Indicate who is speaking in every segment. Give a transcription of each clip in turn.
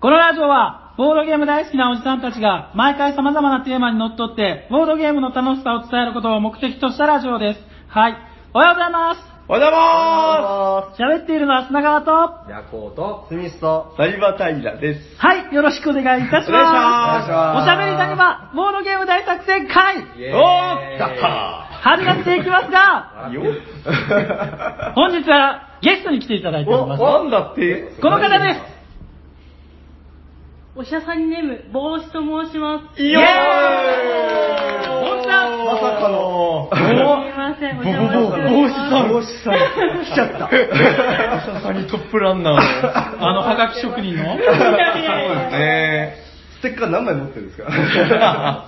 Speaker 1: このラジオは、ボードゲーム大好きなおじさんたちが、毎回様々なテーマにのっとって、ボードゲームの楽しさを伝えることを目的としたラジオです。はい。おはようございます。
Speaker 2: おはようございま
Speaker 1: 喋っているのは砂川と、は
Speaker 3: ヤコウと、
Speaker 4: スミスと、
Speaker 2: すサニバタイラです。
Speaker 1: い、よろしくお願いいたします。
Speaker 2: お願いし
Speaker 4: ま
Speaker 1: お
Speaker 4: す
Speaker 1: しゃべりだけば、ボードゲーム大作戦会
Speaker 3: イ
Speaker 2: お
Speaker 3: エーイ
Speaker 2: ー来
Speaker 1: 始まっていきますが、
Speaker 2: た
Speaker 3: あ
Speaker 2: よ
Speaker 1: 本日はゲストに来ていただいております。こ
Speaker 2: なんだって
Speaker 1: の方です。
Speaker 5: おしゃさんネーム、帽子と申します。
Speaker 2: イ
Speaker 1: エーイ
Speaker 2: 本まさかの
Speaker 5: すみません、お邪魔しております。
Speaker 2: 帽子さん来ちゃったささにトップランナー
Speaker 1: あの、はがき職人の
Speaker 2: そうですね
Speaker 4: ステッカー何枚持ってるんですか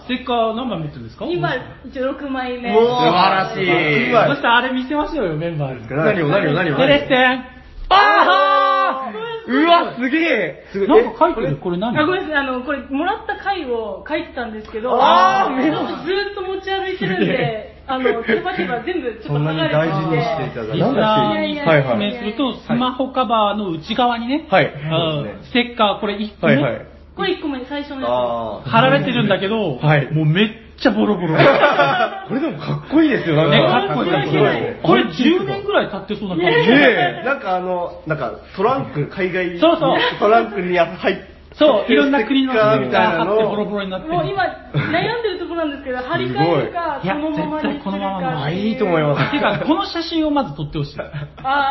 Speaker 1: ステッカー何枚持ってるんですか
Speaker 5: 今、16枚目。
Speaker 4: うわ
Speaker 2: 素晴ら
Speaker 1: そ
Speaker 2: し
Speaker 1: し
Speaker 2: い
Speaker 1: てあれ見せましょうよ、メンバーに。で
Speaker 2: 何を何を何を
Speaker 1: ですね。
Speaker 2: あーうわすげえ
Speaker 1: なんか書いてるこれ何
Speaker 5: あごめんなさい、あの、これ、もらった回を書いてたんですけど、
Speaker 2: あー
Speaker 5: ちょっとずーっと持ち歩いてるんで、あの、手間手間全部ちょっと剥がれて
Speaker 4: そんなに大事にしていただいて
Speaker 1: リスナー
Speaker 5: いやい
Speaker 1: に
Speaker 5: や
Speaker 2: はい
Speaker 1: 説
Speaker 2: はい
Speaker 1: 明すると、スマホカバーの内側にね、
Speaker 2: はい
Speaker 1: うんステッカーこれ1個
Speaker 2: はいはい
Speaker 1: ね、
Speaker 5: これ1個目、最初のや
Speaker 4: あ
Speaker 1: 貼られてるんだけど、
Speaker 2: はい
Speaker 1: もうめっちゃボロボロ。ね、か
Speaker 2: これでもかっこいいですよなん
Speaker 1: っこいい
Speaker 5: かっこいいですね
Speaker 1: これ10年ぐらい経ってそうな感じ。
Speaker 2: ねえ
Speaker 4: なんかあの、なんかトランク、海外
Speaker 1: そうそう
Speaker 4: トランクに入って、
Speaker 1: そう、いろんな国のステ
Speaker 4: ステッカー
Speaker 1: ッ
Speaker 4: み
Speaker 1: カ
Speaker 4: たい
Speaker 1: ー
Speaker 4: な
Speaker 1: 貼
Speaker 4: の
Speaker 1: ってボロボロになっ
Speaker 5: つ。
Speaker 1: て
Speaker 5: もう
Speaker 1: る。
Speaker 5: 今、悩んでるところなんですけど、貼り替えるか、
Speaker 1: いや
Speaker 5: そのま
Speaker 1: 絶
Speaker 5: まに
Speaker 1: 対
Speaker 5: す
Speaker 1: こ
Speaker 5: る
Speaker 1: のままの方
Speaker 5: か。
Speaker 1: が
Speaker 2: いいと思います
Speaker 1: てか、この写真をまず撮ってほ しい。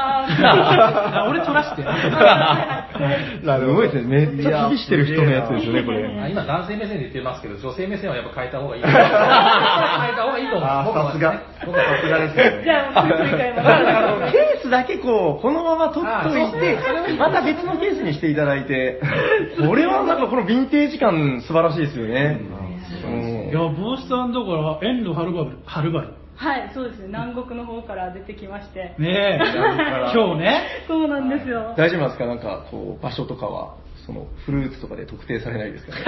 Speaker 5: あ
Speaker 1: 俺撮らして。
Speaker 2: すごいですね。めっちゃ旅してる人のやつですよね、こ
Speaker 3: あ
Speaker 2: れ。
Speaker 3: 今男性目線で言ってますけど、女性目線はやっぱ変えた方がいい。変えた方がいいと思う。
Speaker 4: あ
Speaker 3: 僕
Speaker 4: ー
Speaker 3: は
Speaker 4: さすが
Speaker 3: ね、僕は
Speaker 4: さすがです
Speaker 5: ー、
Speaker 4: ね。
Speaker 5: じゃあ、もうすぐ取り替え
Speaker 2: だ から
Speaker 5: ま
Speaker 2: あの
Speaker 5: す。
Speaker 2: ケースだけこう、このまま取っとい
Speaker 3: あーそうそう
Speaker 2: て、また別のケースにしていただいて、これはなんかこのヴィンテージ感素晴らしいですよね。
Speaker 1: い
Speaker 2: うん
Speaker 1: や、帽子さんだから、遠路はるばる、はるばる。
Speaker 5: はい、そうですね。南国の方から出てきまして。
Speaker 1: ねえ、今日ね。
Speaker 5: そうなんですよ。
Speaker 2: 大丈夫なんですかなんかこう、場所とかは、そのフルーツとかで特定されない ですかね。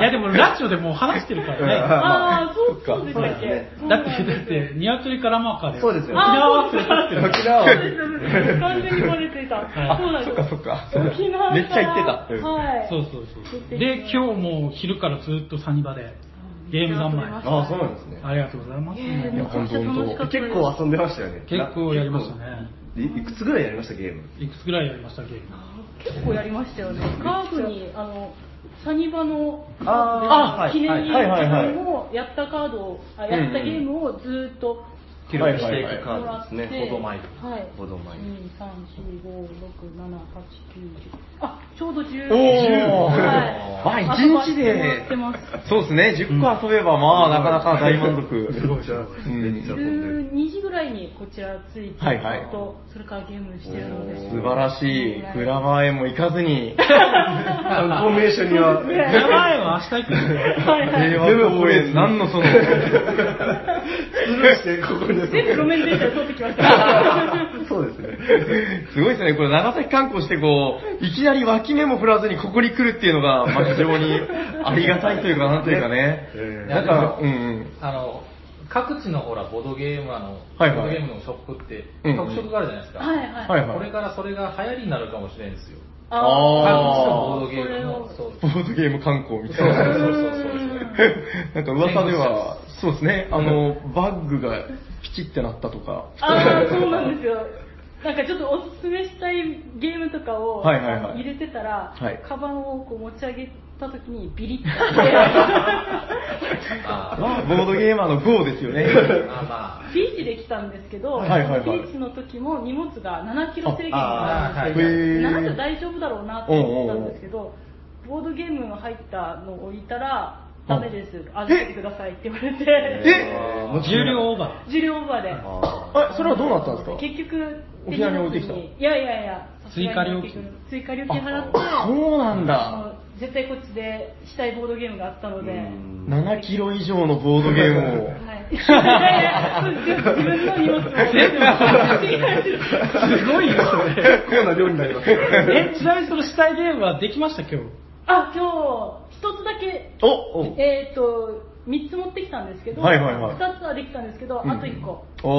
Speaker 1: いや、でもラジオでもう話してるからね。
Speaker 5: ああ、そうそうでしたっけ。
Speaker 1: だって、だって、ニワトリからマーカーで。
Speaker 4: そうですよ
Speaker 1: 沖縄忘れたってる
Speaker 4: 沖縄
Speaker 5: そうですそうです完全にバレていた。
Speaker 1: あ
Speaker 5: そうなん
Speaker 2: そ
Speaker 5: で
Speaker 2: っ
Speaker 5: す
Speaker 2: かそ
Speaker 5: よ
Speaker 2: っか。
Speaker 5: 沖縄から
Speaker 2: めっちゃ行ってた。うん
Speaker 5: はい。
Speaker 1: そうそうそう。で、今日もう昼からずっとサニバで、ゲーム三昧。
Speaker 4: ああ、そうなんですね。
Speaker 1: ありがとうございます。
Speaker 2: いや、本当本当。
Speaker 4: 結構遊んでましたよね。
Speaker 1: 結構やりましたね。
Speaker 4: いいくつぐらいやりました、ゲーム。
Speaker 1: いくつぐらいやりました、ゲーム。
Speaker 5: 結構やりましたよね。カープに、あの、サニバの
Speaker 4: あー
Speaker 5: 記念に、
Speaker 2: はいはい
Speaker 5: 自
Speaker 2: はい
Speaker 5: 分もやったカードを、あやったゲームをずーっとも
Speaker 4: 記録していくカー
Speaker 5: ら
Speaker 4: ド
Speaker 5: っ
Speaker 4: で
Speaker 5: て、
Speaker 4: すね。
Speaker 5: はい。
Speaker 4: ほど前
Speaker 5: 2、3、4、5、6、7、8、9、10。あ、ちょうど10。
Speaker 2: おー
Speaker 5: は
Speaker 2: まあ
Speaker 5: い。
Speaker 2: 一日で
Speaker 5: やってます。
Speaker 2: そうですね、10個遊べば、まあ、なかなか大満足。
Speaker 4: めっちゃ、めっちゃ遊んでる。
Speaker 5: 12時ぐらいにこちら着いて、
Speaker 2: はいはい
Speaker 5: とそれからゲームしてるので
Speaker 2: 素晴らしい。グラマーへも行かず に、
Speaker 4: 観光名所に は、
Speaker 1: 名 前は明日行くんだよ。
Speaker 5: はいはい
Speaker 2: 平和公園、何のその、
Speaker 4: スルーして、ここに。
Speaker 5: 全部路面電車で撮ってきました
Speaker 4: そうですね。
Speaker 2: すごいですね、これ長崎観光してこう、いきなり脇目も振らずにここに来るっていうのが、まあ非常にありがたいというか、なんというかね
Speaker 4: え。
Speaker 3: え
Speaker 2: だから、うんうん。
Speaker 3: あの、各地のほら、ボードゲームあの、
Speaker 2: はいはい
Speaker 3: ボードゲームのショップって、
Speaker 2: うん
Speaker 3: 特色があるじゃないですか。
Speaker 5: はいはい、
Speaker 2: はい
Speaker 3: こ
Speaker 2: は
Speaker 3: れ
Speaker 2: い。
Speaker 3: からそれが流行りになるかもしれないんですよ。各地の
Speaker 2: あ
Speaker 3: ボードゲームの、
Speaker 5: そ
Speaker 3: そう。
Speaker 2: ボードゲーム観光みた
Speaker 3: そう
Speaker 2: い
Speaker 3: そう
Speaker 2: な。
Speaker 3: そうそう。
Speaker 2: なんか噂で は、そうですね、あの、バッグがピチってなったとか。
Speaker 5: ああそうなんですよなんかちょっとおすすめしたいゲームとかを
Speaker 2: はいはいはい
Speaker 5: 入れてたら、
Speaker 2: はい
Speaker 5: カバンをこう持ち上げた時にビリッて
Speaker 3: あー
Speaker 2: ボードゲーマーの GO です よね。
Speaker 3: まあま
Speaker 5: ビーチで来たんですけど、
Speaker 2: はいはいはい
Speaker 5: ビーチの時も荷物が7キロ制限があるんですよ
Speaker 3: あ
Speaker 2: へ
Speaker 3: へ
Speaker 5: なんか
Speaker 2: ー
Speaker 5: 大丈夫だろうなって思ったんですけど、ボードゲームが入ったのを置いたら、ダメです、預けてくださいって言われて、
Speaker 2: え
Speaker 1: 重量オーバ
Speaker 5: 重量オーバーで。
Speaker 2: あ、それはどうなったんですか
Speaker 5: 結局、
Speaker 2: 沖縄に置いてきた
Speaker 5: 手荷物にいやいやいや、さすが
Speaker 1: 追
Speaker 5: に
Speaker 1: 加料金
Speaker 5: 結局追加料金払って、
Speaker 2: あそうなん
Speaker 5: も
Speaker 2: だ。
Speaker 5: う絶対こっちでしたいボードゲームがあったので、
Speaker 2: 7キロ以上のボードゲームを。
Speaker 5: はい。い やいや、そうです自分の荷物を。
Speaker 1: ー。すごいよ、それ。
Speaker 4: 結構な量になりますよ。
Speaker 1: え、ちなみにその死体ゲームはできました、今日。
Speaker 5: あ、今日、一つだけ
Speaker 2: お
Speaker 5: えー、と3つ持ってきたんですけど、
Speaker 2: はいはいはい
Speaker 5: 2つはできたんですけど、
Speaker 2: うん
Speaker 5: あと1個
Speaker 2: お
Speaker 5: ないの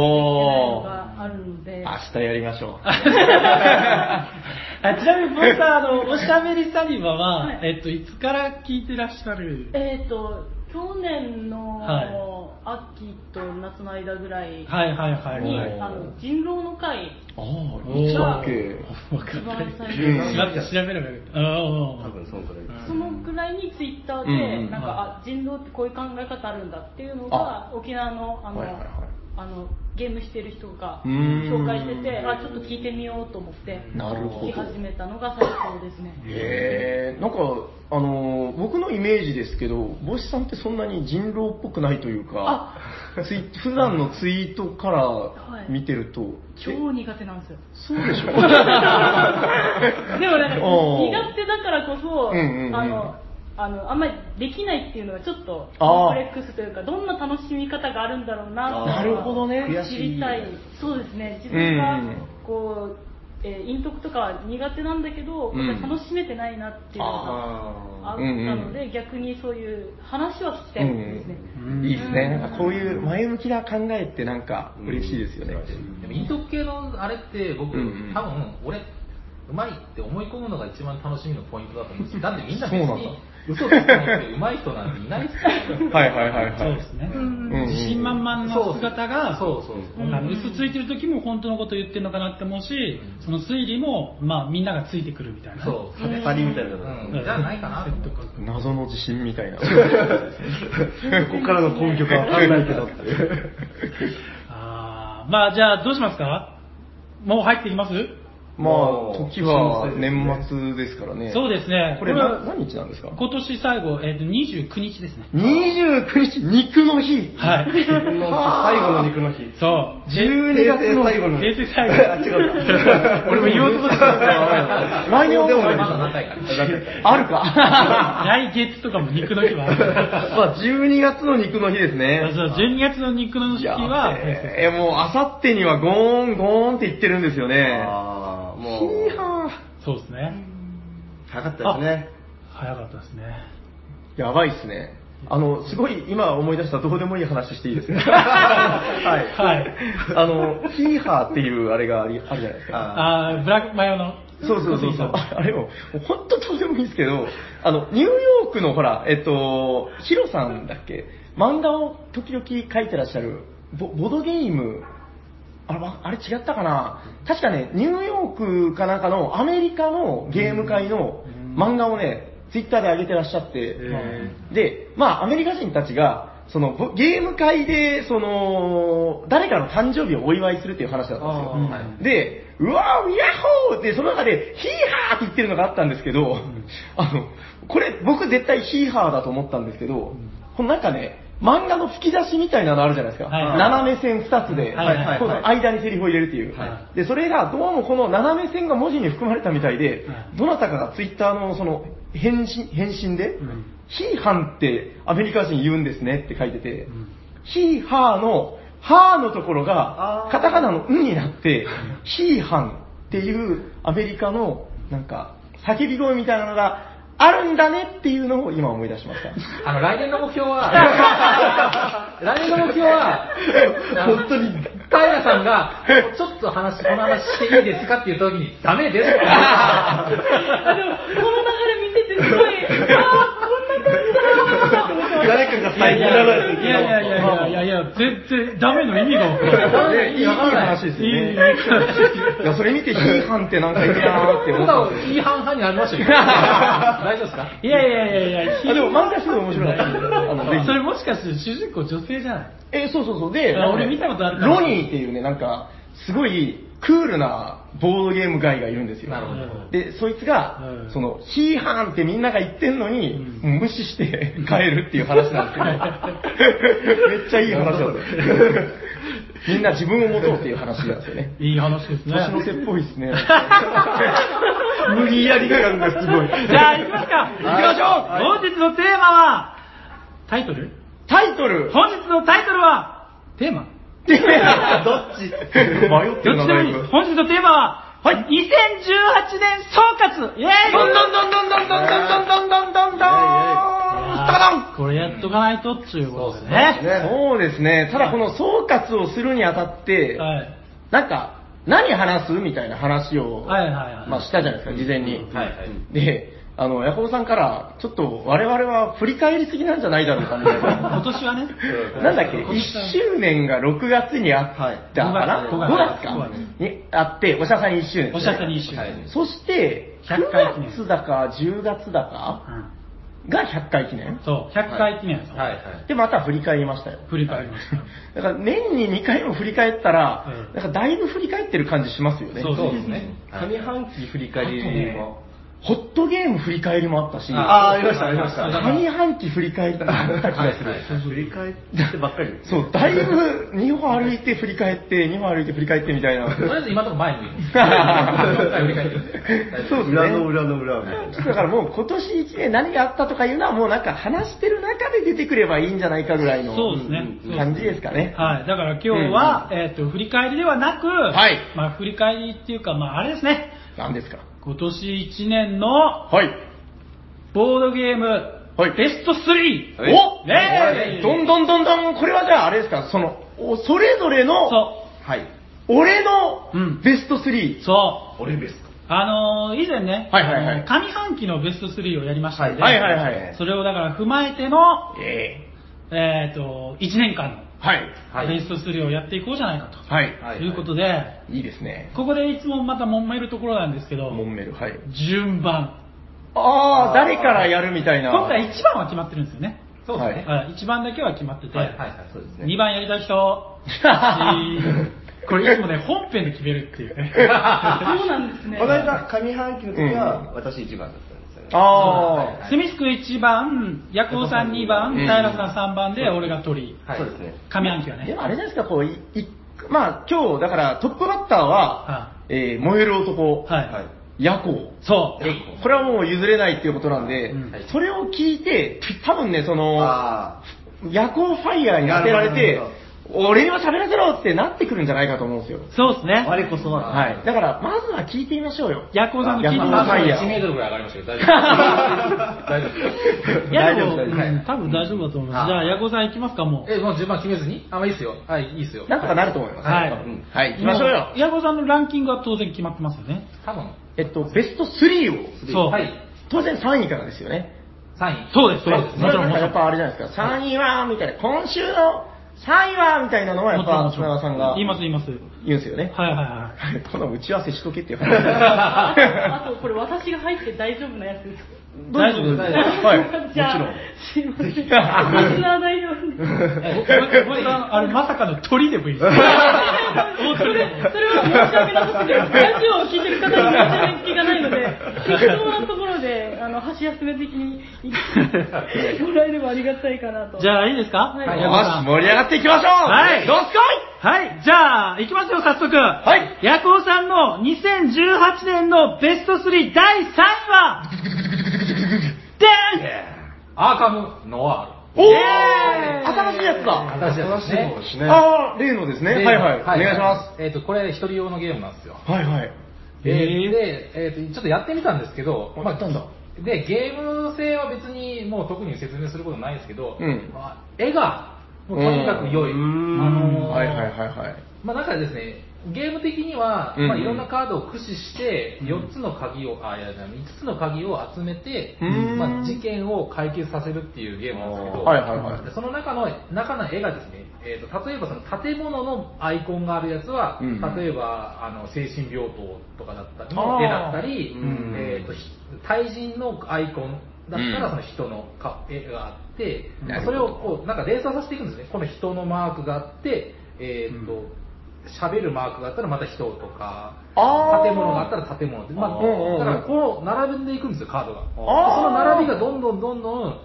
Speaker 2: お。
Speaker 5: があるので、
Speaker 2: 明日やりましょう。
Speaker 1: あちなみに、僕は、あの、おしゃべりサニバは、
Speaker 5: はい
Speaker 1: えっと、いつから聞いてらっしゃる
Speaker 5: えっ、と、去年の
Speaker 1: は
Speaker 5: 秋と夏の間ぐらいに、
Speaker 1: はいはいはいはい。
Speaker 5: あの人狼の会、
Speaker 2: あ
Speaker 1: お
Speaker 2: あ、
Speaker 1: ー
Speaker 2: いつだっけ
Speaker 1: わかんない
Speaker 5: 一番最
Speaker 4: 初
Speaker 1: しまって調べればよかった。あ
Speaker 4: 多分そのくらいです
Speaker 5: そのくらいにツイッター
Speaker 2: うんう
Speaker 5: で、
Speaker 2: ん
Speaker 5: なんか、あ人狼ってこういう考え方あるんだっていうのが、沖縄のあの、
Speaker 4: はいはいはい
Speaker 5: あのゲームしてる人が
Speaker 2: うーん
Speaker 5: 紹介してて、あ、ちょっと聞いてみようと思って、
Speaker 2: なるほ
Speaker 5: 聞き
Speaker 2: ど。
Speaker 5: 始めたのが最高ですね。
Speaker 2: へえ、なんか、あのー僕のイメージですけど、帽子さんってそんなに人狼っぽくないというか、ツイ普段のツイートから
Speaker 5: い
Speaker 2: 見てると、
Speaker 5: 超苦手なん ですよ。
Speaker 2: そうでしょ
Speaker 5: でもなんか
Speaker 2: おー
Speaker 5: 苦手だからこそ、
Speaker 2: うんうんうん
Speaker 5: あのあのあんまりできないっていうのがちょっと
Speaker 2: あー
Speaker 5: コンプレックスというかどんな楽しみ方があるんだろうな
Speaker 2: なるほどね
Speaker 5: っていうのは知りたいそうですね自分がこう、えー、陰徳とかは苦手なんだけど、
Speaker 2: うん
Speaker 5: やっぱり楽しめてないなっていうのがあ
Speaker 4: あ
Speaker 5: っ
Speaker 2: ー
Speaker 5: たので、逆にそういう話は聞きたいですね、
Speaker 2: いいですね。こういう前向きな考えってなんか嬉しいですよね。
Speaker 3: でも、インド系のあれって、僕、
Speaker 2: うんうん
Speaker 3: 多分、俺、うまいって思い込むのが一番楽しみのポイントだと思うし、だってみんな別
Speaker 2: そうなん
Speaker 3: に
Speaker 2: だ
Speaker 3: 嘘つくのってうまい人なんていないっすよ
Speaker 2: はいはいはい
Speaker 1: そ
Speaker 2: は
Speaker 1: う
Speaker 2: い
Speaker 1: で。すね。
Speaker 5: うん
Speaker 2: うん
Speaker 1: 自信満々の姿が、
Speaker 3: そうそうそう。
Speaker 1: なんか嘘ついてる時も本当のこと言ってるのかなって思うし、その推理も、まあ、みんながついてくるみたいな。
Speaker 3: そう。
Speaker 5: うん
Speaker 4: 語りみたいな
Speaker 3: う
Speaker 4: のが
Speaker 3: ん、じゃないかなと思う。
Speaker 2: 謎の自信みたいな。
Speaker 4: ここからの根拠がわかんないけどっていう。
Speaker 1: あーまあ、じゃあ、どうしますかもう入ってきます、
Speaker 2: まあ、
Speaker 4: もう
Speaker 2: 時は年末ですからね。
Speaker 1: そう
Speaker 2: で
Speaker 1: ですね。
Speaker 2: これ
Speaker 1: は
Speaker 2: な何日なんですか
Speaker 1: 今年最後、えっ、と、29日ですね。
Speaker 2: ?29 日、肉の日。
Speaker 1: はい。
Speaker 4: 最後の肉の日。
Speaker 1: そう。
Speaker 2: 12月の
Speaker 4: 平成最後の
Speaker 1: 平成最後。
Speaker 4: あ、違う か。
Speaker 2: 俺も言おうと思ってたんです よ。来年は
Speaker 4: で
Speaker 2: も
Speaker 4: も
Speaker 2: う
Speaker 4: ね
Speaker 3: まだ何回か。
Speaker 2: あるか。
Speaker 1: 来月とかも肉の日はある。
Speaker 2: まあ、12月の肉の日ですね。
Speaker 1: そう、12月の肉の日
Speaker 2: いや
Speaker 1: は、
Speaker 2: えーもう、あさってにはゴーン、ゴーンって言ってるんですよね。
Speaker 4: ああ、もう、
Speaker 2: いや
Speaker 1: そうですね。
Speaker 4: 早かったですね。
Speaker 1: 早かったですね。
Speaker 2: ーやばいっすね。あの、すごい、今思い出したどうでもいい話していいですか はい。
Speaker 1: はい。
Speaker 2: あの、ヒーハーっていうあれがありあるじゃないですか。
Speaker 4: あ
Speaker 1: あーブラックマヨの。
Speaker 2: そうそうそうそう。あれも、本当どうでもいいんですけど、あの、ニューヨークのほら、えっと、ヒロさんだっけ漫画を時々書いてらっしゃる、ボボードゲーム、あれ、わあれ違ったかな確かね、ニューヨークかなんかのアメリカのゲーム界の漫画をね、ツイッターで上げてらっしゃって、で、まあ、アメリカ人たちが、そのぼゲーム会で、その、誰かの誕生日をお祝いするっていう話だったんですよ。で、うわー、ヤッホーって、その中で、ヒーハーって言ってるのがあったんですけど、あの、これ、僕絶対ヒーハーだと思ったんですけど、このなんかね、漫画の吹き出しみたいなのあるじゃないですか。
Speaker 1: はいはい
Speaker 2: 斜め線2つで、
Speaker 1: はいはいはい
Speaker 2: この間にセリフを入れるっていう、
Speaker 1: は
Speaker 2: で、それがどうもこの斜め線が文字に含まれたみたいで、
Speaker 1: はい
Speaker 2: どなたかがツイッターのその返信返信で、
Speaker 1: ん
Speaker 2: ヒーハンってアメリカ人言うんですねって書いてて、
Speaker 1: ん
Speaker 2: ヒーハーの、ハーのところが
Speaker 4: あ、ー
Speaker 2: カタカナのんになって、ヒーハンっていうアメリカの、なんか、叫び声みたいなのがあるんだねっていうのを今思い出しました。
Speaker 3: あの、来年の目標は、来年の目標は、本当に、平さんが、ちょっと話、この話していいですかっていう時に、ダメです
Speaker 5: あでもこの流れ見ててすごいあーこんな感じだなと思って
Speaker 4: 誰かが
Speaker 1: いやい
Speaker 4: 最近
Speaker 1: や
Speaker 4: やらない
Speaker 1: いやいやいやいやいや、全然ダメの意味がわからない。
Speaker 2: ねいいいい話ですよね。いや、それ見てヒーハンってなんかいいなーって思
Speaker 3: 僕
Speaker 2: ったん
Speaker 3: は
Speaker 2: です よ
Speaker 3: いい半々になりましたけど、大丈夫ですか
Speaker 1: いやいやいやいや、
Speaker 2: あでも漫画すごい面白かったんであのぜひ
Speaker 1: それもしかして主人公女性じゃない
Speaker 2: え、そうそうそう。で、
Speaker 1: あ俺見たことあるかも
Speaker 2: ロニーっていうね、なんか、すごいクールなボードゲームガイがいるんですよ。
Speaker 3: なるほど。
Speaker 2: で、そいつが、
Speaker 1: うん
Speaker 2: その、ヒーハーンってみんなが言ってんのに、
Speaker 1: う
Speaker 2: 無視して 帰るっていう話なんです けど、めっちゃいい話だった。みんな自分を持とうっていう話なんですよね。
Speaker 1: いい話ですね。
Speaker 2: 年の 瀬っぽいですね。 無理やり感がすごい。
Speaker 1: じゃあ、行きますか。行きましょう。
Speaker 2: は
Speaker 1: 本日のテーマは、タイトル
Speaker 2: タイトル
Speaker 1: 本日のタイトルは、テーマ
Speaker 2: どっち迷
Speaker 1: ど
Speaker 2: っ
Speaker 1: って
Speaker 2: るな、
Speaker 1: ちで
Speaker 2: だ
Speaker 1: も
Speaker 2: い
Speaker 1: いい
Speaker 2: ぶ。
Speaker 1: 本日のテーマは、
Speaker 2: はい
Speaker 1: 2018年総括イェーイ
Speaker 2: どんどんどんどんどんどんどんどんどんどんどんどんどんどんどんどん
Speaker 1: これやっとかないとっていうことで
Speaker 2: ね
Speaker 1: ね。
Speaker 2: そうですね。ただこの総括をするにあたって、
Speaker 1: はい。
Speaker 2: なんか、何話すみたいな話を、
Speaker 1: はいはいはい
Speaker 2: まあしたじゃないですか、事前に。
Speaker 4: はいはい
Speaker 2: で、あの、ヤコブさんから、ちょっと我々は振り返りすぎなんじゃないだろうかみたい
Speaker 1: 今
Speaker 2: な。
Speaker 1: 年はね、
Speaker 2: なんだっけ、1
Speaker 1: 今年は
Speaker 2: 周年が6月にあったかな、
Speaker 1: はい
Speaker 2: 5
Speaker 1: 5
Speaker 2: 月
Speaker 1: 月
Speaker 2: かにあって、おしゃさん1周年ですね、
Speaker 1: おしゃさに一周
Speaker 4: はい
Speaker 2: そして、
Speaker 1: 100回記念
Speaker 2: 9月だか10月だ
Speaker 1: う
Speaker 2: か
Speaker 1: ん
Speaker 2: が100回記念。
Speaker 1: そう、100回記念ですよ
Speaker 4: はいはい。
Speaker 2: で、また振り返りましたよ。
Speaker 1: 振り返りました。
Speaker 2: だから年に2回も振り返ったら、
Speaker 1: うん
Speaker 2: なんかだいぶ振り返ってる感じしますよね。
Speaker 1: そう
Speaker 4: そうですね。
Speaker 3: はい
Speaker 4: 上半期振り返りも。
Speaker 2: ホットゲーム振り返りもあったし、
Speaker 4: ああ、ありました、ありまし
Speaker 1: あ
Speaker 4: た。
Speaker 1: だから
Speaker 2: 上半期振り返った気がする。
Speaker 4: 振り返ってばっかり。
Speaker 2: そう、だいぶ2歩歩いて振り返って、2歩歩いて振り返ってみたい な。
Speaker 3: とりあえず今のところ前向いてます。振り返ってる
Speaker 2: そうですね。
Speaker 4: 裏の裏の裏みたいな。
Speaker 2: だからもう今年1年何があったとかいうのはもうなんか話してる中で出てくればいいんじゃないかぐらいの
Speaker 1: そうですね
Speaker 2: うんうん感じですかね。
Speaker 1: はい、だから今日は、えっ、と、振り返りではなく、
Speaker 2: はい
Speaker 1: まあ、振り返りっていうか、まあ、あれですね、
Speaker 2: 何ですか
Speaker 1: 今年1年の
Speaker 2: はい。
Speaker 1: ボードゲーム、
Speaker 2: はい
Speaker 1: ベスト 3!
Speaker 4: はい
Speaker 2: お
Speaker 1: ねえ
Speaker 2: どんどんどんどん、これはじゃああれですか、その、おそれぞれの、
Speaker 1: そ
Speaker 4: はい。
Speaker 2: 俺の
Speaker 1: うん
Speaker 2: ベスト
Speaker 1: う、
Speaker 2: 3。
Speaker 1: そう。
Speaker 4: 俺ですか。
Speaker 1: あのー以前ね、
Speaker 2: はいはいはい
Speaker 1: あの上半期のベスト3をやりましたんで、
Speaker 2: はいはいはい
Speaker 1: それをだから踏まえての、
Speaker 2: え
Speaker 1: えっ、と、1年間
Speaker 2: はい。
Speaker 4: はい
Speaker 1: のベスト3をやっていこうじゃないかと、、
Speaker 2: はい。
Speaker 4: はい
Speaker 1: うことで、
Speaker 2: いいですね。
Speaker 1: ここでいつもまた揉めるところなんですけど、
Speaker 2: モンメル、はい。
Speaker 1: 順番。
Speaker 2: ああ、誰からやるみたいな。
Speaker 1: 今回1番は決まってるんですよね。
Speaker 3: そうですね。
Speaker 1: はい、1番だけは決まってて、
Speaker 3: はい、はい、はい、そうですね。
Speaker 1: 2番やりたい人、 これいつもね、本編で決めるっていうね。
Speaker 5: そうなんですね。
Speaker 4: この間、上半期の時
Speaker 2: う
Speaker 4: は、私一番だったんですよね。
Speaker 2: ああ、
Speaker 1: スミスク1番、ヤコウさん2番、
Speaker 2: うん
Speaker 1: 平さん3番で俺が取り、
Speaker 3: はい
Speaker 4: そうですね。
Speaker 1: 上半期は
Speaker 2: で
Speaker 1: ね。
Speaker 2: もあれじゃないですか、こう、いいまあ今日、だからトップバッターは、
Speaker 1: は
Speaker 2: えー燃える男、
Speaker 1: はい。
Speaker 4: はい。
Speaker 2: 夜行。
Speaker 1: そう。
Speaker 2: これはもう譲れないっていうことなんで、
Speaker 1: うんはい
Speaker 2: それを聞いて、多分ね、その、
Speaker 4: あ
Speaker 2: 夜行ファイヤーに当てられ
Speaker 4: なる
Speaker 2: て
Speaker 4: ほどなる、
Speaker 2: 俺にも喋らせろってなってくるんじゃないかと思うんですよ。
Speaker 1: そうです
Speaker 4: あ。
Speaker 1: ね。
Speaker 4: 我こそは。
Speaker 2: はい。だから、まずは聞いてみましょうよ。
Speaker 1: ヤコウさんの聞いてみ
Speaker 3: まあ、
Speaker 1: ましょう
Speaker 3: まあ
Speaker 2: いや
Speaker 3: 1メートルぐらい上がりましたけど、大丈夫大丈夫。
Speaker 1: いや、でも、
Speaker 4: 大丈夫大丈夫
Speaker 1: うん多分大丈夫だと思います。
Speaker 3: あ
Speaker 1: じゃあ、ヤコウさん行きますか、もう。
Speaker 3: え、もう順番決めずにあ、まあいいっすよ。はい、いいっすよ。
Speaker 2: なんとかなると思います。
Speaker 1: はい
Speaker 2: うんはい、行きましょうよ。
Speaker 1: ヤコウさんのランキングは当然決まってますよね。
Speaker 3: 多分。
Speaker 2: えっと、ベスト3を、
Speaker 1: そう。
Speaker 3: はい。
Speaker 2: 当然3位からですよね。
Speaker 3: 3位。
Speaker 1: そうです、そうで
Speaker 2: そ
Speaker 1: す。
Speaker 2: れ
Speaker 1: もち
Speaker 2: は
Speaker 1: ろ
Speaker 2: なん
Speaker 1: ん、もちろん
Speaker 2: かやっ。ぱあれじゃないですか、3位は、みたいな、今週の3位は、みたいなのは、やっぱ、
Speaker 1: もち
Speaker 2: 砂
Speaker 1: ろんも
Speaker 2: 川
Speaker 1: ちろ
Speaker 2: さ
Speaker 1: ん
Speaker 2: んが
Speaker 1: 言い
Speaker 2: 言
Speaker 1: ます、言います。
Speaker 2: うんですよね。
Speaker 1: はいはいはい。
Speaker 2: この打ち合わせしとけっていう話。
Speaker 5: あとこれ私が入って大丈夫なやつです。
Speaker 1: 大丈夫
Speaker 2: 大
Speaker 1: 大
Speaker 2: 丈
Speaker 1: 丈
Speaker 2: 夫はい、もち
Speaker 5: じゃあ、
Speaker 2: ろん。
Speaker 5: すいません。リスナー大丈夫です。
Speaker 1: えごめんなさいあれ、まさかの鳥でもいいです。大
Speaker 5: そ
Speaker 1: 鳥で
Speaker 5: れ
Speaker 1: もいい
Speaker 5: それは申し訳なくて、ラジオを聞いてる方に申し訳がないの で、適当なところで、あの、箸休め的に行ってもらえればありがたいかなと。
Speaker 1: じゃあ、いいですか
Speaker 5: はい
Speaker 1: ヤコ
Speaker 2: よ
Speaker 1: ウさ
Speaker 2: し、
Speaker 1: ん
Speaker 2: 盛り上がっていきましょう
Speaker 1: はい
Speaker 2: どすこ。
Speaker 1: はい、じゃあ、行きますよ、早速。はいヤコウさんの2018年のベスト3第3位は、で
Speaker 3: アーカム・ノワ
Speaker 2: いお
Speaker 1: イエーイ
Speaker 2: ー新しいやつ
Speaker 3: ール。
Speaker 2: だ
Speaker 3: 新しいやつですね。。
Speaker 4: です
Speaker 2: あー、例のですね。はいはい。お願いします
Speaker 3: えっと、これ、一人用のゲームなんですよ。
Speaker 2: す。はいはい。
Speaker 1: え
Speaker 3: で、
Speaker 1: ー
Speaker 3: でえっと、ちょっとやってみたんですけど、
Speaker 2: やったんだ。
Speaker 3: で、ゲーム性は別にもう特に説明することないんですけど、
Speaker 2: うん
Speaker 3: まあ絵がもうとにかく良い。
Speaker 2: う
Speaker 3: あ
Speaker 2: ーん
Speaker 3: のー
Speaker 2: はいはいはいはい。
Speaker 3: まあ、なんかですね、ゲーム的には、
Speaker 2: うん
Speaker 3: まあ、いろんなカードを駆使して、4つの鍵を、あ、いや、いや5つの鍵を集めて、
Speaker 2: うん
Speaker 3: まあ、事件を解決させるっていうゲームなんですけど、
Speaker 2: はいはいはい
Speaker 3: でその中の、中の絵がですね、えーと例えばその建物のアイコンがあるやつは、
Speaker 2: うん
Speaker 3: 例えばあの精神病棟とかだったり
Speaker 2: あ
Speaker 3: の
Speaker 2: ー
Speaker 3: 絵だったり、
Speaker 2: うん
Speaker 3: えーとひ対人のアイコンだった
Speaker 2: うん
Speaker 3: らその人のか絵があって、
Speaker 2: なるほど
Speaker 3: それをこうなんか連鎖させていくんですね。この人のマークがあって、えーっと、喋、るマークがあったらまた人とか、
Speaker 2: あー
Speaker 3: 建物があったら建物で、まあ、
Speaker 2: うんうんうん
Speaker 3: だからこう並んでいくんですよ、カードが。そ
Speaker 2: あー
Speaker 3: の並びがどんどんどんどん、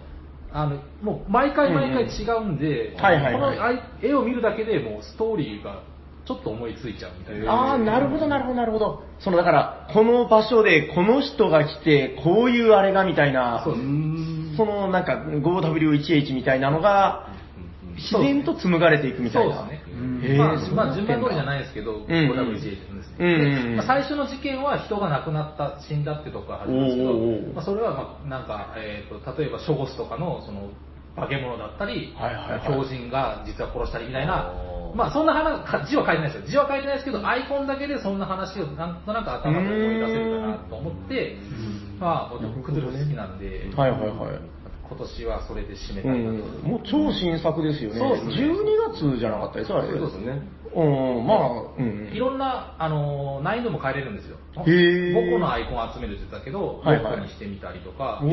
Speaker 3: あのもう毎回毎回違うんで、
Speaker 2: んうんはいはいはい
Speaker 3: このあい絵を見るだけでもうストーリーがちょっと思いついちゃうみたいな。
Speaker 2: ああ、なるほど、なるほど、なるほど。その、だから、この場所で、この人が来て、こういうあれが、みたいな、
Speaker 3: そうです
Speaker 2: その、なんか、5W1H みたいなのが、自然と紡がれていくみたいな。
Speaker 3: そうですね
Speaker 2: へえ
Speaker 3: まあ、
Speaker 2: そう
Speaker 3: ま
Speaker 2: な
Speaker 3: あ
Speaker 2: ってん
Speaker 3: 順
Speaker 2: だ
Speaker 3: 番通りじゃないですけど、
Speaker 2: ん
Speaker 3: 5W1H ですね。
Speaker 2: うんうんうん
Speaker 3: でまあ最初の事件は人が亡くなった、死んだってとこから始まるんですけど、
Speaker 2: おうおうおう
Speaker 3: まあ、それは、まあ、なんか、えーと、例えば、ショゴスとかの、その、化け物だったり、
Speaker 2: はいはいはい
Speaker 3: 狂人が実は殺したりみたいな
Speaker 4: お、ー
Speaker 3: まあそんな話か、字は書いてないですよ。字は書いてないですけど、アイコンだけでそんな話をなんとなく頭で思い出せるかなと思って、まあ僕、クトゥルフ好きなんで、
Speaker 2: はいはいはい。
Speaker 3: 今年はそれで締め
Speaker 2: う
Speaker 3: たいなと。
Speaker 2: ん、もう超新作ですよね。
Speaker 3: そうですね
Speaker 2: 12月じゃなかったですあれ。
Speaker 4: そうですね。
Speaker 2: うん、まあ、うん。
Speaker 3: いろんな、あのー難易度も変えれるんですよ。
Speaker 2: へー
Speaker 3: 5個のアイコン集めるって言ってたけど、
Speaker 2: はいはい
Speaker 3: 6個にしてみたりとか、
Speaker 2: へ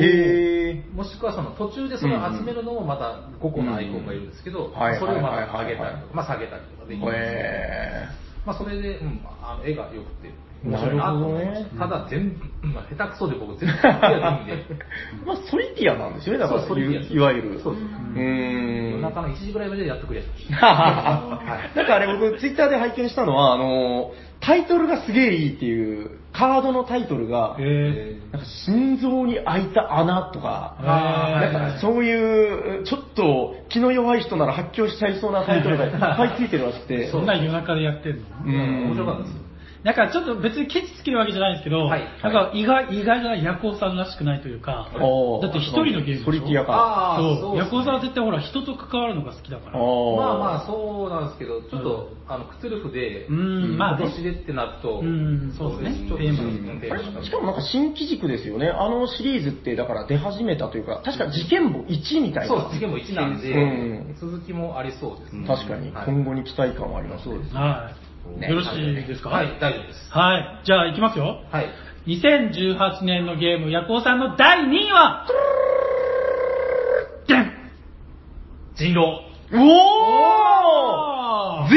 Speaker 2: え。
Speaker 3: もしくはその途中でそれを集めるのもまた5個のアイコンがいるんですけ
Speaker 2: う
Speaker 3: ど、
Speaker 2: んはい
Speaker 3: それをま
Speaker 2: はい
Speaker 3: た
Speaker 2: はい
Speaker 3: 上げ
Speaker 2: はい
Speaker 3: たりとか、まあ、下げたりとかできるんですよ
Speaker 2: へ
Speaker 3: まあそれで、うん、あの絵が良くて、面白いなと思いまし
Speaker 2: なるほどね
Speaker 3: た。ただ全部、まあ、下手くそで僕全部やってる んで、
Speaker 2: まあ、ソリティアなんですよね、だから、
Speaker 3: そうソリティアです
Speaker 2: いわゆる。
Speaker 3: そうです
Speaker 2: ん
Speaker 3: 夜。中の1時ぐらいまでやっとクリアしま した。
Speaker 2: なんかあれ僕、ツイッターで拝見したのは、あのータイトルがすげえいいっていう、カードのタイトルが、なんか心臓に開いた穴とか、
Speaker 3: あー
Speaker 2: なんかそういう、ちょっと気の弱い人なら発狂しちゃいそうなタイトルがいっぱいついてるらしくて。
Speaker 1: そんなん夜中でやってんの
Speaker 2: う
Speaker 3: 面白かったですよ。
Speaker 1: なんかちょっと別にケチつけるわけじゃないんですけど、
Speaker 3: はい
Speaker 1: なんか意外、意外な夜行さんらしくないというか、
Speaker 2: おー
Speaker 1: だって一人のゲームでしょ
Speaker 2: ソリティアか。
Speaker 3: ああ、
Speaker 1: そう、
Speaker 3: ですね
Speaker 1: 夜行さんは絶対ほら人と関わるのが好きだから。う
Speaker 3: まあまあ
Speaker 2: そ
Speaker 3: そうなんですけど、ちょっと、あのクトゥルフで、
Speaker 1: ん、まあ、
Speaker 3: 今年でってなると、
Speaker 1: うんそうですね
Speaker 3: ちょっと
Speaker 1: テーマ
Speaker 2: あれしかもなんか新機軸ですよね。あのシリーズってだから出始めたというか、確か事件簿1みたいな。
Speaker 3: そう、事件も1なんで、
Speaker 2: うん
Speaker 3: 続きもありそうですね。
Speaker 2: 確かに、
Speaker 3: はい
Speaker 2: 今後に期待感はありますね。
Speaker 1: はい、
Speaker 2: ね
Speaker 1: よろしいですか
Speaker 3: はい、大丈夫です。
Speaker 1: はいじゃあ行きますよ。
Speaker 3: はい。
Speaker 1: 2018年のゲーム、夜行さんの第2位は、でん
Speaker 3: 人狼。
Speaker 2: おお人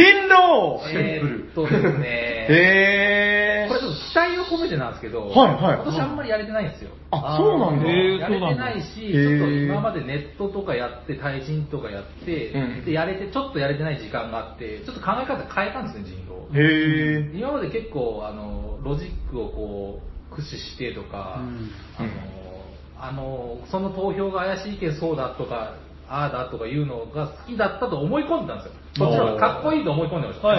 Speaker 2: 狼、
Speaker 3: えーっとですね
Speaker 2: へ
Speaker 3: これちょっと期待を込めてなんですけど、
Speaker 2: はいはい
Speaker 3: 今年あんまりやれてないんですよ。
Speaker 2: あそうなんだ
Speaker 1: へー
Speaker 3: やれてない
Speaker 2: へ
Speaker 3: し、ちょ
Speaker 2: ー
Speaker 3: っと今までネットとかやって、対人とかやって、
Speaker 2: うん
Speaker 3: でやれて、ちょっとやれてない時間があって、ちょっと考え方変えたんですね、人狼。
Speaker 2: へえ。
Speaker 3: 今まで結構あのロジックをこう駆使してとか、
Speaker 1: うん
Speaker 3: あのあのその投票が怪しいけどそうだとかああだとかいうのが好きだったと思い込んでたんですよそっちの方がかっこいいと思い込んでました、
Speaker 1: は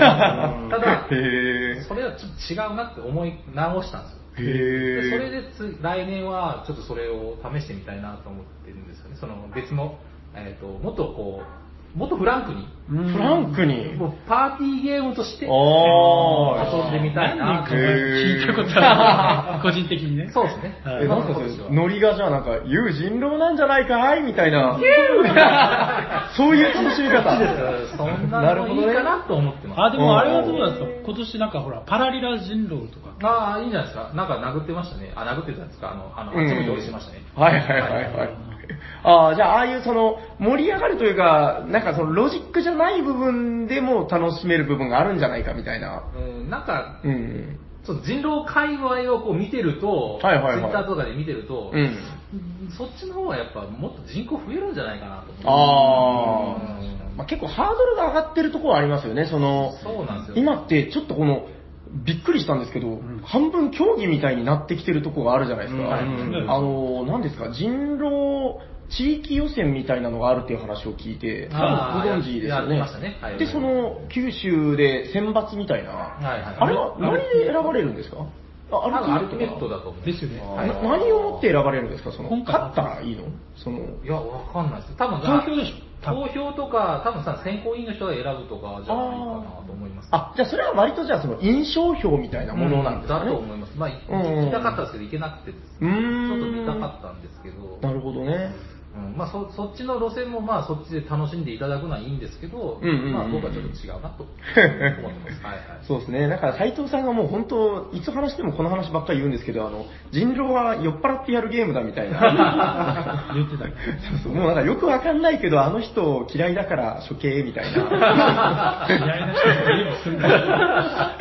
Speaker 1: い
Speaker 3: た だ
Speaker 2: へえ。
Speaker 3: それはちょっと違うなって思い直したんですよ
Speaker 2: へ
Speaker 3: で
Speaker 2: え。
Speaker 3: それでつ来年はちょっとそれを試してみたいなと思ってるんですよねその別の、えー、ともっとこうもっとフランクに
Speaker 2: フランクに。
Speaker 3: もうパーティーゲームとして遊
Speaker 2: あー
Speaker 3: んでみたい
Speaker 1: 何
Speaker 3: な
Speaker 1: 人
Speaker 3: と
Speaker 1: か聞いたことある、個人的にね。
Speaker 3: そうですね。
Speaker 1: はい
Speaker 2: え、なんかそれ、ノリがじゃあなんか、言う人狼なんじゃないかいみたいな。 そういう楽しみ方。
Speaker 3: そんなのいいかなと思ってます。
Speaker 1: あ、でもあれはどうなんですか今年なんかほら、パラリラ人狼とか。
Speaker 3: ああ、いいんじゃないですか。なんか殴ってましたね。あ、殴ってたんですか。あの、あの、
Speaker 2: うん
Speaker 3: あっち向いて俺しましたね。
Speaker 2: はいはいはいはい。ああ、じゃあ、ああいうその、盛り上がるというか、なんかその、ロジックじゃない部分でも楽しめる部分があるんじゃないかみたいな。
Speaker 3: うん、なんか、
Speaker 2: うん。
Speaker 3: その人狼界隈をこう見てると、
Speaker 2: はいはいはい
Speaker 3: ツイッターとかで見てると、
Speaker 2: うん。
Speaker 3: そっちの方がやっぱもっと人口増えるんじゃないかなと思って。
Speaker 2: あ
Speaker 3: う
Speaker 2: あ、
Speaker 3: ん
Speaker 2: まあ、結構ハードルが上がってるところはありますよね、その、
Speaker 3: そうなんですよ。
Speaker 2: 今ってちょっとこの、びっくりしたんですけど、半分競技みたいになってきてるとこがあるじゃないですか。
Speaker 1: ん
Speaker 2: あの、何ですか、人狼地域予選みたいなのがあるっていう話を聞いて、多
Speaker 3: あー
Speaker 2: 分ご存知ですよ
Speaker 3: ややって
Speaker 2: ね
Speaker 3: ましたねは。い
Speaker 2: で、その、九州で選抜みたい
Speaker 3: いはい
Speaker 2: な、あれは何で選ばれるんですかあ
Speaker 3: 多分アルティメッ
Speaker 2: か
Speaker 3: トだと思う。
Speaker 1: ですよね。
Speaker 2: な何をもって選ばれるんですかその、
Speaker 1: 今
Speaker 2: 勝
Speaker 1: 回は
Speaker 2: ったらいいのその、
Speaker 3: いや、わかんないです。多分
Speaker 1: 投票でしょ多
Speaker 3: 投票とか、多分さ、選考委員の人が選ぶとかじゃないかなと思います。
Speaker 2: あ、じゃあそれは割とじゃあその印象票みたいなものなんですか
Speaker 3: だ
Speaker 2: ね
Speaker 3: と。思います。まあ、
Speaker 2: うん
Speaker 3: 行きたかったんですけど、行けなくてです
Speaker 2: う
Speaker 3: ね。
Speaker 2: ーん
Speaker 3: ちょっと見たかったんですけど、
Speaker 2: なるほど ね。
Speaker 3: うんまあそ、そっちの路線も、まあ、そっちで楽しんでいただくのはいいんですけど、
Speaker 2: うんうんうん
Speaker 3: まあ、僕はちょっと違うなと思ってます。はいはい。
Speaker 2: そうですね。だから斉藤さんがもう本当、いつ話してもこの話ばっかり言うんですけど、あの、人狼は酔っ払ってやるゲームだみたいな。
Speaker 1: 言ってたけど。
Speaker 2: そうそうもうなんかよくわかんないけど、あの人嫌いだから処刑みたい な。
Speaker 1: 嫌いな人がゲームするんだ。
Speaker 2: な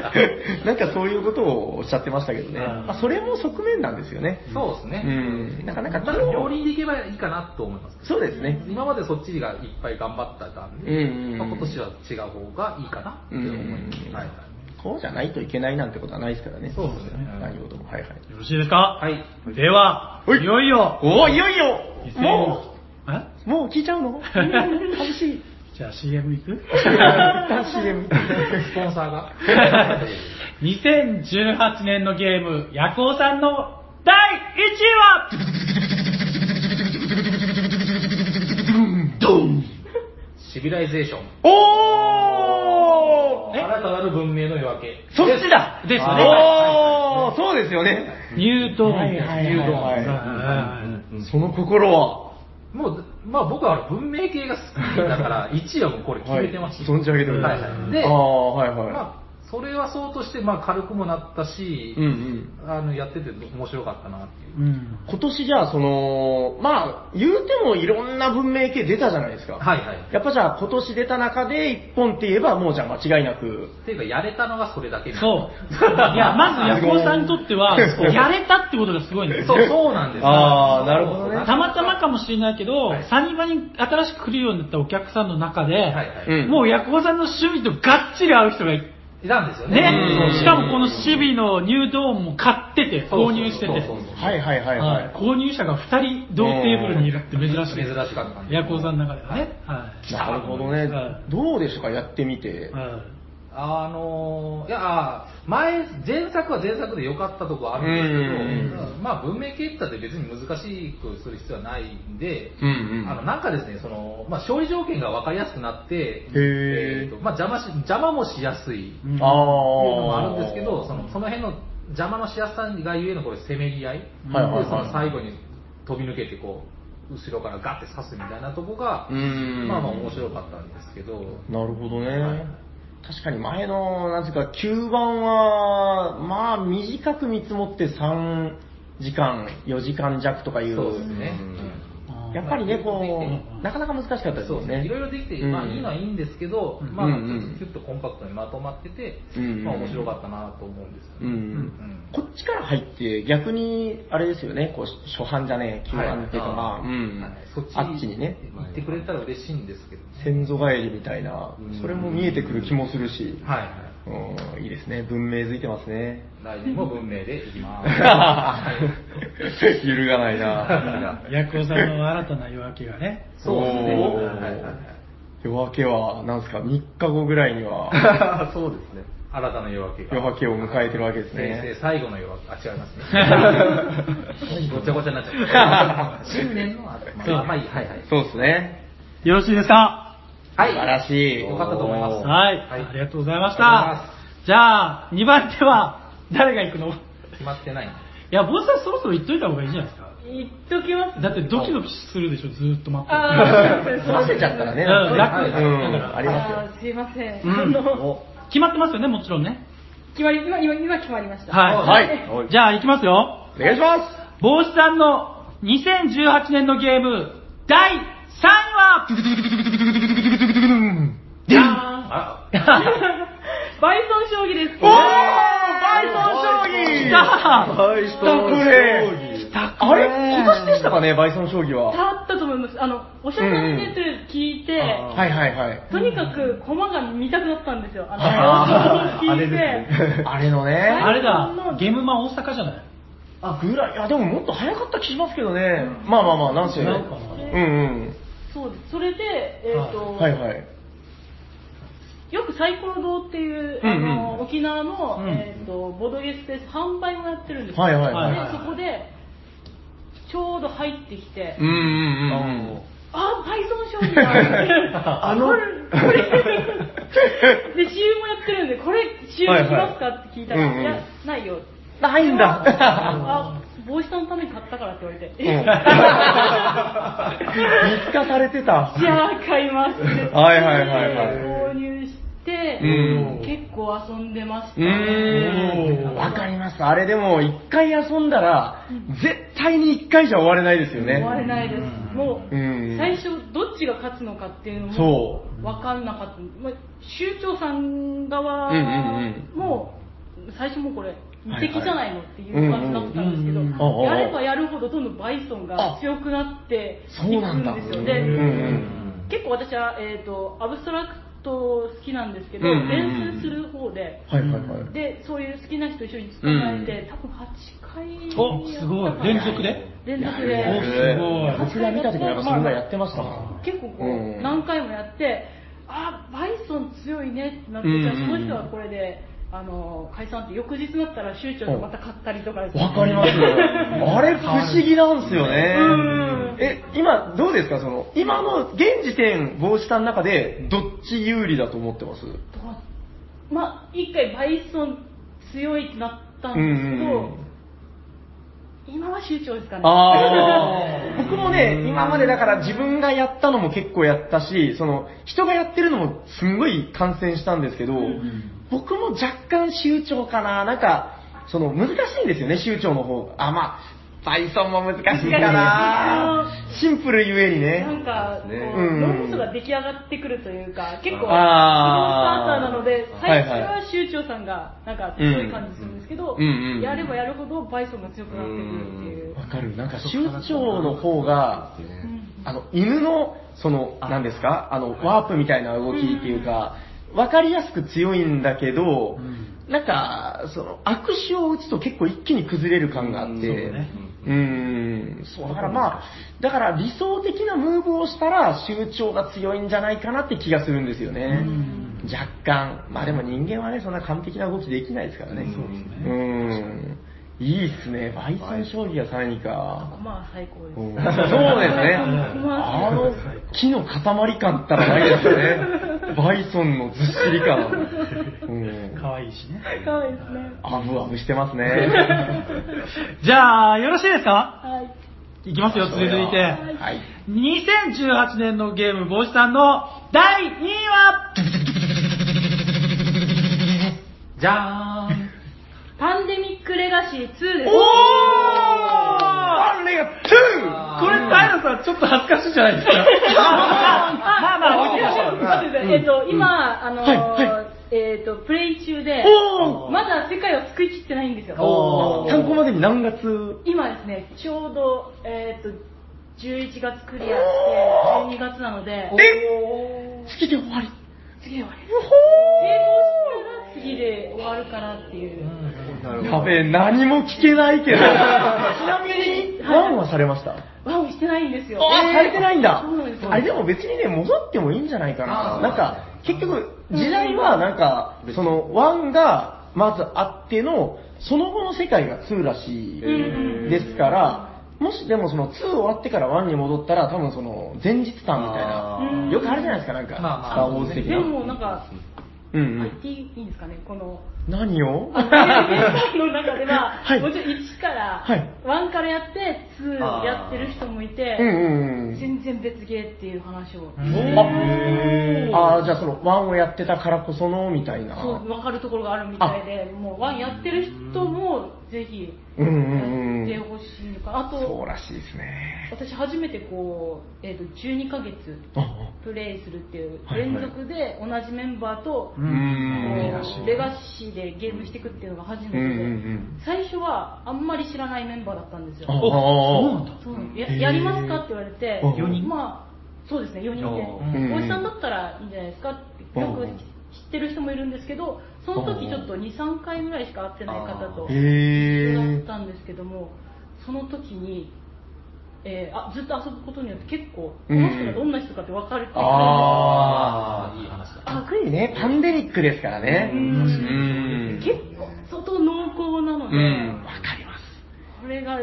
Speaker 2: んかそういうことをおっしゃってましたけどね。
Speaker 1: うん
Speaker 2: まあ、それも側面なんですよね。
Speaker 3: そうですね。
Speaker 2: うん。なかなか
Speaker 3: まあ、両輪で行けばいいかなと思います。
Speaker 2: そうですね。
Speaker 3: 今までそっちがいっぱい頑張ったんで、
Speaker 2: うんうんうん
Speaker 3: まあ、今年は違う方がいいかなって思います。
Speaker 2: うん
Speaker 3: はいはい
Speaker 2: こうじゃないといけないなんてことはないですからね。
Speaker 3: そうですね
Speaker 2: 何事も。はいはい。
Speaker 1: よろしいですか
Speaker 3: はい。
Speaker 1: では、
Speaker 2: はい
Speaker 1: いよいよ、
Speaker 2: おお、いよいよも
Speaker 1: もうえ
Speaker 2: う、もう聞いちゃうの楽しい。
Speaker 1: じゃあ CM 行 く
Speaker 2: CM。
Speaker 3: スポンサーが。
Speaker 1: 2018年のゲーム、夜行さんの第1位は
Speaker 3: シビライゼーション。
Speaker 2: おーえ
Speaker 3: 新たなる文明の夜明け。
Speaker 2: そっちだ
Speaker 1: ですですよね
Speaker 2: おーそうですよね。
Speaker 1: ニュートン。
Speaker 2: い
Speaker 1: ニュートン
Speaker 2: はい
Speaker 3: うんうんうん
Speaker 2: その心は、
Speaker 3: もう、まあ僕はあの文明系が好き だから、1位はもうこれ決めてました。
Speaker 2: はい存じ上げておりま
Speaker 3: はい
Speaker 2: す。
Speaker 3: はいで、
Speaker 2: ああ、はいはい。
Speaker 3: まあ、それはそうとして、まあ軽くもなったし、
Speaker 2: うんうん。
Speaker 3: あの、やってて面白かったなっていう。
Speaker 1: うん。
Speaker 2: 今年じゃあ、その、まあ、言うてもいろんな文明系出たじゃないですか。
Speaker 3: はいはい。
Speaker 2: やっぱじゃあ、今年出た中で一本って言えば、もうじゃあ間違いなく。
Speaker 3: っていうか、やれたのはそれだ け
Speaker 1: そう。い や、まず、ヤコウさんにとっては、
Speaker 2: そう
Speaker 1: やれたってことがすごいんですよ。
Speaker 3: そう、そうなんです
Speaker 2: あーなるほどね
Speaker 1: たまたまかもしれないけど、
Speaker 3: はい
Speaker 1: サニバに新しく来るようになったお客さんの中で、
Speaker 3: はいはい。
Speaker 2: うん
Speaker 1: もうヤコウさんの守備とがっちり合う人がい
Speaker 3: いたんですよね。
Speaker 1: ね
Speaker 2: う。ん
Speaker 1: しかもこの守備の入道も買ってて、
Speaker 3: そうそう
Speaker 1: 購入してて。
Speaker 3: そうそうそう
Speaker 2: はいはいはいは
Speaker 1: はい
Speaker 2: い。
Speaker 1: 購入者が2人同テーブルにいるって珍しい。
Speaker 3: 珍しかったんで
Speaker 1: ヤコウさんの中ではね。は
Speaker 2: なるほど
Speaker 1: は
Speaker 2: ね
Speaker 1: い。
Speaker 2: どうでしたか、やってみて
Speaker 1: い。。は
Speaker 3: あのーいや、あー前、前作は前作で良かったとこはあるんですけど、まあ文明系ったって別に難しくする必要はないんで、
Speaker 2: うん
Speaker 3: あの、なんかですね、その、まあ勝利条件が分かりやすくなって、
Speaker 2: へー
Speaker 3: ーと、まあ邪魔し、邪魔もしやすいっていう
Speaker 2: うん。あ
Speaker 3: のも
Speaker 2: あ
Speaker 3: あるんですけど、その、その辺の邪魔のしやすさがゆえのこれせめぎ合い、
Speaker 2: はいはいはい
Speaker 3: でその最後に飛び抜けてこう、後ろからガッて刺すみたいなとこが、
Speaker 2: うん
Speaker 3: まあまあ面白かったんですけど、
Speaker 2: なるほど
Speaker 3: はい
Speaker 2: ね。確かに前の、なんていうか、9番は、まあ、短く見積もって3時間、4時間弱とかいう。
Speaker 3: そうですね。うん
Speaker 1: い
Speaker 2: やっぱりね、こ
Speaker 3: う
Speaker 2: う、なかなか難しかったです
Speaker 3: そう
Speaker 2: よ
Speaker 3: ですね。
Speaker 2: ね。
Speaker 3: いろいろできて、
Speaker 2: うん
Speaker 3: まあいいのはいいんですけど、
Speaker 1: うん
Speaker 3: まあ
Speaker 2: う
Speaker 3: ち
Speaker 2: ん
Speaker 3: ょ
Speaker 2: うん
Speaker 3: っとキュッとコンパクトにまとまってて、
Speaker 2: うん
Speaker 3: まあ面白かったなと思うんですよ
Speaker 2: うん
Speaker 3: ね。ん
Speaker 2: こっちから入って、逆に、あれですよね、こう、初版じゃねえ、旧版っていうか、まあ、うん
Speaker 3: はいそっち
Speaker 2: あっちにね、
Speaker 3: 行ってくれたら嬉しいんですけど、
Speaker 2: 先祖返りみたいな、それも見えてくる気もするし、
Speaker 3: はいはい。
Speaker 2: うん、いいですね、文明づいてます ね。
Speaker 3: 来年も文明でいきま
Speaker 2: 揺るがないな。
Speaker 3: す。
Speaker 1: い。ヤコウさんの新たな夜明けがね。
Speaker 3: そうですね
Speaker 2: おー
Speaker 3: はいはいはい
Speaker 2: 夜明けは、なんですか、3日後ぐらいには、
Speaker 4: そうですね。
Speaker 3: 新たな夜明けが。
Speaker 2: 夜明けを迎えてるわけですね
Speaker 3: 平成最後の夜明け、あ、違いま すね。ごちゃごちゃになっちゃった。新年の、まあ、まあいい、はいはい。
Speaker 2: そうですね。
Speaker 1: よろしいですか
Speaker 3: はい。
Speaker 2: 素晴らしい。
Speaker 3: よかったと思います
Speaker 1: はい、
Speaker 3: はい
Speaker 1: ありがとうございまし
Speaker 3: ありがとうござい
Speaker 1: た。じゃあ、2番手は、誰が行くのい
Speaker 3: 決まってないんで
Speaker 1: や、坊さんそろそろ行っといた方がいいんじゃないですか
Speaker 5: 言っときます。
Speaker 1: だってドキドキするでしょ、ずーっと待ってる
Speaker 5: あー
Speaker 2: 混ぜちゃったらね、
Speaker 1: うん
Speaker 2: なんか
Speaker 1: 楽
Speaker 2: う
Speaker 1: だから
Speaker 2: ん、ありま
Speaker 5: あーすいません。
Speaker 1: うん
Speaker 5: あの
Speaker 1: 決まってますよね、もちろんね。
Speaker 5: 決まり、今、今、今決まりました。
Speaker 1: はい。
Speaker 2: はい
Speaker 1: じゃあ、行きますよ。
Speaker 2: すよ。お願いしま
Speaker 1: 帽子さんの2018年のゲーム、第3位はじゃーん
Speaker 3: あ
Speaker 5: バイソン将棋です。
Speaker 2: おーバイソン将棋
Speaker 1: 来た
Speaker 4: バイソン
Speaker 2: 来
Speaker 1: 来た
Speaker 2: すあれ今年でしたかね、バイソン将棋は。
Speaker 5: だったと思います。あの、おしゃれに出てる聞いて、
Speaker 2: はいはい はい。
Speaker 5: とにかく駒が見たくなったんですよ。
Speaker 2: あ
Speaker 5: あ
Speaker 2: ー
Speaker 5: の、聞いて。
Speaker 2: あれのね。
Speaker 1: あれだ、ゲームマン大阪じゃない
Speaker 2: あ、ぐらい。いや、でももっと早かった気しますけどね。まあまあまあ、なんせ。う
Speaker 1: なんんかな
Speaker 2: うん。
Speaker 5: そうです。それで、えっ、と、
Speaker 2: はいはい。
Speaker 5: よくサイコロ堂っていう、
Speaker 2: うんうん
Speaker 5: あの沖縄の、
Speaker 1: うん
Speaker 5: えっとボードゲームスペース販売もやってるんですよ、
Speaker 2: はいはい
Speaker 1: はい
Speaker 5: でそこでちょうど入ってきて、
Speaker 2: うんうんうん。
Speaker 5: あバイソン商品 だ
Speaker 2: あの
Speaker 5: これこれで CM もやってるんでこれ CM しますかって聞いたら、
Speaker 2: はいはいいうんうん
Speaker 5: やないよ
Speaker 2: ないんだ。
Speaker 5: あ帽子さんのために買ったからって言われて、
Speaker 2: うん
Speaker 5: い
Speaker 2: 見透かされてた。
Speaker 5: や買いますって言って
Speaker 2: はいはいはいはい
Speaker 5: 購入して、
Speaker 2: うん
Speaker 5: 結構遊んでました
Speaker 2: うーん、わかります。あれでも、一回遊んだら、絶対に一回じゃ終われないですよね。
Speaker 5: 終われないです。もう、
Speaker 2: うん
Speaker 5: 最初、どっちが勝つのかっていうのも
Speaker 2: そ、
Speaker 5: わかんなかった。まあ、州長さん側
Speaker 2: うんうん
Speaker 5: も、最初もうこれ、無敵じゃないのっていう
Speaker 2: はい
Speaker 5: 感じだったんですけど
Speaker 1: うんうん
Speaker 2: うんうんうん、
Speaker 5: やればやるほどどんどんバイソンが強くなっていく
Speaker 2: そうなんだ。
Speaker 5: んですよ。
Speaker 2: う
Speaker 5: で、
Speaker 2: ん
Speaker 5: 結構私は、えっと、アブストラクト好きなんですけど、
Speaker 2: うんうんうん
Speaker 5: 練習する方で、
Speaker 2: はいはいはい。
Speaker 5: で、そういう好きな人一緒に捕まえて、多分8回
Speaker 1: おすごい
Speaker 5: やったかな
Speaker 1: 連続で
Speaker 5: 連続
Speaker 1: お
Speaker 5: で。
Speaker 1: すごい
Speaker 2: 僕が見た時もやっぱそれぐらいやってましたもん。
Speaker 5: 結構こ
Speaker 2: うんう
Speaker 5: うん何回もやって、あバイソン強いねってなって、
Speaker 2: うんうん
Speaker 5: じゃあその人はこれであの解散って翌日になったら州長がまた買ったりとかですね
Speaker 2: わかります。あれ不思議なんですよね
Speaker 5: うん。
Speaker 2: え、今今、どうですかその、今の現時点、帽子さんの中で、どっち有利だと思ってます
Speaker 5: まあ、一回バイソン強いってなったん
Speaker 2: うんう
Speaker 5: ですけど、
Speaker 2: んうん。
Speaker 5: 今は州長ですかね。
Speaker 2: あ あ。僕もね、今までだから自分がやったのも結構やったし、その、人がやってるのもすんごい感染したんですけど、僕も若干集長かな、なんか、その、難しいんですよね、集長の方。あ、まあ、バイソンも難しいかな。シンプルゆえにね。
Speaker 5: なんか、こう、
Speaker 2: うんうん
Speaker 5: 脳みそが出来上がってくるというか、結構、スター
Speaker 2: あー
Speaker 5: ターなので、
Speaker 2: はいは
Speaker 5: 最
Speaker 2: い
Speaker 5: 初は州長さんが、なんか強い感じするんですけど、
Speaker 2: うんうんうん
Speaker 5: やればやるほどバイソンが強くなってくるっていう。
Speaker 2: わかるなんか、集長の方が、あの、犬の、その、何ですかあの、ワープみたいな動きっていうか、わかりやすく強いんだけど、なんか、その、悪手を打つと結構一気に崩れる感があって、うん、そう、だからまあ、だから理想的なムーブをしたら、集長が強いんじゃないかなって気がするんですよね。若干。まあでも人間はね、そんな完璧な動きできないですからね。そうですね。うん。いいっすね。バイソン将棋が3位か。
Speaker 5: まあ、最高です。
Speaker 2: そうですね。あの木の塊感ったらないですよね。バイソンのずっしり感。うん。
Speaker 4: 可愛いしね。
Speaker 5: かわいいですね。
Speaker 2: あぶあぶしてますね。
Speaker 1: じゃあ、よろしいですか
Speaker 5: はい。
Speaker 1: いきますよ、続いて。
Speaker 2: はい。
Speaker 1: 2018年のゲーム、帽子さんの第2位は
Speaker 3: じゃーん。
Speaker 5: パンデミックレガシー2です。
Speaker 1: お
Speaker 2: あれが2
Speaker 1: これ、平さん、ちょっと恥ずかしいじゃないですか。まあまあ、置いてましょう。
Speaker 5: 待ってくださいえっと、今、あの
Speaker 2: は
Speaker 5: ー、えっと、プレイ中で、
Speaker 2: おー
Speaker 5: まだ世界を救い切ってないんですよ。
Speaker 2: おー参考までに何月
Speaker 5: 今ですね、ちょうど、えっと、11月クリアして、12月なので、
Speaker 2: え月で終わり。
Speaker 5: 次終わりです。成功したら次で終わるかなっていう。
Speaker 2: やべえ、何も聞けない けど。ちなみに、ワンはされました
Speaker 5: ワンをしてないんですよ。
Speaker 2: あ、されてないんだ
Speaker 5: そうなんです。よ
Speaker 2: あれでも別にね、戻ってもいいんじゃないかな。なんか、結局、時代はなんか、その、ワンがまずあっての、その後の世界が2らしいですから、もしでもその2終わってから1に戻ったら、多分その、前日感みたい
Speaker 4: あ
Speaker 2: な。
Speaker 5: ー
Speaker 2: よくあるじゃないですか、なんか、ス
Speaker 3: まあまあ
Speaker 2: ター・ウォーズ的
Speaker 5: で
Speaker 2: な。
Speaker 5: も、なんか、
Speaker 2: うんう
Speaker 5: あ言っ
Speaker 2: ん。
Speaker 5: ていいんですかね、この。
Speaker 2: 何を
Speaker 5: あの皆さんの中では、
Speaker 2: はい
Speaker 5: もちろん1から、
Speaker 2: はい
Speaker 5: 1からやって、2やってる人もいて、
Speaker 2: うんうんうん。
Speaker 5: 全然別ゲーっていう話を、
Speaker 2: ああー、じゃあその、1をやってたからこその、みたいな。
Speaker 5: そう分かるところがあるみたいで、もう1やってる人もぜひ
Speaker 2: うんう
Speaker 5: や
Speaker 2: んう
Speaker 5: って
Speaker 2: ん。
Speaker 5: ほしいのか、あ
Speaker 2: そう
Speaker 5: と、
Speaker 2: らしいですね。
Speaker 5: 私、初めてこう、えー、と12ヶ月
Speaker 2: ああ
Speaker 5: プレイするっていう、
Speaker 2: はいはい
Speaker 5: 連続で同じメンバーと、
Speaker 2: うーん。
Speaker 5: こうレガシーでゲームしていくっていうのが初めてで、
Speaker 2: うんうんうん
Speaker 5: 最初はあんまり知らないメンバーだったんですよ。
Speaker 2: そう
Speaker 4: なんだ
Speaker 5: そうややりますかって言われて、
Speaker 2: うん
Speaker 4: 四人
Speaker 5: まあ、そうですね、4人
Speaker 2: うん
Speaker 5: で、おじさんだったらいいんじゃないですかって、よく
Speaker 2: うん
Speaker 5: 知ってる人もいるんですけど、その時ちょっと2、3回ぐらいしか会ってない方と
Speaker 2: へ
Speaker 5: だっ
Speaker 2: え。
Speaker 5: たんですけども、その時に、えーあずっと遊ぶことによって結構、この人がどんな人かって分かるっていうか
Speaker 2: あ
Speaker 3: いい話だ。
Speaker 2: あ。特にね、パンデミックですからね。うん。
Speaker 5: 結構、相当濃厚なので、
Speaker 2: うん。わかります。
Speaker 5: これが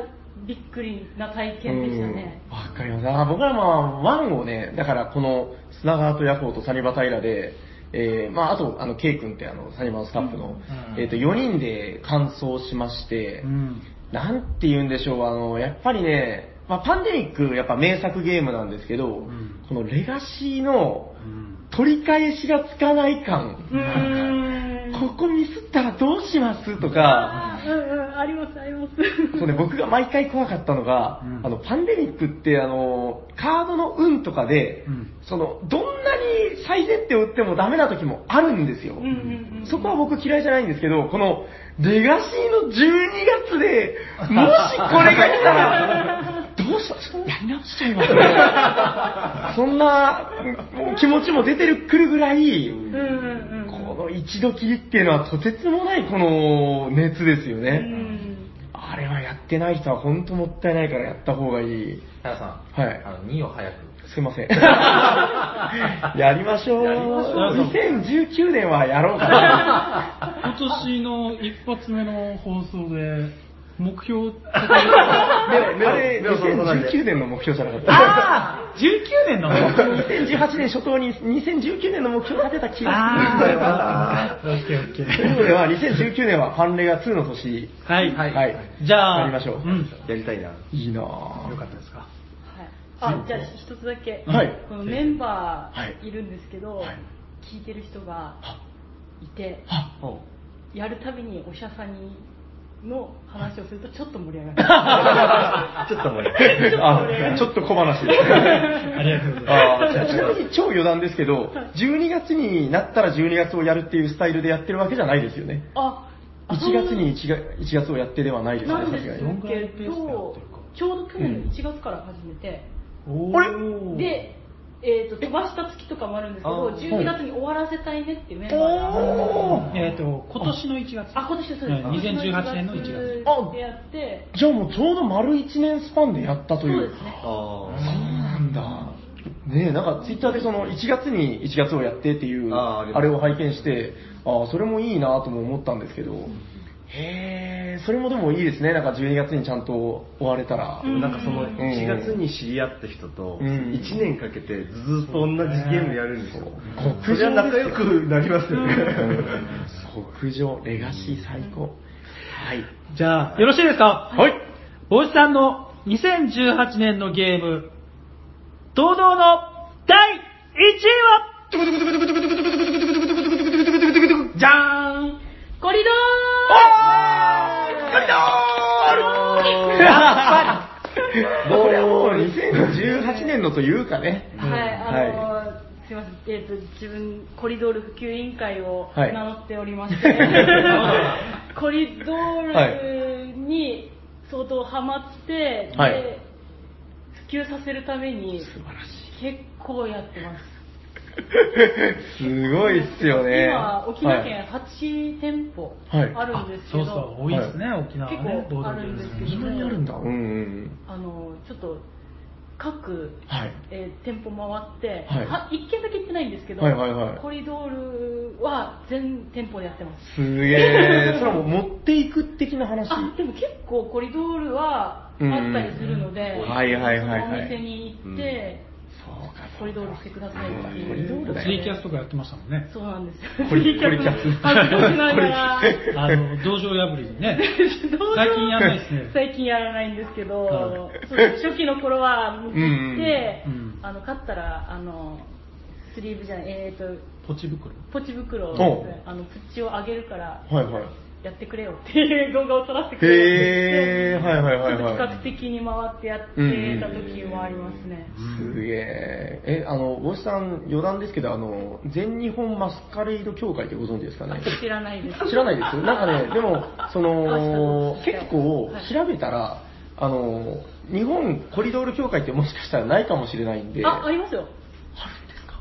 Speaker 5: びっくりな体験でしたね。
Speaker 2: うんわかります。あ僕らはまあ、1をね、だからこの砂川とヤコウとサニバタイラで、えー、まああと、あの、ケイ君ってあの、サニバのスタッフの、えっ、と、4人で完走しまして、
Speaker 4: うん。
Speaker 2: なんて言うんでしょう、あの、やっぱりね、まあ、パンデミック、やっぱ名作ゲームなんですけど、
Speaker 4: ん
Speaker 2: このレガシーの
Speaker 4: うん
Speaker 2: 取り返しがつかない感、
Speaker 5: うーん
Speaker 2: ここミスったらどうしますとか、
Speaker 5: あうんうん、あります、あります。
Speaker 2: そうね、僕が毎回怖かったのが、
Speaker 4: うん
Speaker 2: あの、パンデミックって、あの、カードの運とかで、
Speaker 4: うん
Speaker 2: その、どんなに最善点を打ってもダメな時もあるんですよ。
Speaker 5: うんうんうん
Speaker 2: そこは僕嫌いじゃないんですけど、この、レガシーの12月で、もしこれが来た ら、どうしよう、やり直しちゃいます、ね、そんな、もう気持ちも出てるくるぐらい、
Speaker 5: うんうんうん。
Speaker 2: この一度きりっていうのはとてつもないこの熱ですよ
Speaker 5: う
Speaker 2: ね。
Speaker 5: ん
Speaker 2: あれはやってない人は本当もったいないからやった方がいい。
Speaker 3: タヤさん、
Speaker 2: はい
Speaker 3: あの、2を早く。
Speaker 2: すいませ ん。やりましょう。2019年はやろうかな。
Speaker 1: 今年の一発目の放送で、目標、
Speaker 2: あれ、
Speaker 4: 目をそらさないで
Speaker 2: 2019年の目標じゃなかった。
Speaker 1: ああ !19 年の目標
Speaker 2: 2018年初頭に2019年の目標を立てた気がするんだよな。
Speaker 1: ああ、オッケーオッケ
Speaker 2: ということでは、2019年はファンレガ2の年。
Speaker 1: ー。はい。
Speaker 3: はい
Speaker 1: じゃあ、
Speaker 2: やりましょ
Speaker 1: う
Speaker 2: う。
Speaker 1: ん。
Speaker 4: やりたいな。
Speaker 2: いいなぁ。
Speaker 3: よかったですか。
Speaker 5: あ、じゃあ一つだけ、
Speaker 2: はい
Speaker 5: このメンバ
Speaker 2: はい
Speaker 5: ーいるんですけど、聞いてる人がいて、
Speaker 2: は
Speaker 5: やるたびにお医者さんにの話をするとちょっと盛り上が
Speaker 4: ち
Speaker 5: る。
Speaker 4: ょっともう、
Speaker 2: あ、ちょっと小話です。
Speaker 1: ありがとうございます。
Speaker 2: あーじゃあちなみに超余談ですけど、12月になったら12月をやるっていうスタイルでやってるわけじゃないですよね。
Speaker 5: あ、
Speaker 2: 1月に 1, が1月をやってではないですね、
Speaker 5: なんで
Speaker 2: さ
Speaker 5: す
Speaker 2: すが
Speaker 5: け
Speaker 2: に。
Speaker 5: ど、ちょうど去年の1月から始めて、
Speaker 1: お
Speaker 2: うん
Speaker 5: で、えー、と飛ばした月とかもあるんですけど、12月に終わらせたいねっていうメンバー
Speaker 2: お
Speaker 5: が、
Speaker 2: ー
Speaker 1: えっ、と、今年の1月。
Speaker 5: あ、今年そうです、
Speaker 1: うん2018年の1月。
Speaker 5: 月でやって、
Speaker 2: じゃあもうちょうど丸1年スパンでやったと
Speaker 5: そ
Speaker 2: いうう。
Speaker 5: ですね。
Speaker 2: そう
Speaker 4: あ
Speaker 2: なんだ。ねえ、なんかツイッターでその1月に1月をやってっていう、
Speaker 4: あー
Speaker 2: あれを拝見して、ああ、それもいいなとも思ったんですけど、へえ、それもでもいいですね、なんか12月にちゃんと終われたら。
Speaker 5: う
Speaker 4: あ。なんかその
Speaker 5: うん
Speaker 4: 1月に知り合った人と
Speaker 2: うん
Speaker 4: 1年かけてずっと同じゲームやるんですよ。そ
Speaker 2: そう
Speaker 4: りゃ仲良くなりますよね。
Speaker 2: 極上、レガシー最高。はい。
Speaker 1: じゃあ、よろしいですか
Speaker 2: はい。
Speaker 1: 帽子さんの2018年のゲーム、堂々の第1位はじゃーん
Speaker 5: コリド
Speaker 2: やりたーこれはもう2018年のというかね。
Speaker 5: ーはい、あのーすいません、えー、と自分、コリドール普及委員会を
Speaker 2: はい
Speaker 5: 名乗っておりまして、 コリドールに相当ハマって、
Speaker 2: はい
Speaker 5: で普及させるために
Speaker 2: 素晴らしい。
Speaker 5: 結構やってます。
Speaker 2: すごいっすよね。
Speaker 5: 今、沖縄県8店舗
Speaker 2: はい
Speaker 5: あるんですけ
Speaker 1: そ
Speaker 5: ど、
Speaker 1: うそう、多いですね、沖縄はね
Speaker 5: 結、
Speaker 1: ボ
Speaker 5: 構
Speaker 1: ー
Speaker 5: あ
Speaker 1: ドゲ
Speaker 5: る
Speaker 1: ー
Speaker 5: ん
Speaker 1: ム
Speaker 5: ですけ
Speaker 2: はい。
Speaker 5: ど
Speaker 2: そんなにあるんだ。うんうん
Speaker 5: あのちょっと各、
Speaker 2: はい
Speaker 5: えー店舗回って、
Speaker 2: はい
Speaker 5: 1軒だけ行ってないんですけど、
Speaker 2: はいはいはい
Speaker 5: コリドールは全店舗でやってます。
Speaker 2: す げえ。それはもう持っていく的な話。
Speaker 5: あでも結構コリドールはあっ
Speaker 2: うん
Speaker 5: たりするので、
Speaker 2: うんはいはいはいはい
Speaker 5: そのお店に行って、
Speaker 2: そうか。
Speaker 5: コリドールしてくださいっていう。
Speaker 2: コリドールだよ
Speaker 1: ツイキャスとかやってましたもんね。
Speaker 5: そうなんですよ。
Speaker 2: コリコリキャス
Speaker 5: 恥ずかしながら。
Speaker 1: あの、道場破りにね。最近やらないですね
Speaker 5: 最近やらないんですけど、
Speaker 1: は
Speaker 5: そう初期の頃は行っ
Speaker 1: う
Speaker 5: て、
Speaker 1: んうん
Speaker 5: あの勝ったらあのスリーブじゃないえっ、と
Speaker 1: ポチ袋。
Speaker 5: ポチ袋
Speaker 2: お
Speaker 5: をあのプッチをあげるから
Speaker 2: はいはい。
Speaker 5: やってくれよっていう動画を撮らせてくれ
Speaker 2: へ
Speaker 5: よ
Speaker 2: え、
Speaker 5: って言って
Speaker 2: はいはいはい
Speaker 5: ちょっと
Speaker 2: はい。
Speaker 5: 企画的に回ってやってた時もありますね。
Speaker 2: すげえ。え、あの、帽子さん、余談ですけど、あの、全日本マスカレード協会ってご存知です かね
Speaker 5: 知らないです。
Speaker 2: 知らないですなんかね、でも、その
Speaker 5: あ、知らない
Speaker 2: 結構
Speaker 5: はい
Speaker 2: 調べたら、あの、日本コリドール協会ってもしかしたらないかもしれないんで、
Speaker 5: あ、ありますよ。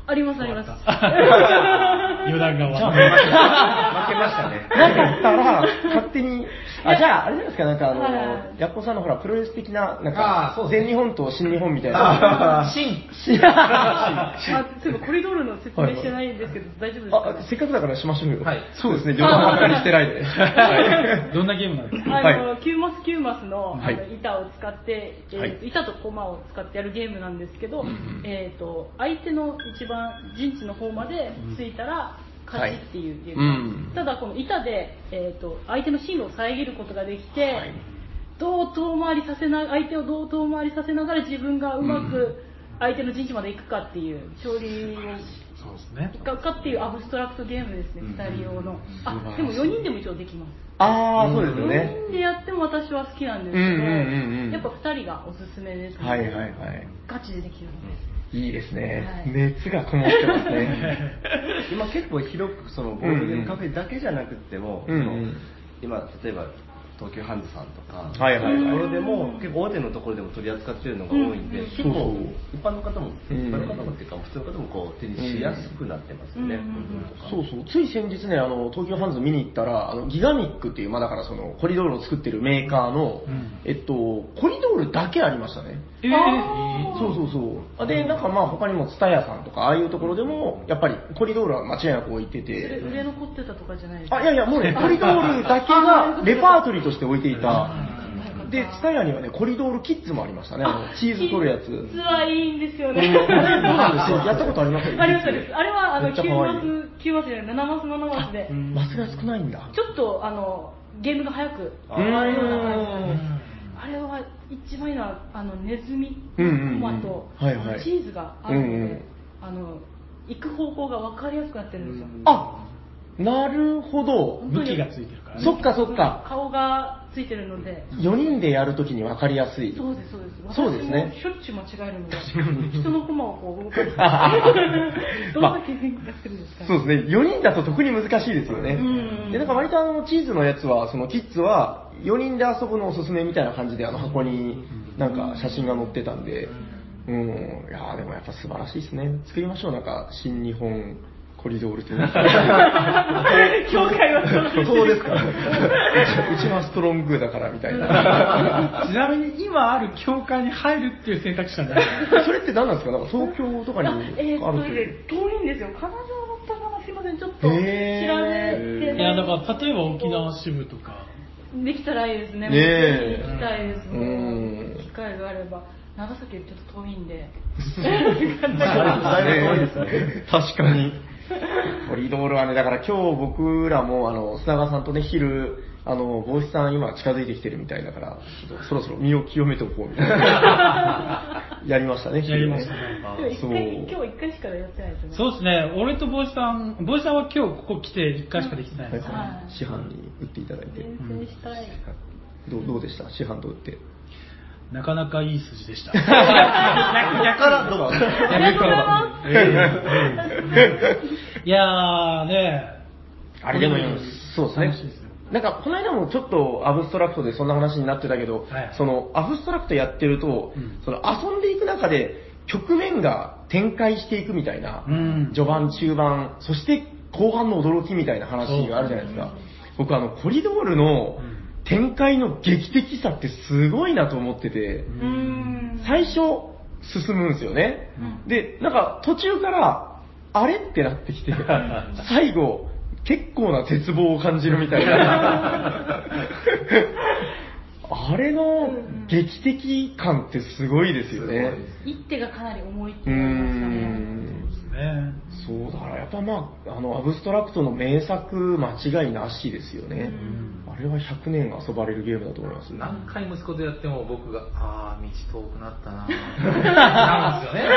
Speaker 5: ありますあります。
Speaker 1: 余談が終わっ
Speaker 4: 負けまし たね。
Speaker 2: なかったら、勝手に、あ、じゃあ、あれじゃないですか、なんかあ
Speaker 5: は
Speaker 2: の、ヤッコさんのほら、プロレス的な、なん
Speaker 3: あー
Speaker 2: か
Speaker 3: そう、です
Speaker 2: 全
Speaker 3: ね
Speaker 2: 日本と新日本みたいな。
Speaker 3: 新
Speaker 2: しあ、
Speaker 5: あ、そういえばコリドールの説明してないんですけど、大丈夫ですか、
Speaker 2: せっかくだからしましょうよ。
Speaker 3: はい
Speaker 2: そうですね、余談ばっかりしてないで。はい
Speaker 1: た。どんなゲームなんですか
Speaker 5: あの、キューマスキューマスの,、
Speaker 2: はい
Speaker 5: あの板を使って、えー
Speaker 2: はい
Speaker 5: 板とコマを使ってやるゲームなんですけど、えー、と相手の一番陣地の方までついたら勝ちっていうゲームなんです、
Speaker 2: うん
Speaker 5: ただこの板で、えー、と相手の進路を遮ることができて、
Speaker 2: はい
Speaker 5: どう遠回りさせな相手をどう遠回りさせながら自分がうまく相手の陣地まで行くかっていう勝利を
Speaker 1: そうですね。
Speaker 5: かかっていうアブストラクトゲームですね、二人用のあでも4人でも一応できます
Speaker 2: あー、そうですよね。
Speaker 5: 4人でやっても私は好きなんですけど、
Speaker 2: うんうんうんうん
Speaker 5: やっぱ2人がおすすめです、
Speaker 2: はいはいはい。
Speaker 5: ガチでできるので
Speaker 2: いいですね。
Speaker 5: はい
Speaker 2: 熱がこもってますね。
Speaker 4: 今結構広くそのボードゲームカフェだけじゃなくっても、
Speaker 2: うんうん
Speaker 4: その今例えば東急ハンズさんとか、
Speaker 2: はいはいはい
Speaker 4: そういうところでも結構大手のところでも取り扱ってるのが多いんで、
Speaker 5: うん
Speaker 4: 結構一般の方も、
Speaker 2: うん
Speaker 4: 一般の方もっていうか普通の方もこう手にしやすくなってますよね。
Speaker 5: うん
Speaker 2: そうそう。つい先日ね、あの、東京ハンズ見に行ったら、あの、ギガミックっていう、まあだからその、コリドールを作ってるメーカーの、
Speaker 1: うん
Speaker 2: えっと、コリドールだけありましたね。
Speaker 1: えー
Speaker 2: そうそうそう。あで、なんかまあ他にも、ツタヤさんとか、ああいうところでも、やっぱりコリドールは間違いなく置いて
Speaker 5: それ
Speaker 2: て、
Speaker 5: 売れ残ってたとかじゃないですか
Speaker 2: あ、いやいや、もうね、コリドールだけがレパートリーとして置いていたで、ツタヤにはね、コリドールキッズもありましたね。あのチーズ取るやつ。
Speaker 5: キッズはいいんですよね。
Speaker 2: これどうなんですかやったことあります
Speaker 5: ありますありますあれは、あ
Speaker 2: め
Speaker 5: の、
Speaker 2: っちゃ
Speaker 5: 9
Speaker 2: 可愛い
Speaker 5: マス、9マスじゃない、7マス、7マスで、
Speaker 2: マスが少ないんだ。
Speaker 5: ちょっと、あの、ゲームが早く
Speaker 2: うーん
Speaker 5: 終わるような感じであれは一番いいのは、あの、ネズミ
Speaker 2: う
Speaker 5: ト
Speaker 2: んうんうん
Speaker 5: マト、
Speaker 2: はいはい
Speaker 5: チーズがあるので、
Speaker 2: うんうん
Speaker 5: あの、行く方向が分かりやすくなってるんですよ。
Speaker 2: あなるほど。
Speaker 5: 本当に
Speaker 4: 向きがついてるからね
Speaker 2: そっかそっか。
Speaker 5: 顔がついてるので、
Speaker 2: 4人でやるときに分かりやすい。
Speaker 5: そうです、そうです。
Speaker 2: そうですね、
Speaker 5: 私もしょっちゅう間違えるので、人の駒をこう動かしてどんだけ変化するんですかね。
Speaker 2: そうですね。4人だと特に難しいですよね
Speaker 5: う。ん
Speaker 2: で、なんか割とあの、チーズのやつは、そのキッズは、4人で遊ぶのおすすめみたいな感じで、あの箱になんか写真が載ってたんで、うん、いやーでもやっぱ素晴らしいですね。作りましょう、なんか、新日本コリドールっていうの。
Speaker 5: 教会はそうです。
Speaker 2: そうですか。うちうちはストロングだからみたいな。
Speaker 4: ちなみに今ある教会に入るっていう選択肢なんだ
Speaker 2: それって何なんですかなんか東京とかに
Speaker 5: あえー、
Speaker 2: あ
Speaker 5: それ
Speaker 2: る
Speaker 5: で遠いんですよ。彼女だったかなすいません、ちょっと調べて
Speaker 2: へ、
Speaker 4: いやだから例えば沖縄支部とか
Speaker 5: できたらいいですね。
Speaker 2: ねえ
Speaker 5: 行きたいですね。
Speaker 2: うん
Speaker 5: 機会があれば。長崎よりちょっと遠い んで。
Speaker 2: だいぶ遠いですね。確かに。コリドールはね、だから今日僕らも、あの、砂川さんとね、昼、あの、帽子さん今近づいてきてるみたいだから、ちょっとそろそろ身を清めておこうみたいな。やりましたね、
Speaker 4: やりました
Speaker 2: 昼ね
Speaker 4: なんか
Speaker 5: でも一
Speaker 2: そう
Speaker 5: 回、今日一回しかやってないですよね。
Speaker 1: そうですね、俺と坊主さん、坊主さんは今日ここ来て1回しかできてない
Speaker 2: はい
Speaker 1: ですね。
Speaker 2: はい市販に打っていただいて。
Speaker 5: 遠征したい。
Speaker 2: どうどうでした市販と打って。
Speaker 1: なかなかいい数字で した。
Speaker 2: 逆からどうだ
Speaker 5: ありがとうございます。
Speaker 1: いやーね、
Speaker 2: あれでもそうですね
Speaker 4: 楽しいですよ。
Speaker 2: なんか、この間もちょっとアブストラクトでそんな話になってたけど、
Speaker 1: はい
Speaker 2: その、アブストラクトやってると、
Speaker 4: うん
Speaker 2: その遊んでいく中で、局面が展開していくみたいな、
Speaker 1: うん
Speaker 2: 序盤、中盤、そして後半の驚きみたいな話があるじゃないですか。僕、あの、コリドールの
Speaker 4: うん
Speaker 2: 展開の劇的さってすごいなと思ってて、
Speaker 5: うーん。
Speaker 2: 最初進むんですよね、
Speaker 5: うん
Speaker 2: でなんか途中からあれってなってきて最後結構な絶望を感じるみたいなあれの劇的感ってすごいですよね
Speaker 5: 一手がかなり重いって
Speaker 2: うー
Speaker 5: 言われましたね。
Speaker 1: ね
Speaker 2: んそうだからやっぱまああのアブストラクトの名作間違いなしですよねあれは100年遊ばれるゲームだと思いますね
Speaker 3: 何回息子とやっても僕が、あー、道遠くなったなぁ。なんですよね。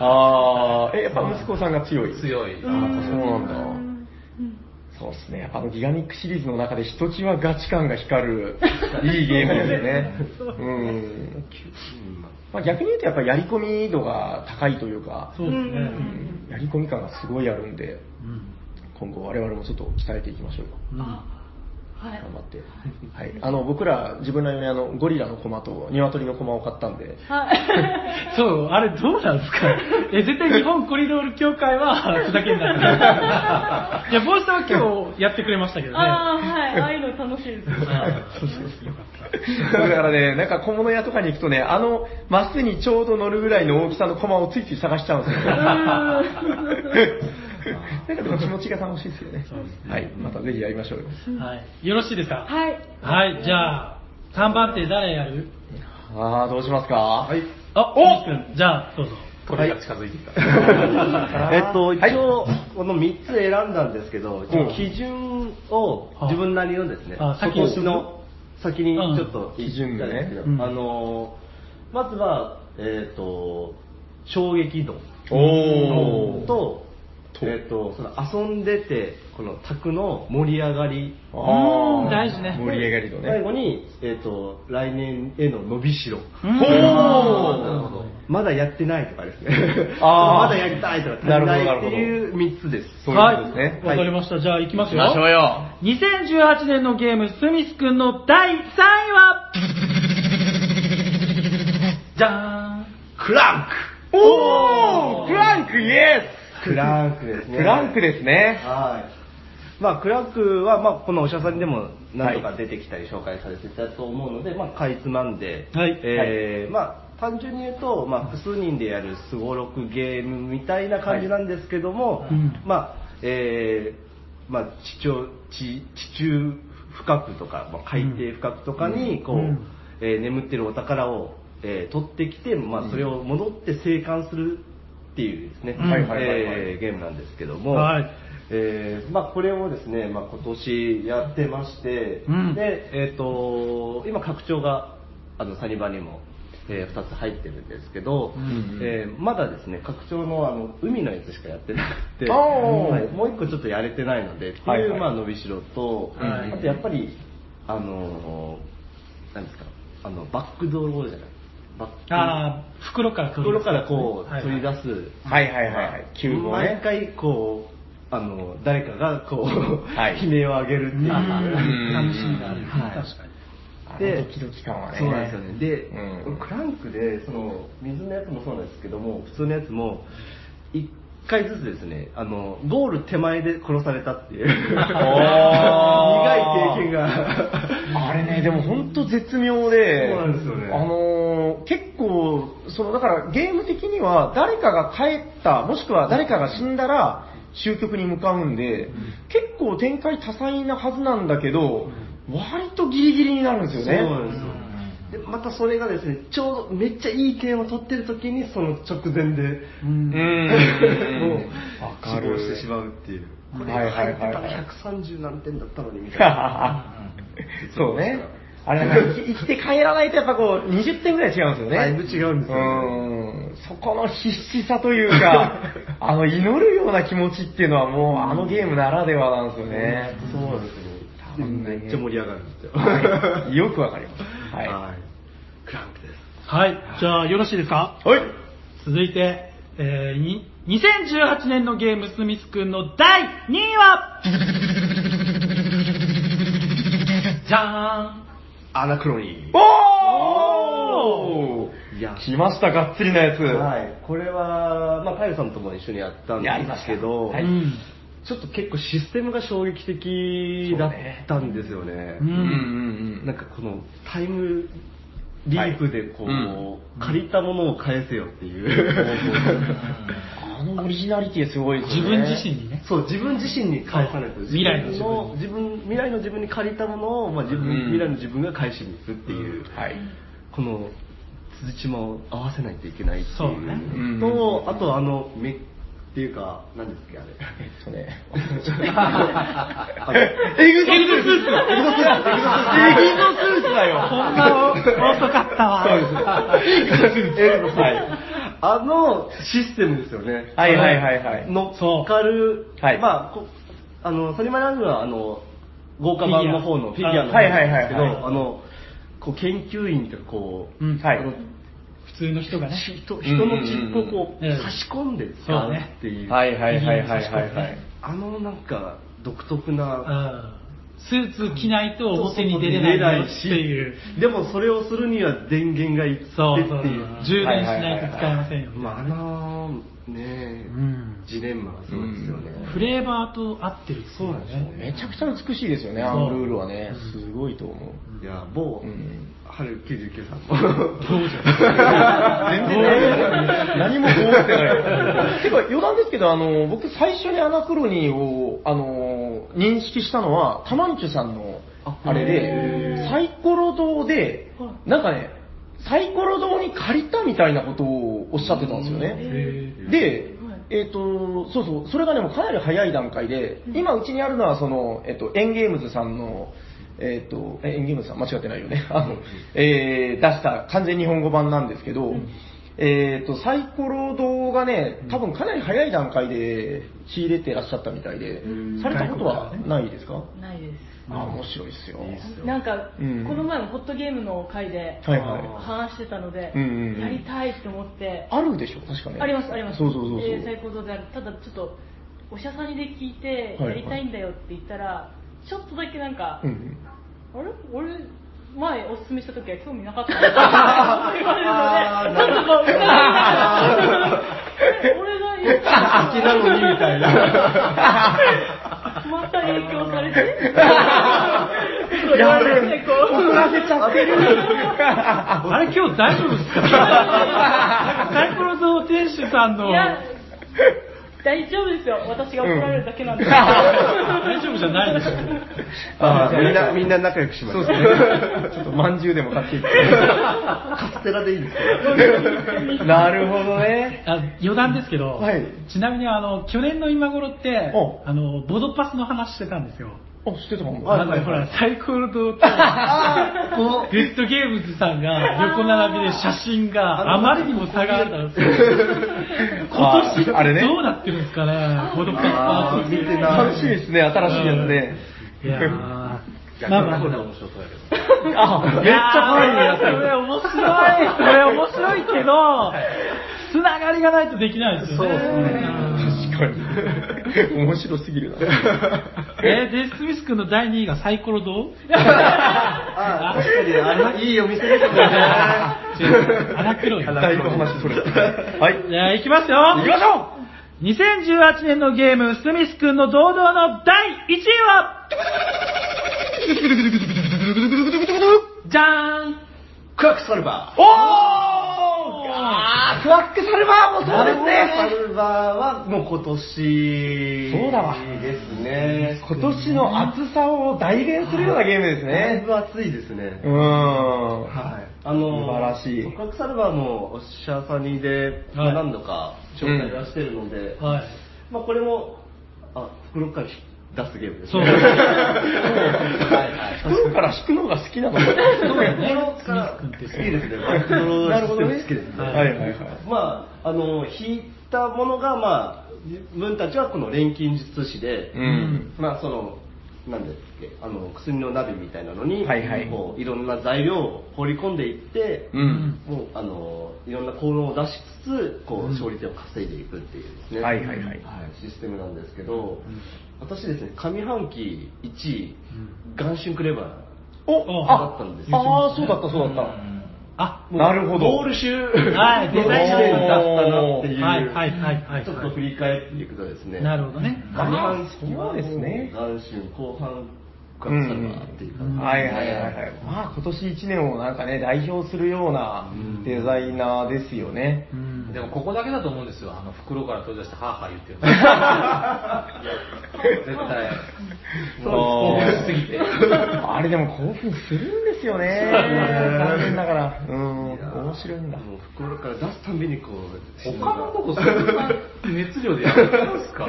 Speaker 2: ああやっぱ息子さんが強い
Speaker 3: 強い。
Speaker 2: あーそうなんだ、
Speaker 5: うん
Speaker 2: そうですね。あのギガミックシリーズの中でひときわガチ感が光る、いいゲームですよね。うん。まあ、逆に言うとやっぱりやり込み度が高いというか、
Speaker 1: そうですね。
Speaker 2: うんやり込み感がすごいあるんで、今後我々もちょっと鍛えていきましょうよ。
Speaker 1: うんうん
Speaker 5: あはい。
Speaker 2: 頑張って。はい。あの、僕ら自分なりにあの、ゴリラの駒と鶏の駒を買ったんで、
Speaker 5: はい。
Speaker 1: そう、あれどうなんですかえ、絶対日本コリドール協会はふざけんなって。いや、帽子さんは今日やってくれましたけどね。
Speaker 5: ああ、はい。ああいうの楽しいです。
Speaker 2: だからね、なんか小物屋とかに行くとね、あの、マスにちょうど乗るぐらいの大きさの駒をついつい探しちゃうんですよ。なんかでも気持ちが楽しいですよね。はい。またぜひやりましょうよ。
Speaker 1: はい。よろしいですか
Speaker 5: はい。
Speaker 1: はい、じゃあ、3番手誰やる
Speaker 2: ああ、どうしますかはい。
Speaker 1: あ、おじゃあ、どうぞ。
Speaker 3: これが近づいてきた。
Speaker 2: え
Speaker 4: えっ
Speaker 2: っと
Speaker 4: と一応この3つ選んだんですけど一応基準を自分なりのですね
Speaker 1: あ
Speaker 4: 今年の先にちょっと
Speaker 2: うん基準がね
Speaker 4: うんあのまずはえっと衝撃度
Speaker 2: おー
Speaker 4: と
Speaker 2: と
Speaker 4: えっとその遊んでてこの卓の盛り上がり
Speaker 2: あ
Speaker 1: うー
Speaker 2: ー
Speaker 1: ん大事ね
Speaker 2: 盛り上がりの
Speaker 4: 最
Speaker 2: ね。
Speaker 4: 後に、えっと来年への伸びしろ
Speaker 1: うん
Speaker 2: ほー
Speaker 3: なるほど。
Speaker 4: まだやってないとかですね
Speaker 2: あー
Speaker 4: まだやりたいとか足りないっていう3つです
Speaker 2: そう
Speaker 1: はい
Speaker 2: いうことですね。
Speaker 1: わかりました。じゃあ、行きますよ。
Speaker 2: よ。
Speaker 1: 2018年のゲーム、スミス君の第3位はじゃ
Speaker 4: クラン
Speaker 2: おークランクイエ
Speaker 4: ククランクです
Speaker 2: ス
Speaker 4: ね
Speaker 2: クランクですね。
Speaker 4: はいまあクランクは、まあ、このお医者さんにでも何とか出てきたり紹介されてたと思うので、まあ、かいつまんで、
Speaker 1: はい
Speaker 4: えーまあ、単純に言うと、まあ、複数人でやるすごろくゲームみたいな感じなんですけども、
Speaker 1: いうん
Speaker 4: まあえーまあ、地中地地中深くとか、まあ、海底深くとかに、こう、
Speaker 1: うん
Speaker 4: えー眠ってるお宝を、えー取ってきて、まあ、それを戻って生還するっていうですね、
Speaker 1: うんはい
Speaker 2: はいはいはい
Speaker 4: えーゲームなんですけども、
Speaker 1: はい
Speaker 4: えーまあ、これをですね、まあ、今年やってまして、
Speaker 1: うん
Speaker 4: で、えー、と今拡張があのサニバにも、え2つ入ってるんですけど、
Speaker 1: うん
Speaker 4: えーまだですね拡張のあの海のやつしかやってなくて、
Speaker 2: あー
Speaker 4: はいもう一個ちょっとやれてないのでっていう、
Speaker 2: はいはい
Speaker 4: まあ、伸びしろと、
Speaker 3: はい
Speaker 4: あとやっぱりあのーなんですかあのバックドローじゃないバック
Speaker 1: ああ、袋から取り出
Speaker 4: 袋
Speaker 1: す
Speaker 4: からこう
Speaker 1: はい
Speaker 4: 取り出す、
Speaker 2: はいはいはいはい。キューブを
Speaker 4: 毎
Speaker 2: ね。
Speaker 4: 回こうあの誰かがこう、
Speaker 2: はい
Speaker 4: 悲鳴を上げるっていうう。
Speaker 1: ん
Speaker 2: ん
Speaker 1: 楽しみがある。
Speaker 4: はい
Speaker 1: 確かに。
Speaker 2: あ
Speaker 4: で
Speaker 2: のドキドキ感はね。
Speaker 4: そうなんですよね。で、
Speaker 2: うん
Speaker 4: クランクで、その、水のやつもそうなんですけども、普通のやつも、一回ずつですね、あの、ゴール手前で殺されたっ ていう、 苦い経験が。
Speaker 2: あれね、でも本当絶妙で、
Speaker 4: そうなんですよね
Speaker 2: あのー結構、そのだからゲーム的には誰かが帰った、もしくは誰かが死んだら終局に向かうんで、結構展開多彩なはずなんだけど、割とギリギリになるんですよね。
Speaker 4: そうなんですよ。で、またそれがですね、ちょうどめっちゃいい点を取ってる時に、その直前で、
Speaker 1: うん
Speaker 2: う。
Speaker 4: もうん
Speaker 2: わか
Speaker 4: 死
Speaker 2: る
Speaker 4: 亡してしまうっていう。これ
Speaker 2: はいはい
Speaker 4: 入っ
Speaker 2: は
Speaker 4: て
Speaker 2: い
Speaker 4: た
Speaker 2: はい
Speaker 4: ら130何点だったのにみたいな。
Speaker 2: うん そうね。あれなんか生き生きて帰らないとやっぱこう20点ぐらい違うんですよね。
Speaker 4: だいぶ違うんですよね
Speaker 2: うんそこの必死さというか、 あの祈るような気持ちっていうのはもうあのゲームならではなんですよね。
Speaker 4: そうなんですよ
Speaker 2: たまんないね
Speaker 4: めっちゃ盛り上がるんですよ。
Speaker 2: はいよくわかります。はい。は
Speaker 4: はい。クランクです。
Speaker 1: はい、じゃあよろしいですか
Speaker 2: い。
Speaker 1: 続いて、えーに2018年のゲームスミスくんの第2位はじゃ
Speaker 4: アナクロニー。
Speaker 2: お
Speaker 4: いや
Speaker 2: ー来ました、がっつりなやつ。
Speaker 4: はい。これは、まあ、カイルさんとも一緒にやったんで
Speaker 2: やりますした
Speaker 4: けど、
Speaker 1: ーん、
Speaker 2: は
Speaker 1: う
Speaker 2: い
Speaker 1: ん
Speaker 4: ちょっと結構システムが衝撃的だったんですよね。
Speaker 1: うん
Speaker 2: うんうんうん
Speaker 4: なんかこのタイムリープでこう、
Speaker 2: はいうん
Speaker 4: 借りたものを返せよっていう。
Speaker 2: あのオリジナリティすごいです
Speaker 1: 自
Speaker 2: よね。
Speaker 1: 分自身にね。
Speaker 4: そう、自分自身に返さないと。
Speaker 1: 未来の自分
Speaker 4: 自分、未来の自分に借りたものを、まあ自分、
Speaker 2: うん
Speaker 4: 未来の自分が返しに行くっていう、
Speaker 2: はい。
Speaker 4: この、辻島を合わせないといけないっていう。
Speaker 1: そうね
Speaker 2: うん
Speaker 4: と、あとあの、め、っていうか、何ですっけ、あれ。
Speaker 2: えっとね。
Speaker 4: あの
Speaker 2: エグゾスーツエグゾスーツエグゾスーツだよ
Speaker 1: こんなの遅かったわ。
Speaker 4: えーはいあのシステムですよね。
Speaker 2: はいはいはいはい
Speaker 4: あの乗っかる、
Speaker 2: はい
Speaker 4: まあ、こあの、サニマラングは、あの、豪華版の方のフ
Speaker 1: フ
Speaker 4: ィ
Speaker 1: ィ
Speaker 4: ギ
Speaker 1: ギ
Speaker 4: ュ
Speaker 1: ュ
Speaker 4: ア
Speaker 1: ア
Speaker 4: の
Speaker 2: あ
Speaker 4: 方
Speaker 2: はいはい
Speaker 4: な
Speaker 2: はい
Speaker 4: んですけ
Speaker 2: はい
Speaker 4: ど、あの、こう研究員とかこう、
Speaker 1: うん
Speaker 2: はい
Speaker 4: あの
Speaker 1: 普通の人がね。
Speaker 4: 人人のチップをこう、
Speaker 1: うんうんうん
Speaker 4: 差し込んで使うっていう、
Speaker 2: はいはいはいはいはいはい。
Speaker 4: あのなんか独特な、
Speaker 1: うんスーツ着ないと表に出れないよっていう。
Speaker 4: でもそれをするには電源がいってって
Speaker 1: そうそうそう
Speaker 4: いう。
Speaker 1: 充電しないと使えませんよ。
Speaker 4: まあ、あのね、
Speaker 1: うん
Speaker 4: ジレンマがすごいですよね。
Speaker 1: フレーバーと合ってるってい
Speaker 4: そうなんですよ
Speaker 2: め
Speaker 4: ね
Speaker 2: ちゃくちゃ美しいですよね、あのルールはね。すごいと思う。
Speaker 4: いや、某、
Speaker 2: うん
Speaker 4: 春99さんも。
Speaker 1: そうじゃん。
Speaker 2: 全然 何もこうってない。てか余談ですけど、あの、僕最初にアナクロニーを、あの、認識したのは、タマンチュさんの、
Speaker 4: あ
Speaker 2: あれで、サイコロ堂で、なんかね、サイコロ堂に借りたみたいなことをおっしゃってたんですよね。で、えっ、と、そうそう、それがね、もうかなり早い段階で、今うちにあるのは、その、えっ、と、エンゲームズさんの、えっ、と、えエンゲームズさん、間違ってないよね。 あの、えー出した完全日本語版なんですけど、えっ、と、サイコロ動画ね、多分かなり早い段階で仕入れてらっしゃったみたいで、されたことはないですか
Speaker 5: ないです。
Speaker 2: あ、面白いっすよ。
Speaker 5: なんか、
Speaker 2: うん
Speaker 5: この前もホットゲームの回で
Speaker 2: はいはい。
Speaker 5: 話してたので、
Speaker 2: うんうんうん
Speaker 5: やりたいと思って、
Speaker 2: あるでしょ、確かね。
Speaker 5: ありますあります。
Speaker 2: そうそうそうそう。
Speaker 5: えー最高度である。ただちょっと、お医者さんにで聞いて、
Speaker 2: はい
Speaker 5: や
Speaker 2: はい
Speaker 5: りたいんだよって言ったら、ちょっとだけなんか、
Speaker 2: うんうん
Speaker 5: あれ俺、前おすすめした時は興味なかったのって言われるので、ちょっとこう、え 俺が言った
Speaker 4: 好きなのにみたい な。
Speaker 5: また影響されて。
Speaker 2: やべ
Speaker 5: ね
Speaker 2: え
Speaker 5: こ
Speaker 2: 怒らせちゃって る。
Speaker 1: あれ今日 大丈夫ですかサイコロ堂店主さん
Speaker 5: う。
Speaker 1: の
Speaker 5: いや、大丈夫ですよ。私が怒られるだけなんで。
Speaker 2: うん
Speaker 1: 大丈夫じゃないでしょ
Speaker 2: あー
Speaker 4: みんな、みんな仲良くしまし
Speaker 2: そ
Speaker 4: ょ
Speaker 2: う
Speaker 4: う。
Speaker 2: ですね。ちょっとまんじゅうでも買っていって。
Speaker 4: カステラでいいんですか
Speaker 2: なるほどね。
Speaker 1: あ余談ですけど、
Speaker 2: はい
Speaker 1: ちなみにあの去年の今頃って
Speaker 2: お
Speaker 1: あのボドパスの話してたんですよ。
Speaker 2: あ、知ってたかも。
Speaker 1: あのほら最高の動画とグッドゲームズさんが横並びで写真があまりにも差があったんですよ。今年って
Speaker 2: ああれね
Speaker 1: どうなってるんですかね、ボドパスパ
Speaker 4: あ
Speaker 1: ー
Speaker 4: ー
Speaker 1: ティー
Speaker 4: 見てない
Speaker 2: 楽しみですね、新しいやつね。
Speaker 1: いやー、まあ
Speaker 4: 逆
Speaker 1: ま
Speaker 4: の
Speaker 1: あ
Speaker 4: 方が面白そうやけ ど。
Speaker 2: あ、めっちゃ可愛いねやつ
Speaker 1: それ面白い、それ面白いけど、つながりがないとできないですよね。
Speaker 2: 確かに。面白すぎ るな。
Speaker 1: えー、デス・スミス君の第2位がサイコロ 堂
Speaker 4: あー、確かに、あれ、いいお店ですよね。
Speaker 1: 荒黒い。じ
Speaker 2: だいぶ話それた。はい。行
Speaker 1: ゃあ、いきますよ
Speaker 2: きましょう
Speaker 1: !2018 年のゲーム、スミス君の堂々の第1位はじゃーん
Speaker 4: クワックサルバ
Speaker 2: おーあー、クワックサルバーも
Speaker 4: ー。
Speaker 2: そうです
Speaker 4: サ
Speaker 2: ね。
Speaker 4: ルバーはもう今年。
Speaker 2: そうだわ
Speaker 4: ですね。
Speaker 2: 今年の暑さを代弁するようなゲームです
Speaker 4: だい
Speaker 2: ね。
Speaker 4: ぶ暑いですね
Speaker 2: う。ん。
Speaker 4: はい。あ
Speaker 2: 素
Speaker 4: の
Speaker 2: 晴らしい
Speaker 4: クワックサルバーもおっしゃさにで、ま
Speaker 1: はい
Speaker 4: あ何度か紹介出してるので、
Speaker 1: はい。
Speaker 4: まあこれも、あ、袋から出すゲームです
Speaker 1: そう。
Speaker 4: ね。はいはい。
Speaker 2: 袋から引くのが好きなの
Speaker 4: そうですね。袋から好きですね。 袋
Speaker 2: なるほどね
Speaker 4: 好きですね。
Speaker 2: はいはいはい。
Speaker 4: まあ、あの、引いたものが、まあ、自分たちはこの錬金術師で、
Speaker 2: うん
Speaker 4: まあ、その、なんですっけ、あの、薬の鍋みたいなのに、
Speaker 2: はいはい
Speaker 4: こういろんな材料を放り込んでいって、
Speaker 2: うん。
Speaker 4: もう、あの、いろんな効能を出しつつ、こう、勝利点を稼いでいくっていうですね。
Speaker 2: はいはいはい
Speaker 4: システムなんですけど、私ですね、上半期1位、元春クレバー。
Speaker 2: お
Speaker 4: だったんですよ
Speaker 2: ああー、そうだったそうだった。
Speaker 1: あ、
Speaker 4: もう
Speaker 2: なるほど
Speaker 4: ゴール集
Speaker 1: はい
Speaker 4: の1年だったなっていう、
Speaker 1: はいはいはいはい。
Speaker 4: ちょっと振り返っていくとですね、
Speaker 1: なるほどね。
Speaker 4: 上半期は
Speaker 2: あーそうですね
Speaker 4: 元春、後半がサルバーっていう感じ、
Speaker 2: はいはいはいはい。まあ今年1年をなんかね、代表するようなデザイナーですよね。
Speaker 1: うん
Speaker 3: でもここだけだと思うんですよ、あの袋から取り出して、はーはー言ってるの絶対、興奮しすぎて、
Speaker 2: あーあれでも興奮するんですよね。残念ながら。うん、面白いんだ。
Speaker 4: もう袋から出すたんびにこう、
Speaker 3: 他のとこ、そんな熱量でやってますか、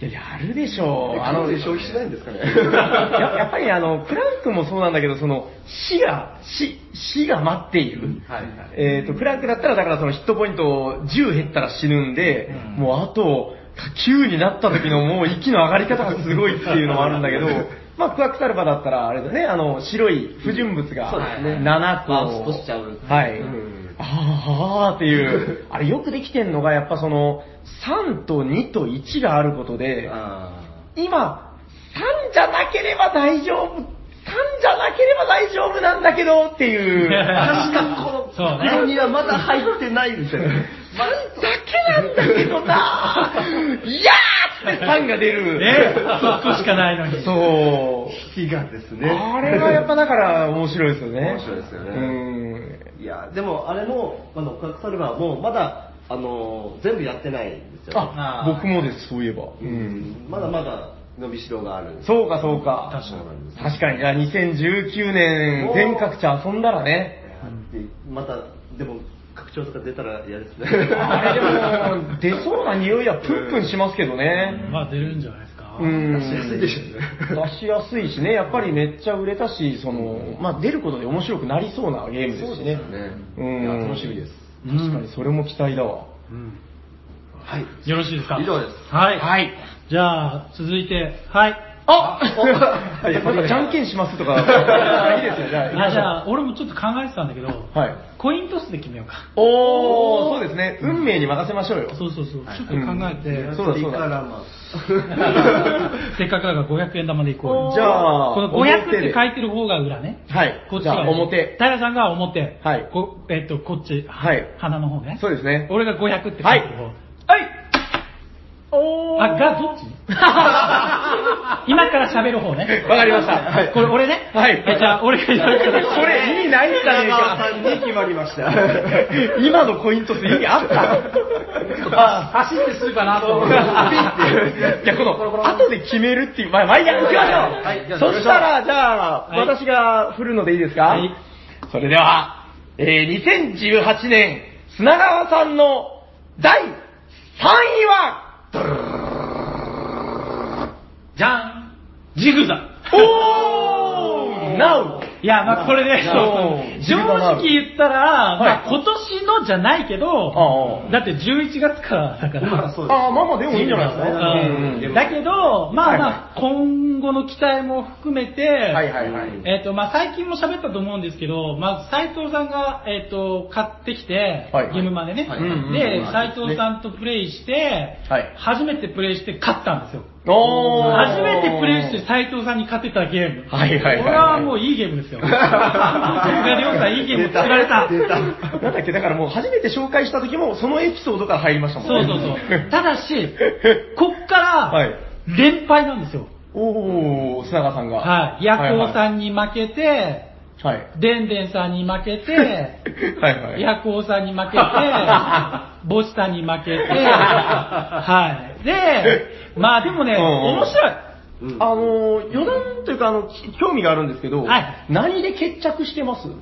Speaker 2: いや、やるでしょう。
Speaker 4: あ
Speaker 2: あ
Speaker 4: の
Speaker 2: の、
Speaker 4: 消費しないんですか ね。
Speaker 2: ややっぱりあの、クランクもそうなんだけど、その、死が、死、死が待っている。
Speaker 3: はいはい
Speaker 2: えっ、と、クランクだったら、だからそのヒットポイントを10減ったら死ぬんで、もうあと、9になった時のもう息の上がり方がすごいっていうのもあるんだ けど、まあ、クワクサルバだったら、あれだね、あの、白い不純物が
Speaker 4: そうですね
Speaker 2: 7個。
Speaker 4: バーストしちゃう
Speaker 2: はい。
Speaker 4: うん
Speaker 2: あーあーっていう、あれよくできてんのが、やっぱその、3と2と1があることで、
Speaker 4: あ
Speaker 2: 今、3じゃなければ大丈夫、3じゃなければ大丈夫なんだけどっていう、
Speaker 4: ー確かこ
Speaker 1: そう
Speaker 4: の
Speaker 1: ね
Speaker 4: 色にはまだ入ってないみたい
Speaker 2: 3
Speaker 4: な。
Speaker 2: だけなんだけどなぁ、いやーって3が出る。
Speaker 1: ね、そこしかないのに。
Speaker 2: そう。
Speaker 4: 火がですね。
Speaker 2: あれはやっぱだから面白いですよね。
Speaker 4: 面白いですよね
Speaker 2: うん。
Speaker 4: いや、でもあれも、あの、科学サルバーもまだ、あのー、全部やってないんですよ。
Speaker 2: あ、僕もです、そういえば。う。
Speaker 4: うんん、まだまだ伸びしろがあるんです。
Speaker 2: そうか、そうか。
Speaker 4: 確かに
Speaker 2: 確かに。じゃあ、2019年、全各地遊んだらね。
Speaker 4: でまた、でも、拡張とか出たら嫌ですね。
Speaker 2: あれでも、出そうな匂いはプンプンしますけどね。
Speaker 1: まあ出るんじゃないですか。
Speaker 2: うん。
Speaker 4: 出しや すいでしょうね。
Speaker 2: 出しやすいしね、やっぱりめっちゃ売れたし、その、まあ出ることで面白くなりそうなゲームですしね。う
Speaker 4: ね
Speaker 2: ん
Speaker 4: いや楽しみです。
Speaker 2: 確かにそれも期待だわ。
Speaker 1: うん
Speaker 4: はい。
Speaker 1: よろしいですか
Speaker 4: 以上です。
Speaker 1: はい。
Speaker 2: はい。
Speaker 1: じゃあ、続いて、はい。
Speaker 2: あっやっぱりじゃんけんしますとか、 いいですよ、じゃあ。行きま
Speaker 1: あ
Speaker 2: し
Speaker 1: じ
Speaker 2: ょう
Speaker 1: ゃあ、俺もちょっと考えてたんだけど、
Speaker 2: はい。
Speaker 1: コイントスで決めようか。
Speaker 2: おー、そうですね。運命に任せましょうよ。
Speaker 1: そうそうそう。ちょっと考えて、
Speaker 2: そうだそう
Speaker 4: 次か
Speaker 2: だ。
Speaker 4: らまあ
Speaker 1: せっかくだから500円玉でいこうよ。
Speaker 2: じゃあ、
Speaker 1: この500って書いてる方が裏ね。
Speaker 2: はい。
Speaker 1: こっち
Speaker 2: じゃ
Speaker 1: が
Speaker 2: あ、表。
Speaker 1: 平さんが表。
Speaker 2: はい
Speaker 1: こえっと、こっち。
Speaker 2: はい
Speaker 1: 鼻の方ね。
Speaker 2: そうですね。
Speaker 1: 俺が500って書いてる方。
Speaker 2: はい。はい。お
Speaker 1: あ、がどっち
Speaker 2: い
Speaker 1: 今から喋る方ね。
Speaker 2: わかりましたはい
Speaker 1: これ俺ね。
Speaker 2: はい
Speaker 1: じゃあ、俺がやるから。
Speaker 2: それ意味ないんじゃねえか。
Speaker 4: んに決まり ました。
Speaker 2: 今のコイントス意味あった
Speaker 3: 走ってするかな と思って。
Speaker 2: いや、この、後で決めるっていう、まあ、まあ、いいや、行き
Speaker 3: はいはいじゃ
Speaker 2: ま
Speaker 3: あ
Speaker 2: しょう。そしたら、じゃあ、
Speaker 1: はい
Speaker 2: 私が振るのでいいですか
Speaker 1: はい
Speaker 2: それでは、えー、2018年、砂川さんの第3位は、
Speaker 1: じゃんジグザ。
Speaker 2: おー !NOW!
Speaker 1: いや、まあこれね、
Speaker 2: ま
Speaker 1: そ
Speaker 2: あ
Speaker 1: う
Speaker 2: ジ
Speaker 1: 正
Speaker 2: グザなる
Speaker 1: 直言ったら、
Speaker 2: はい
Speaker 1: まあ今年のじゃないけ
Speaker 2: あ
Speaker 1: ど、だって11月からだから。
Speaker 4: そう
Speaker 2: あー、まあまあでもいいんじゃないですか。
Speaker 1: うん
Speaker 2: うん
Speaker 1: だけど、まあ
Speaker 2: はい
Speaker 1: まあ、今後の期待も含めて、
Speaker 2: はいはいはい。
Speaker 1: えっ、と、まあ、最近も喋ったと思うんですけど、まず、斉藤さんが、えっ、と、買ってきて、
Speaker 2: はい
Speaker 1: ゲームまでね。
Speaker 2: はいうんうん
Speaker 1: で
Speaker 2: うん、
Speaker 1: 斉藤さんとプレイして、
Speaker 2: はい
Speaker 1: 初めてプレイして勝ったんですよ。
Speaker 2: おー
Speaker 1: 初めてプレイして斉藤さんに勝てたゲーム。
Speaker 2: はいはいはいはい
Speaker 1: これはもういいゲームですよ。僕がりょうさんいいゲーム作られた。
Speaker 2: なんだっけ、だからもう初めて紹介した時も、そのエピソードから入りましたも
Speaker 1: そ
Speaker 2: ん
Speaker 1: う
Speaker 2: ね。
Speaker 1: そうそう。ただし、こっか
Speaker 2: はい
Speaker 1: ら、連敗なんですよ。
Speaker 2: おー、砂川さんが。
Speaker 1: はい。ヤコウさ
Speaker 2: ん。
Speaker 1: んに負けて、
Speaker 2: はい。
Speaker 1: でんでんさんに負けて、
Speaker 2: はいはい。
Speaker 1: ヤコウさんに負けて、ボチさんに負けて、はい。で、まあでもね、
Speaker 2: うんうん
Speaker 1: 面白い。
Speaker 4: うん
Speaker 2: あのー、余談というか、あの、き興味があるんですけど、
Speaker 1: はい
Speaker 2: 何で決着してます比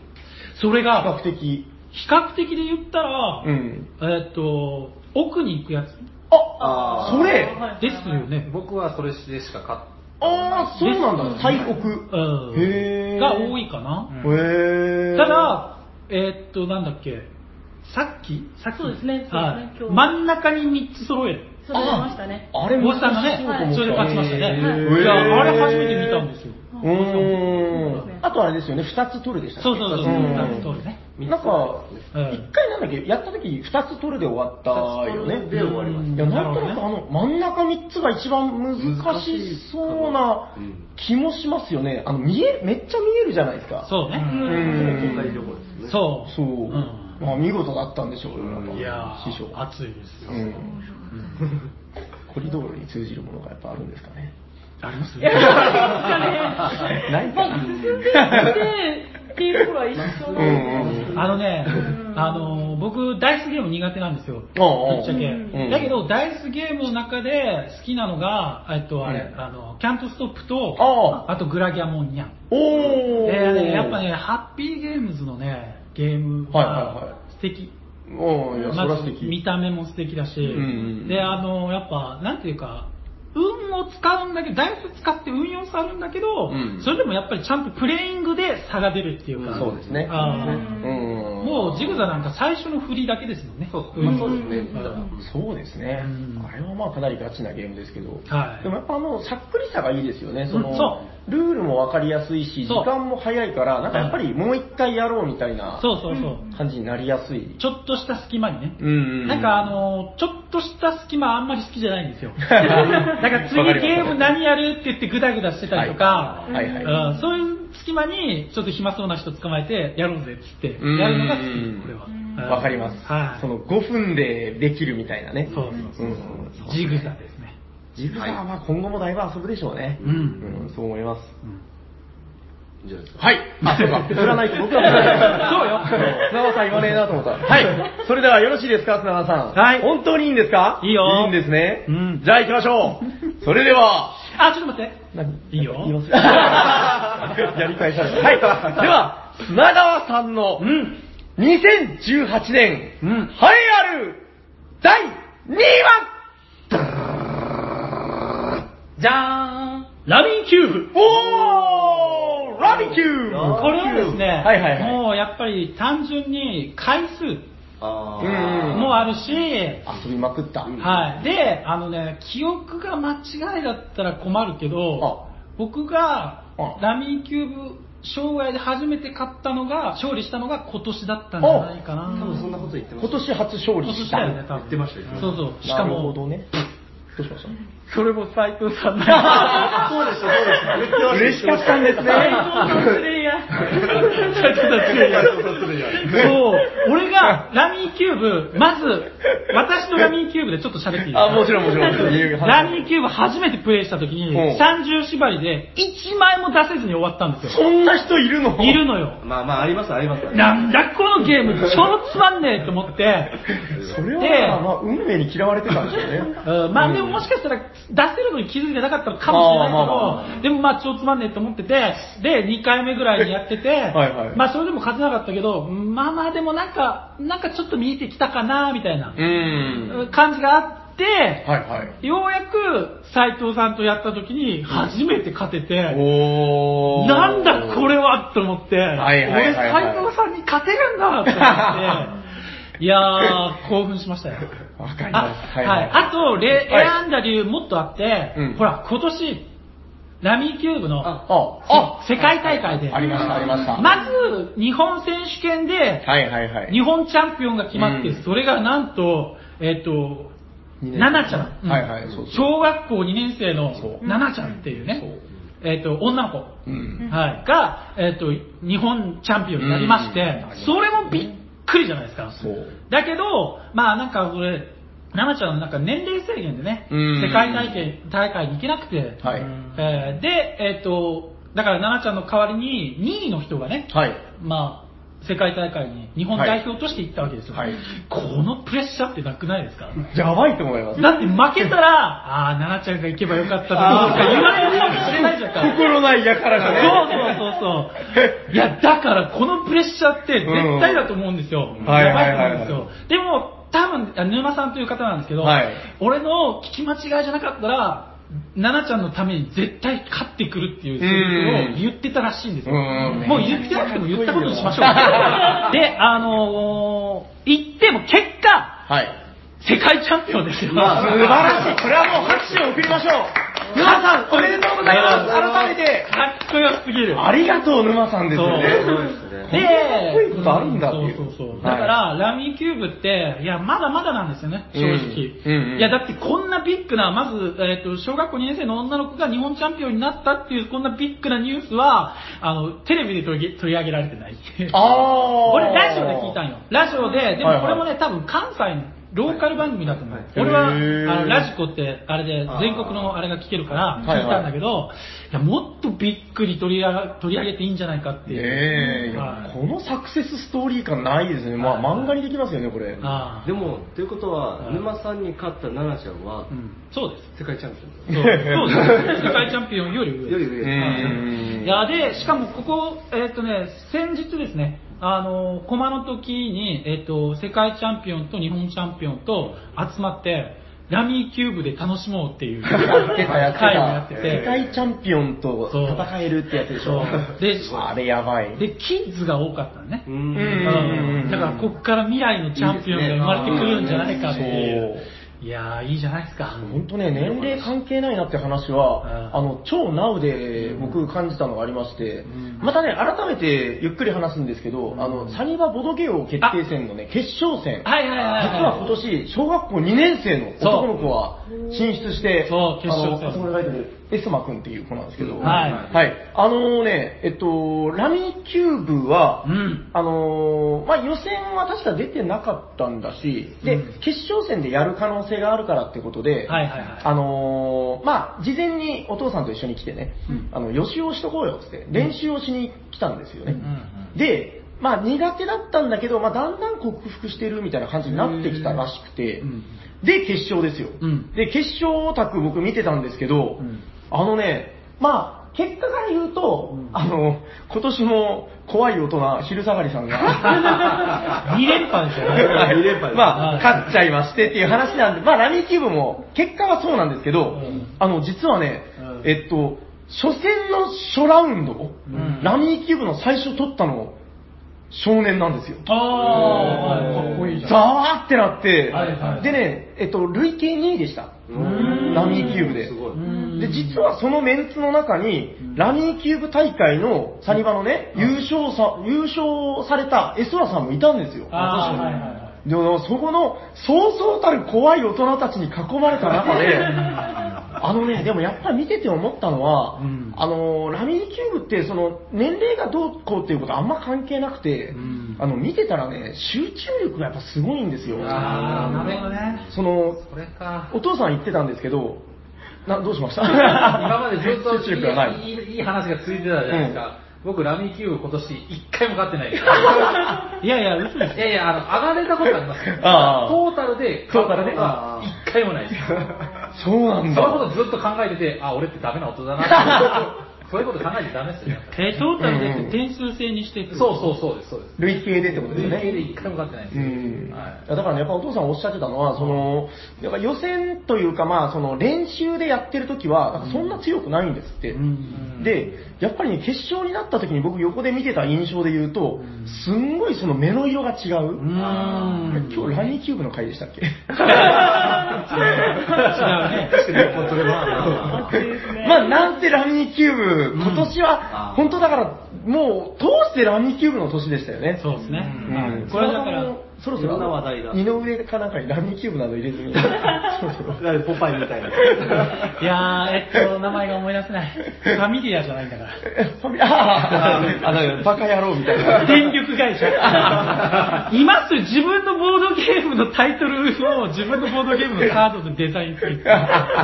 Speaker 1: それ
Speaker 2: 較
Speaker 1: が、
Speaker 2: 的。
Speaker 1: 比較的で言ったら、
Speaker 2: うん。
Speaker 1: えっと、奥に行くやつ
Speaker 2: あ、
Speaker 4: あー
Speaker 2: それ
Speaker 1: ですよね。
Speaker 3: 僕はそれでしか勝っ
Speaker 2: あー、そうなんだ。大国。
Speaker 1: うん
Speaker 2: へー。
Speaker 1: が多いかな。
Speaker 2: へー。
Speaker 1: ただ、えっと、なんだっけ、さっきさっき
Speaker 5: そうですねそう
Speaker 1: は
Speaker 5: ですね
Speaker 1: い
Speaker 5: 今日
Speaker 1: 真ん中に3つ揃える。
Speaker 5: それ出ましたね。
Speaker 2: あれ
Speaker 1: ボチさんが
Speaker 2: 難しいと思
Speaker 1: ね、
Speaker 2: った
Speaker 1: それで勝ちましたね。
Speaker 5: はい
Speaker 1: いや、あれ初めて見たんですよ。
Speaker 5: は
Speaker 2: う
Speaker 5: い
Speaker 2: ーん。あとあれですよね、二つ取るでしたっけ
Speaker 1: そうそうそう、
Speaker 2: ん
Speaker 1: 2つ取るね。
Speaker 2: なんか、
Speaker 1: う
Speaker 2: 一
Speaker 1: ん
Speaker 2: 回なんだっけ、やった時二つ取るで終わったよね。
Speaker 4: 二つ取るで終わりました
Speaker 2: いや、なんとなく
Speaker 1: な
Speaker 2: あの、真ん中三つが一番難しそうな気もしますよね。あの、見え、めっちゃ見えるじゃないですか。
Speaker 1: そうね。
Speaker 2: う
Speaker 4: 公開情
Speaker 2: ん。
Speaker 4: 報ですね。
Speaker 1: そう。
Speaker 2: そう
Speaker 1: う。ん
Speaker 2: まあ、見事だったんでしょうよ、なんか
Speaker 1: いやー
Speaker 2: 師匠。
Speaker 1: 熱いですよ。
Speaker 2: うん。コリドールに通じるものがやっぱあるんですかね。
Speaker 1: あります
Speaker 5: いやなんかね
Speaker 2: ないか
Speaker 5: まあ進んでいってっていうところは一緒なんですけど
Speaker 1: あのね
Speaker 5: う、ん
Speaker 1: あのー僕、ダイスゲーム苦手なんですよ。ぶっ
Speaker 2: ああ
Speaker 1: ちゃけ。
Speaker 2: うん
Speaker 1: だけど、ダイスゲームの中で好きなのが、えっと、あれ、
Speaker 2: うん
Speaker 1: あの、キャントストップと、
Speaker 2: あ
Speaker 1: あとグラギャモンニャン。
Speaker 2: おー。
Speaker 1: えーね、やっぱね、ハッピーゲームズのね、ゲーム
Speaker 2: はいはいは
Speaker 1: はい素敵。
Speaker 2: うん、いや、そ
Speaker 1: ま
Speaker 2: ら
Speaker 1: ず
Speaker 2: 素敵。
Speaker 1: 見た目も素敵だし、
Speaker 2: うんうん
Speaker 1: で、あの、やっぱ、なんていうか、運を使うんだけど、ダイス使って運用されるんだけど、
Speaker 2: うん
Speaker 1: それでもやっぱりちゃんとプレイングで差が出るっていうか、
Speaker 2: そうですね。
Speaker 1: あー
Speaker 2: うん
Speaker 1: もうジグザなんか最初の振りだけですもんね。
Speaker 3: そう
Speaker 1: うん
Speaker 3: まあそうですね
Speaker 1: うん
Speaker 2: そうですね
Speaker 1: うん。
Speaker 2: あれはまあかなりガチなゲームですけど、
Speaker 1: はい
Speaker 2: でもやっぱあの、さっくりさがいいですよね。その、
Speaker 1: うんそ
Speaker 2: ルールもわかりやすいし、時
Speaker 1: そう
Speaker 2: 間も早いから、なんかやっぱりもう一回やろうみたいな
Speaker 1: そうそうそう。
Speaker 2: 感じになりやすい。
Speaker 1: ちょっとした隙間にね。
Speaker 2: うんうん
Speaker 1: なんかあのーちょっとした隙間あんまり好きじゃないんです よ。なんか次ゲーム何やるって言ってグダグダしてたりとか、
Speaker 2: はいはいは
Speaker 1: うんそういう隙間にちょっと暇そうな人捕まえてやろうぜっつって
Speaker 2: うん
Speaker 1: やるのが好き、これは。
Speaker 5: うん
Speaker 1: うん
Speaker 2: わかります。
Speaker 1: はい。
Speaker 2: その5分でできるみたいなね。
Speaker 1: そうそうそう
Speaker 2: うん
Speaker 1: ジグザですね。
Speaker 2: ジグザーは今後もだいぶ遊ぶでしょうね。
Speaker 1: うん
Speaker 2: うんそう思います。
Speaker 4: じゃないですか。
Speaker 2: はい。あ、そうか。振らないと僕は振らない。
Speaker 1: そうよ
Speaker 2: 砂川さん言わねえなと思った。はい。それではよろしいですか、砂川さん。
Speaker 1: はい
Speaker 2: 本当にいいんですか
Speaker 1: いいよ
Speaker 2: いいんですね。
Speaker 1: うん
Speaker 2: じゃあ行きましょう。それでは。
Speaker 1: あ、ちょっと待って。
Speaker 2: 何
Speaker 1: いいよ
Speaker 2: 言います。 やり返された。はい。では、砂川さんの
Speaker 1: うん。
Speaker 2: 2018年、
Speaker 1: う
Speaker 2: 栄
Speaker 1: ん
Speaker 2: えある第2位は
Speaker 1: じゃーん。ラビンキューブ。
Speaker 2: おーラビキュー
Speaker 1: これはですね、
Speaker 2: はいはいはい
Speaker 1: もうやっぱり単純に回数
Speaker 4: あ
Speaker 2: う
Speaker 4: ー
Speaker 2: ん
Speaker 1: もあるし、
Speaker 2: 遊びまくった。
Speaker 1: はい。で、あのね、記憶が間違いだったら困るけど、僕が
Speaker 2: あ
Speaker 1: ラミーキューブ生涯で初めて勝ったのが、勝利したのが今年だったんじゃないかな。
Speaker 4: 多分そんなこと言ってまし
Speaker 2: 今
Speaker 4: た。
Speaker 2: 年初勝利
Speaker 1: 今
Speaker 2: し
Speaker 1: 年
Speaker 2: た。
Speaker 1: だよね、多分。
Speaker 4: 言ってましたよね
Speaker 1: そうそう。しか
Speaker 2: なるほど
Speaker 1: も、
Speaker 2: ね。どうしました
Speaker 1: それも斎藤さんだ。
Speaker 4: そうでした、そうでした。
Speaker 2: 嬉しかったんですね。
Speaker 5: 最高のプレイヤー
Speaker 1: 斉藤さん強い
Speaker 4: ロするやん。
Speaker 1: そう、俺がラミーキューブ、まず、私のラミーキューブでちょっと喋っていいですか
Speaker 2: あ、もちろんもちろん。理由が
Speaker 1: ラミーキューブ初めてプレイした時に
Speaker 2: うん、
Speaker 1: 30縛りで1枚も出せずに終わったんですよ。
Speaker 2: そんな人いるの
Speaker 1: いるのよ。
Speaker 4: まあまあ、ありますあります。
Speaker 1: なんだこのゲーム、超つまんねえと思 って、
Speaker 2: それは、
Speaker 1: で
Speaker 2: まあ、運命に嫌われてたんでしょうね。
Speaker 1: うんまあでももしかしたら出せるのに気づいてなかったのかもしれないけど、
Speaker 2: まあまあま
Speaker 1: でもまあ超つまんねえと思ってて、で、2回目ぐらいにやってて、
Speaker 2: はいはい
Speaker 1: まあそれでも勝てなかったけど、まあまあでもなんか、なんかちょっと見えてきたかな、みたいな
Speaker 2: うーん。
Speaker 1: 感じがあって、
Speaker 2: はいはい。
Speaker 1: ようやく斉藤さんとやった時に初めて勝てて、
Speaker 2: おー。
Speaker 1: なんだこれはと思って、
Speaker 2: いはいはいはい
Speaker 1: 俺斉藤さんに勝てるんだと思 って、いやー、興奮しましたよ。
Speaker 2: わかり
Speaker 1: あ
Speaker 2: ます。
Speaker 1: はいあと、れ
Speaker 2: はい
Speaker 1: 選んだ理由もっとあって、
Speaker 2: うん
Speaker 1: ほら、今年、ラミーキューブの
Speaker 2: あ、あ、
Speaker 1: 世界大会で、
Speaker 2: ありました、ありました。
Speaker 1: まず日本選手権で
Speaker 2: はいはいはい。
Speaker 1: 日本チャンピオンが決まって、
Speaker 2: うん
Speaker 1: それがなんと、えっ、と、
Speaker 2: 二年生
Speaker 1: ナナちゃん、うん
Speaker 2: はいはいそうそう
Speaker 1: 小学校2年生
Speaker 2: そ
Speaker 1: の
Speaker 2: う
Speaker 1: ナナちゃんっていうね、えっ、と、女の子。
Speaker 2: うん。
Speaker 1: はい、が、えっと日本チャンピオンになりまして、
Speaker 2: うん
Speaker 1: それもびっくりじゃないですか、
Speaker 2: そう
Speaker 1: だけど、まあなんかこれ、奈々ちゃんのなんか年齢制限でね、
Speaker 2: うん
Speaker 1: 世界大会大会に行けなくて、
Speaker 2: はい
Speaker 1: えーで、えっとだから奈々ちゃんの代わりに2位の人がね、
Speaker 2: はい。
Speaker 1: まあ、世界大会に日本代表として行ったわけですよ、
Speaker 2: はいはい
Speaker 1: このプレッシャーってなくないですか
Speaker 2: やばいと思います。
Speaker 1: だって負けたら、ああー、奈々ちゃんが行けばよかったとか言われるかもしれないじゃんか。
Speaker 2: 心ないやからじゃね。
Speaker 1: そうそうそうそう。いや、だからこのプレッシャーって絶対だと思ううんですよ。やば
Speaker 2: ん
Speaker 1: いと思うんです
Speaker 2: はいはいはい
Speaker 1: よ
Speaker 2: は。
Speaker 1: でも、多分、あ沼さんという方なんですけど、
Speaker 2: はい
Speaker 1: 俺の聞き間違いじゃなかったら、奈々ちゃんのために絶対勝ってくるっていうセリフを言ってたらしいんですよ。
Speaker 2: うん
Speaker 1: もう言ってなくても言ったことにしましょう。 で、あのー言っても結果、
Speaker 2: はい。
Speaker 1: 世界チャンピオンですよ。
Speaker 2: 素晴らしい。これは もう拍手を送りましょう。沼さん、おめでとうございます。改めて、
Speaker 1: かっこよすぎる。
Speaker 2: ありがとう沼さんですよ
Speaker 1: そう
Speaker 2: ね。
Speaker 1: で、
Speaker 2: こんなかっこいいことあるんだっていう
Speaker 1: そうそうそう。
Speaker 2: はい
Speaker 1: だから、ラミーキューブって、いや、まだまだなんですよね、正直。
Speaker 2: うんうんうん
Speaker 1: いや、だってこんなビッグな、まず、えっ、と、小学校2年生の女の子が日本チャンピオンになったっていう、こんなビッグなニュースは、あの、テレビで取り取り上げられてない。
Speaker 2: あー。
Speaker 1: 俺、ラジオで聞いたんよ。ラジオで、で
Speaker 2: はいは
Speaker 1: も
Speaker 2: い
Speaker 1: これもね、多分関西のローカル番組だと思う。
Speaker 2: い
Speaker 1: 俺は、あ
Speaker 2: へー
Speaker 1: の、ラジコって、あれで、全国のあれが聞けるから、聞い
Speaker 2: はいはい
Speaker 1: たんだけど、いや、もっとビッグに取り上げ取り上げていいんじゃないかっていう。
Speaker 2: ねえ、い
Speaker 1: は
Speaker 2: や
Speaker 1: い
Speaker 2: このサクセスストーリー感ないですね。まあ、漫画にできますよね、これ。
Speaker 1: ああ
Speaker 4: でも、ということ
Speaker 1: は
Speaker 4: は、
Speaker 1: い
Speaker 4: 沼さんに勝った奈々ちゃんは
Speaker 1: う、ん、そうで す。
Speaker 4: 世界チャンピオン
Speaker 1: そうそうです。世界チャンピオンより上
Speaker 4: よ
Speaker 1: で
Speaker 4: り
Speaker 1: す。
Speaker 2: う
Speaker 4: 上です。
Speaker 2: ん
Speaker 1: いや、で、しかもここ、えっ、とね、先日ですね、あの、駒の時に、えっ、と、世界チャンピオンと日本チャンピオンと集まって、ラミーキューブで楽しもうって いう会
Speaker 2: やってた、やってた。
Speaker 1: をやって
Speaker 2: 世界チャンピオンと
Speaker 1: そう
Speaker 2: 戦えるってやつでし
Speaker 1: そ
Speaker 2: ょ
Speaker 1: う。で
Speaker 2: あれやばい。
Speaker 1: て、で、キッズが多かったのね。
Speaker 4: うん
Speaker 2: うん
Speaker 1: うんだから、ここから未来のチャンピオンが生まれてくるんじゃないかっていう。いやー、いいじゃないですか。
Speaker 2: 本当ね、年齢関係ないなって話は、
Speaker 1: うん
Speaker 2: あの、超ナウで僕感じたのがありまして、またね、改めてゆっくり話すんですけど、あの、サニバボドゲオ決定戦のね、決勝戦、
Speaker 1: はいはいはいはい
Speaker 2: 実は今年、小学校2年生の男の子は進出して、
Speaker 1: そう決勝戦
Speaker 2: あの、あそこに書いてあるエスマ君っていう子なんですけど、
Speaker 1: はい
Speaker 2: はい。あのね、えっと、ラミーキューブは、
Speaker 1: うん
Speaker 2: あのーまあ、予選は確か出てなかったんだし、で、
Speaker 1: うん
Speaker 2: 決勝戦でやる可能性があるからってことで、
Speaker 1: はいはいはい
Speaker 2: あのーまあ、事前にお父さんと一緒に来てね、
Speaker 1: うん
Speaker 2: あの、予習をしとこうよっつって、練習をしに来たんですよね。
Speaker 1: ん
Speaker 2: で、まあ、苦手だったんだけど、まあ、だんだん克服してるみたいな感じになってきたらしくて、
Speaker 1: うん
Speaker 2: で、決勝ですよ。
Speaker 1: うん
Speaker 2: で、決勝オタク僕見てたんですけど、
Speaker 1: うん
Speaker 2: あのね、まあ、結果から言うと、
Speaker 1: うん
Speaker 2: あの、今年も怖い大人、昼下がりさんが、
Speaker 1: 2連覇ですよね。
Speaker 2: はい
Speaker 4: 二連覇です
Speaker 2: まあ、
Speaker 1: はい
Speaker 2: 勝っちゃいましてっていう話なんで、まあ、ラミーキューブも、結果はそうなんですけど、
Speaker 1: うん
Speaker 2: あの、実はね、
Speaker 1: うん
Speaker 2: えっと、初戦の初ラウンド、
Speaker 1: ん
Speaker 2: ラミーキューブの最初取ったの、少年なんですよ。
Speaker 1: あー、かっこいいじゃん。
Speaker 2: ざわーってなって、
Speaker 1: はいはい
Speaker 2: でね、えっと、累計2位でした。
Speaker 1: ん
Speaker 2: ラミーキューブで。
Speaker 4: すごい。
Speaker 2: で、実はそのメンツの中に、ラミーキューブ大会のサニバのね、優勝さ、優勝されたエスラさんもいたんですよ。
Speaker 1: あーはいはいはい
Speaker 2: でも、そこの、そうそうたる怖い大人たちに囲まれた中 で、あのね、でもやっぱり見てて思ったのは、
Speaker 1: うん
Speaker 2: あの、ラミーキューブって、その、年齢がどうこうっていうことあんま関係なくて、
Speaker 1: うん
Speaker 2: あの、見てたらね、集中力がやっぱすごいんですよ。
Speaker 1: あー、なるほどね。
Speaker 2: その、
Speaker 3: これか。
Speaker 2: お父さん言ってたんですけど、などうしました
Speaker 3: 今までずっと
Speaker 2: 集中力がない
Speaker 3: いいいいいい話が続いてたじゃないですか。僕、ラミーキューブ今年一回も 買ってないです。い
Speaker 1: いやいや、嘘です。
Speaker 3: やいや、あの、上がれたことありますけど、ト
Speaker 2: ああ
Speaker 3: ータルで買っ
Speaker 2: ト
Speaker 3: た
Speaker 2: ータル
Speaker 3: こ
Speaker 2: で
Speaker 3: とは一回もないです。
Speaker 2: そうな
Speaker 3: そ
Speaker 2: んだ。
Speaker 3: ういうことずっと考えてて、あ、俺ってダメな大人だな って。そういうこと考えてダメですよね。
Speaker 1: えー、トータルです点数制にしていく
Speaker 3: そうそうそうです、そうです。
Speaker 2: 累計でってことですよね。
Speaker 3: 累計で一回も買ってないです。
Speaker 2: うん
Speaker 3: はい
Speaker 2: だからねやっぱお父さんおっしゃってたのは、その、やっぱ予選というかまあ、その練習でやってる時は、なんかそんな強くないんですって。
Speaker 1: うん
Speaker 2: で、やっぱりね、決勝になった時に僕横で見てた印象で言うと、すんごいその目の色が違う。
Speaker 1: うーん。
Speaker 2: 今日ラニーキューブの回でしたっけ
Speaker 1: 違うね。
Speaker 2: まあなんてラミーキューブ、今年は、本当だから、もう通してラミーキューブの年でしたよね。
Speaker 1: そうですね。
Speaker 2: うん
Speaker 1: これはだから、
Speaker 2: そろそろ
Speaker 4: いろんな話題が
Speaker 2: 二の腕かなんかにラミーキューブなど入れずに、そろそろ。
Speaker 4: なんでポパイみたい な。
Speaker 1: いやー、えっと、名前が思い出せない。 ファミリアじゃないんだから。
Speaker 2: ああ、あの、バカ野郎み たいな。
Speaker 1: 電力会 社。います自分のボードゲームのタイトルを自分のボードゲームのカードでデザインする。フ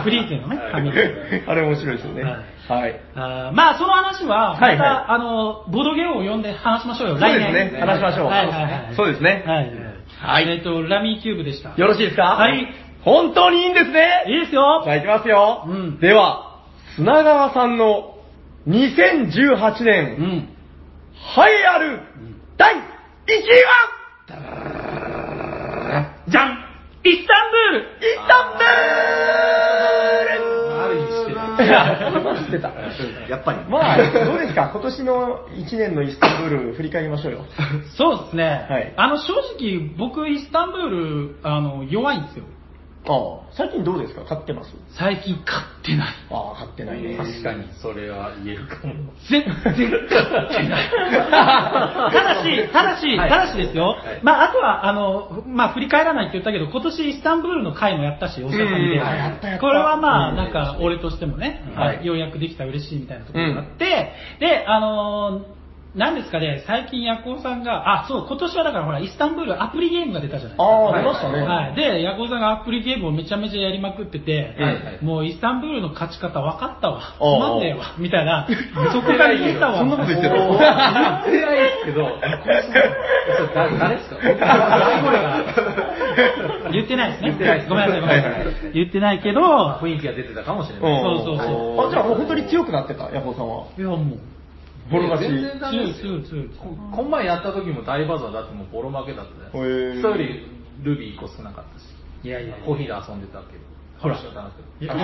Speaker 1: リーズのね、ファミリア。
Speaker 2: あれ面白いですよね。はい。
Speaker 1: あーまあ、その話は、また、
Speaker 2: はいはい
Speaker 1: あの、ボードゲームを読んで話しましょうよ。
Speaker 2: そう
Speaker 1: 来
Speaker 2: で
Speaker 1: 年。
Speaker 2: すね。話しましょう。
Speaker 1: はいはいはい。
Speaker 2: そうですね。
Speaker 1: はい。
Speaker 2: はい
Speaker 1: えっ、と、ラミーキューブでした。
Speaker 2: よろしいですか
Speaker 1: はい。
Speaker 2: 本当にいいんですね
Speaker 1: いいですよ
Speaker 2: じゃあ行きますよ。
Speaker 1: うん
Speaker 2: では、砂川さんの2018
Speaker 1: う
Speaker 2: 年、
Speaker 1: ん。
Speaker 2: 栄えある第1位は
Speaker 1: じゃんイスタンブール
Speaker 2: イスタンブ
Speaker 3: ある意味してる。
Speaker 2: ール知ってた。
Speaker 4: やっぱり。
Speaker 2: まあ、どうですか今年の1年のイスタンブール振り返りましょう よ。
Speaker 1: そうですね。
Speaker 2: はい
Speaker 1: あの、正直、僕、イスタンブール、あの、弱いんですよ。
Speaker 2: ああ、最近どうですか買ってます
Speaker 1: 最近買ってない。
Speaker 2: ああ、買ってないね。
Speaker 3: 確かに、それは 言えるかも。
Speaker 1: 全然買 ってない。ただし、ただし、
Speaker 3: はい
Speaker 1: ただしですよ。
Speaker 3: はい
Speaker 1: まあ、あとは、あの、まあ、振り返らないって言ったけど、今年イスタンブールの会もやったし、大阪に
Speaker 2: うん
Speaker 1: で
Speaker 2: あやったやっ。た
Speaker 1: これはまあ、
Speaker 2: うん
Speaker 1: なんか、俺としてもね、
Speaker 2: はい
Speaker 1: はいようやくできた嬉しいみたいなところがあって、で、あのー、なんですかね、最近、ヤコウさんが、あ、そう、今年はだからほら、イスタンブールアプリゲームが出たじゃないですか。
Speaker 2: ああ、出ましたね。
Speaker 1: はい、で、ヤコウさんがアプリゲームをめちゃめちゃやりまくってて、
Speaker 2: はい
Speaker 3: はい
Speaker 1: もうイスタンブールの勝ち方分かったわ、つ
Speaker 2: おうおう
Speaker 1: まんねえわ、みたい な、そこから言えたわ。
Speaker 2: そんなこと言ってた
Speaker 1: おう
Speaker 3: 言ってないですけ ど、それ誰誰ですか
Speaker 1: 言ってないですね。
Speaker 3: 言ってないです
Speaker 1: ごめんなさい、ごめんな
Speaker 2: は
Speaker 1: さ
Speaker 2: いはい
Speaker 1: い。言ってないけど、
Speaker 3: 雰囲気が出てたかもしれ
Speaker 2: う
Speaker 3: ない。
Speaker 2: ん
Speaker 1: そうそう
Speaker 3: そう
Speaker 2: あ、じゃあもう本当に強くなってた、ヤコウさんは。
Speaker 1: いやもう、
Speaker 2: ボロ勝ち。
Speaker 3: 全然ダメです
Speaker 1: 強
Speaker 3: よ
Speaker 1: い強い強い
Speaker 3: ここん前やった時も大バザーだってもうボロ負けだったじゃないですか
Speaker 2: へー
Speaker 3: それよりルビー1個少なかったし、
Speaker 1: いやいや、
Speaker 3: コーヒーで遊んでたけど、
Speaker 1: ほら
Speaker 3: 楽しかったなって
Speaker 1: いや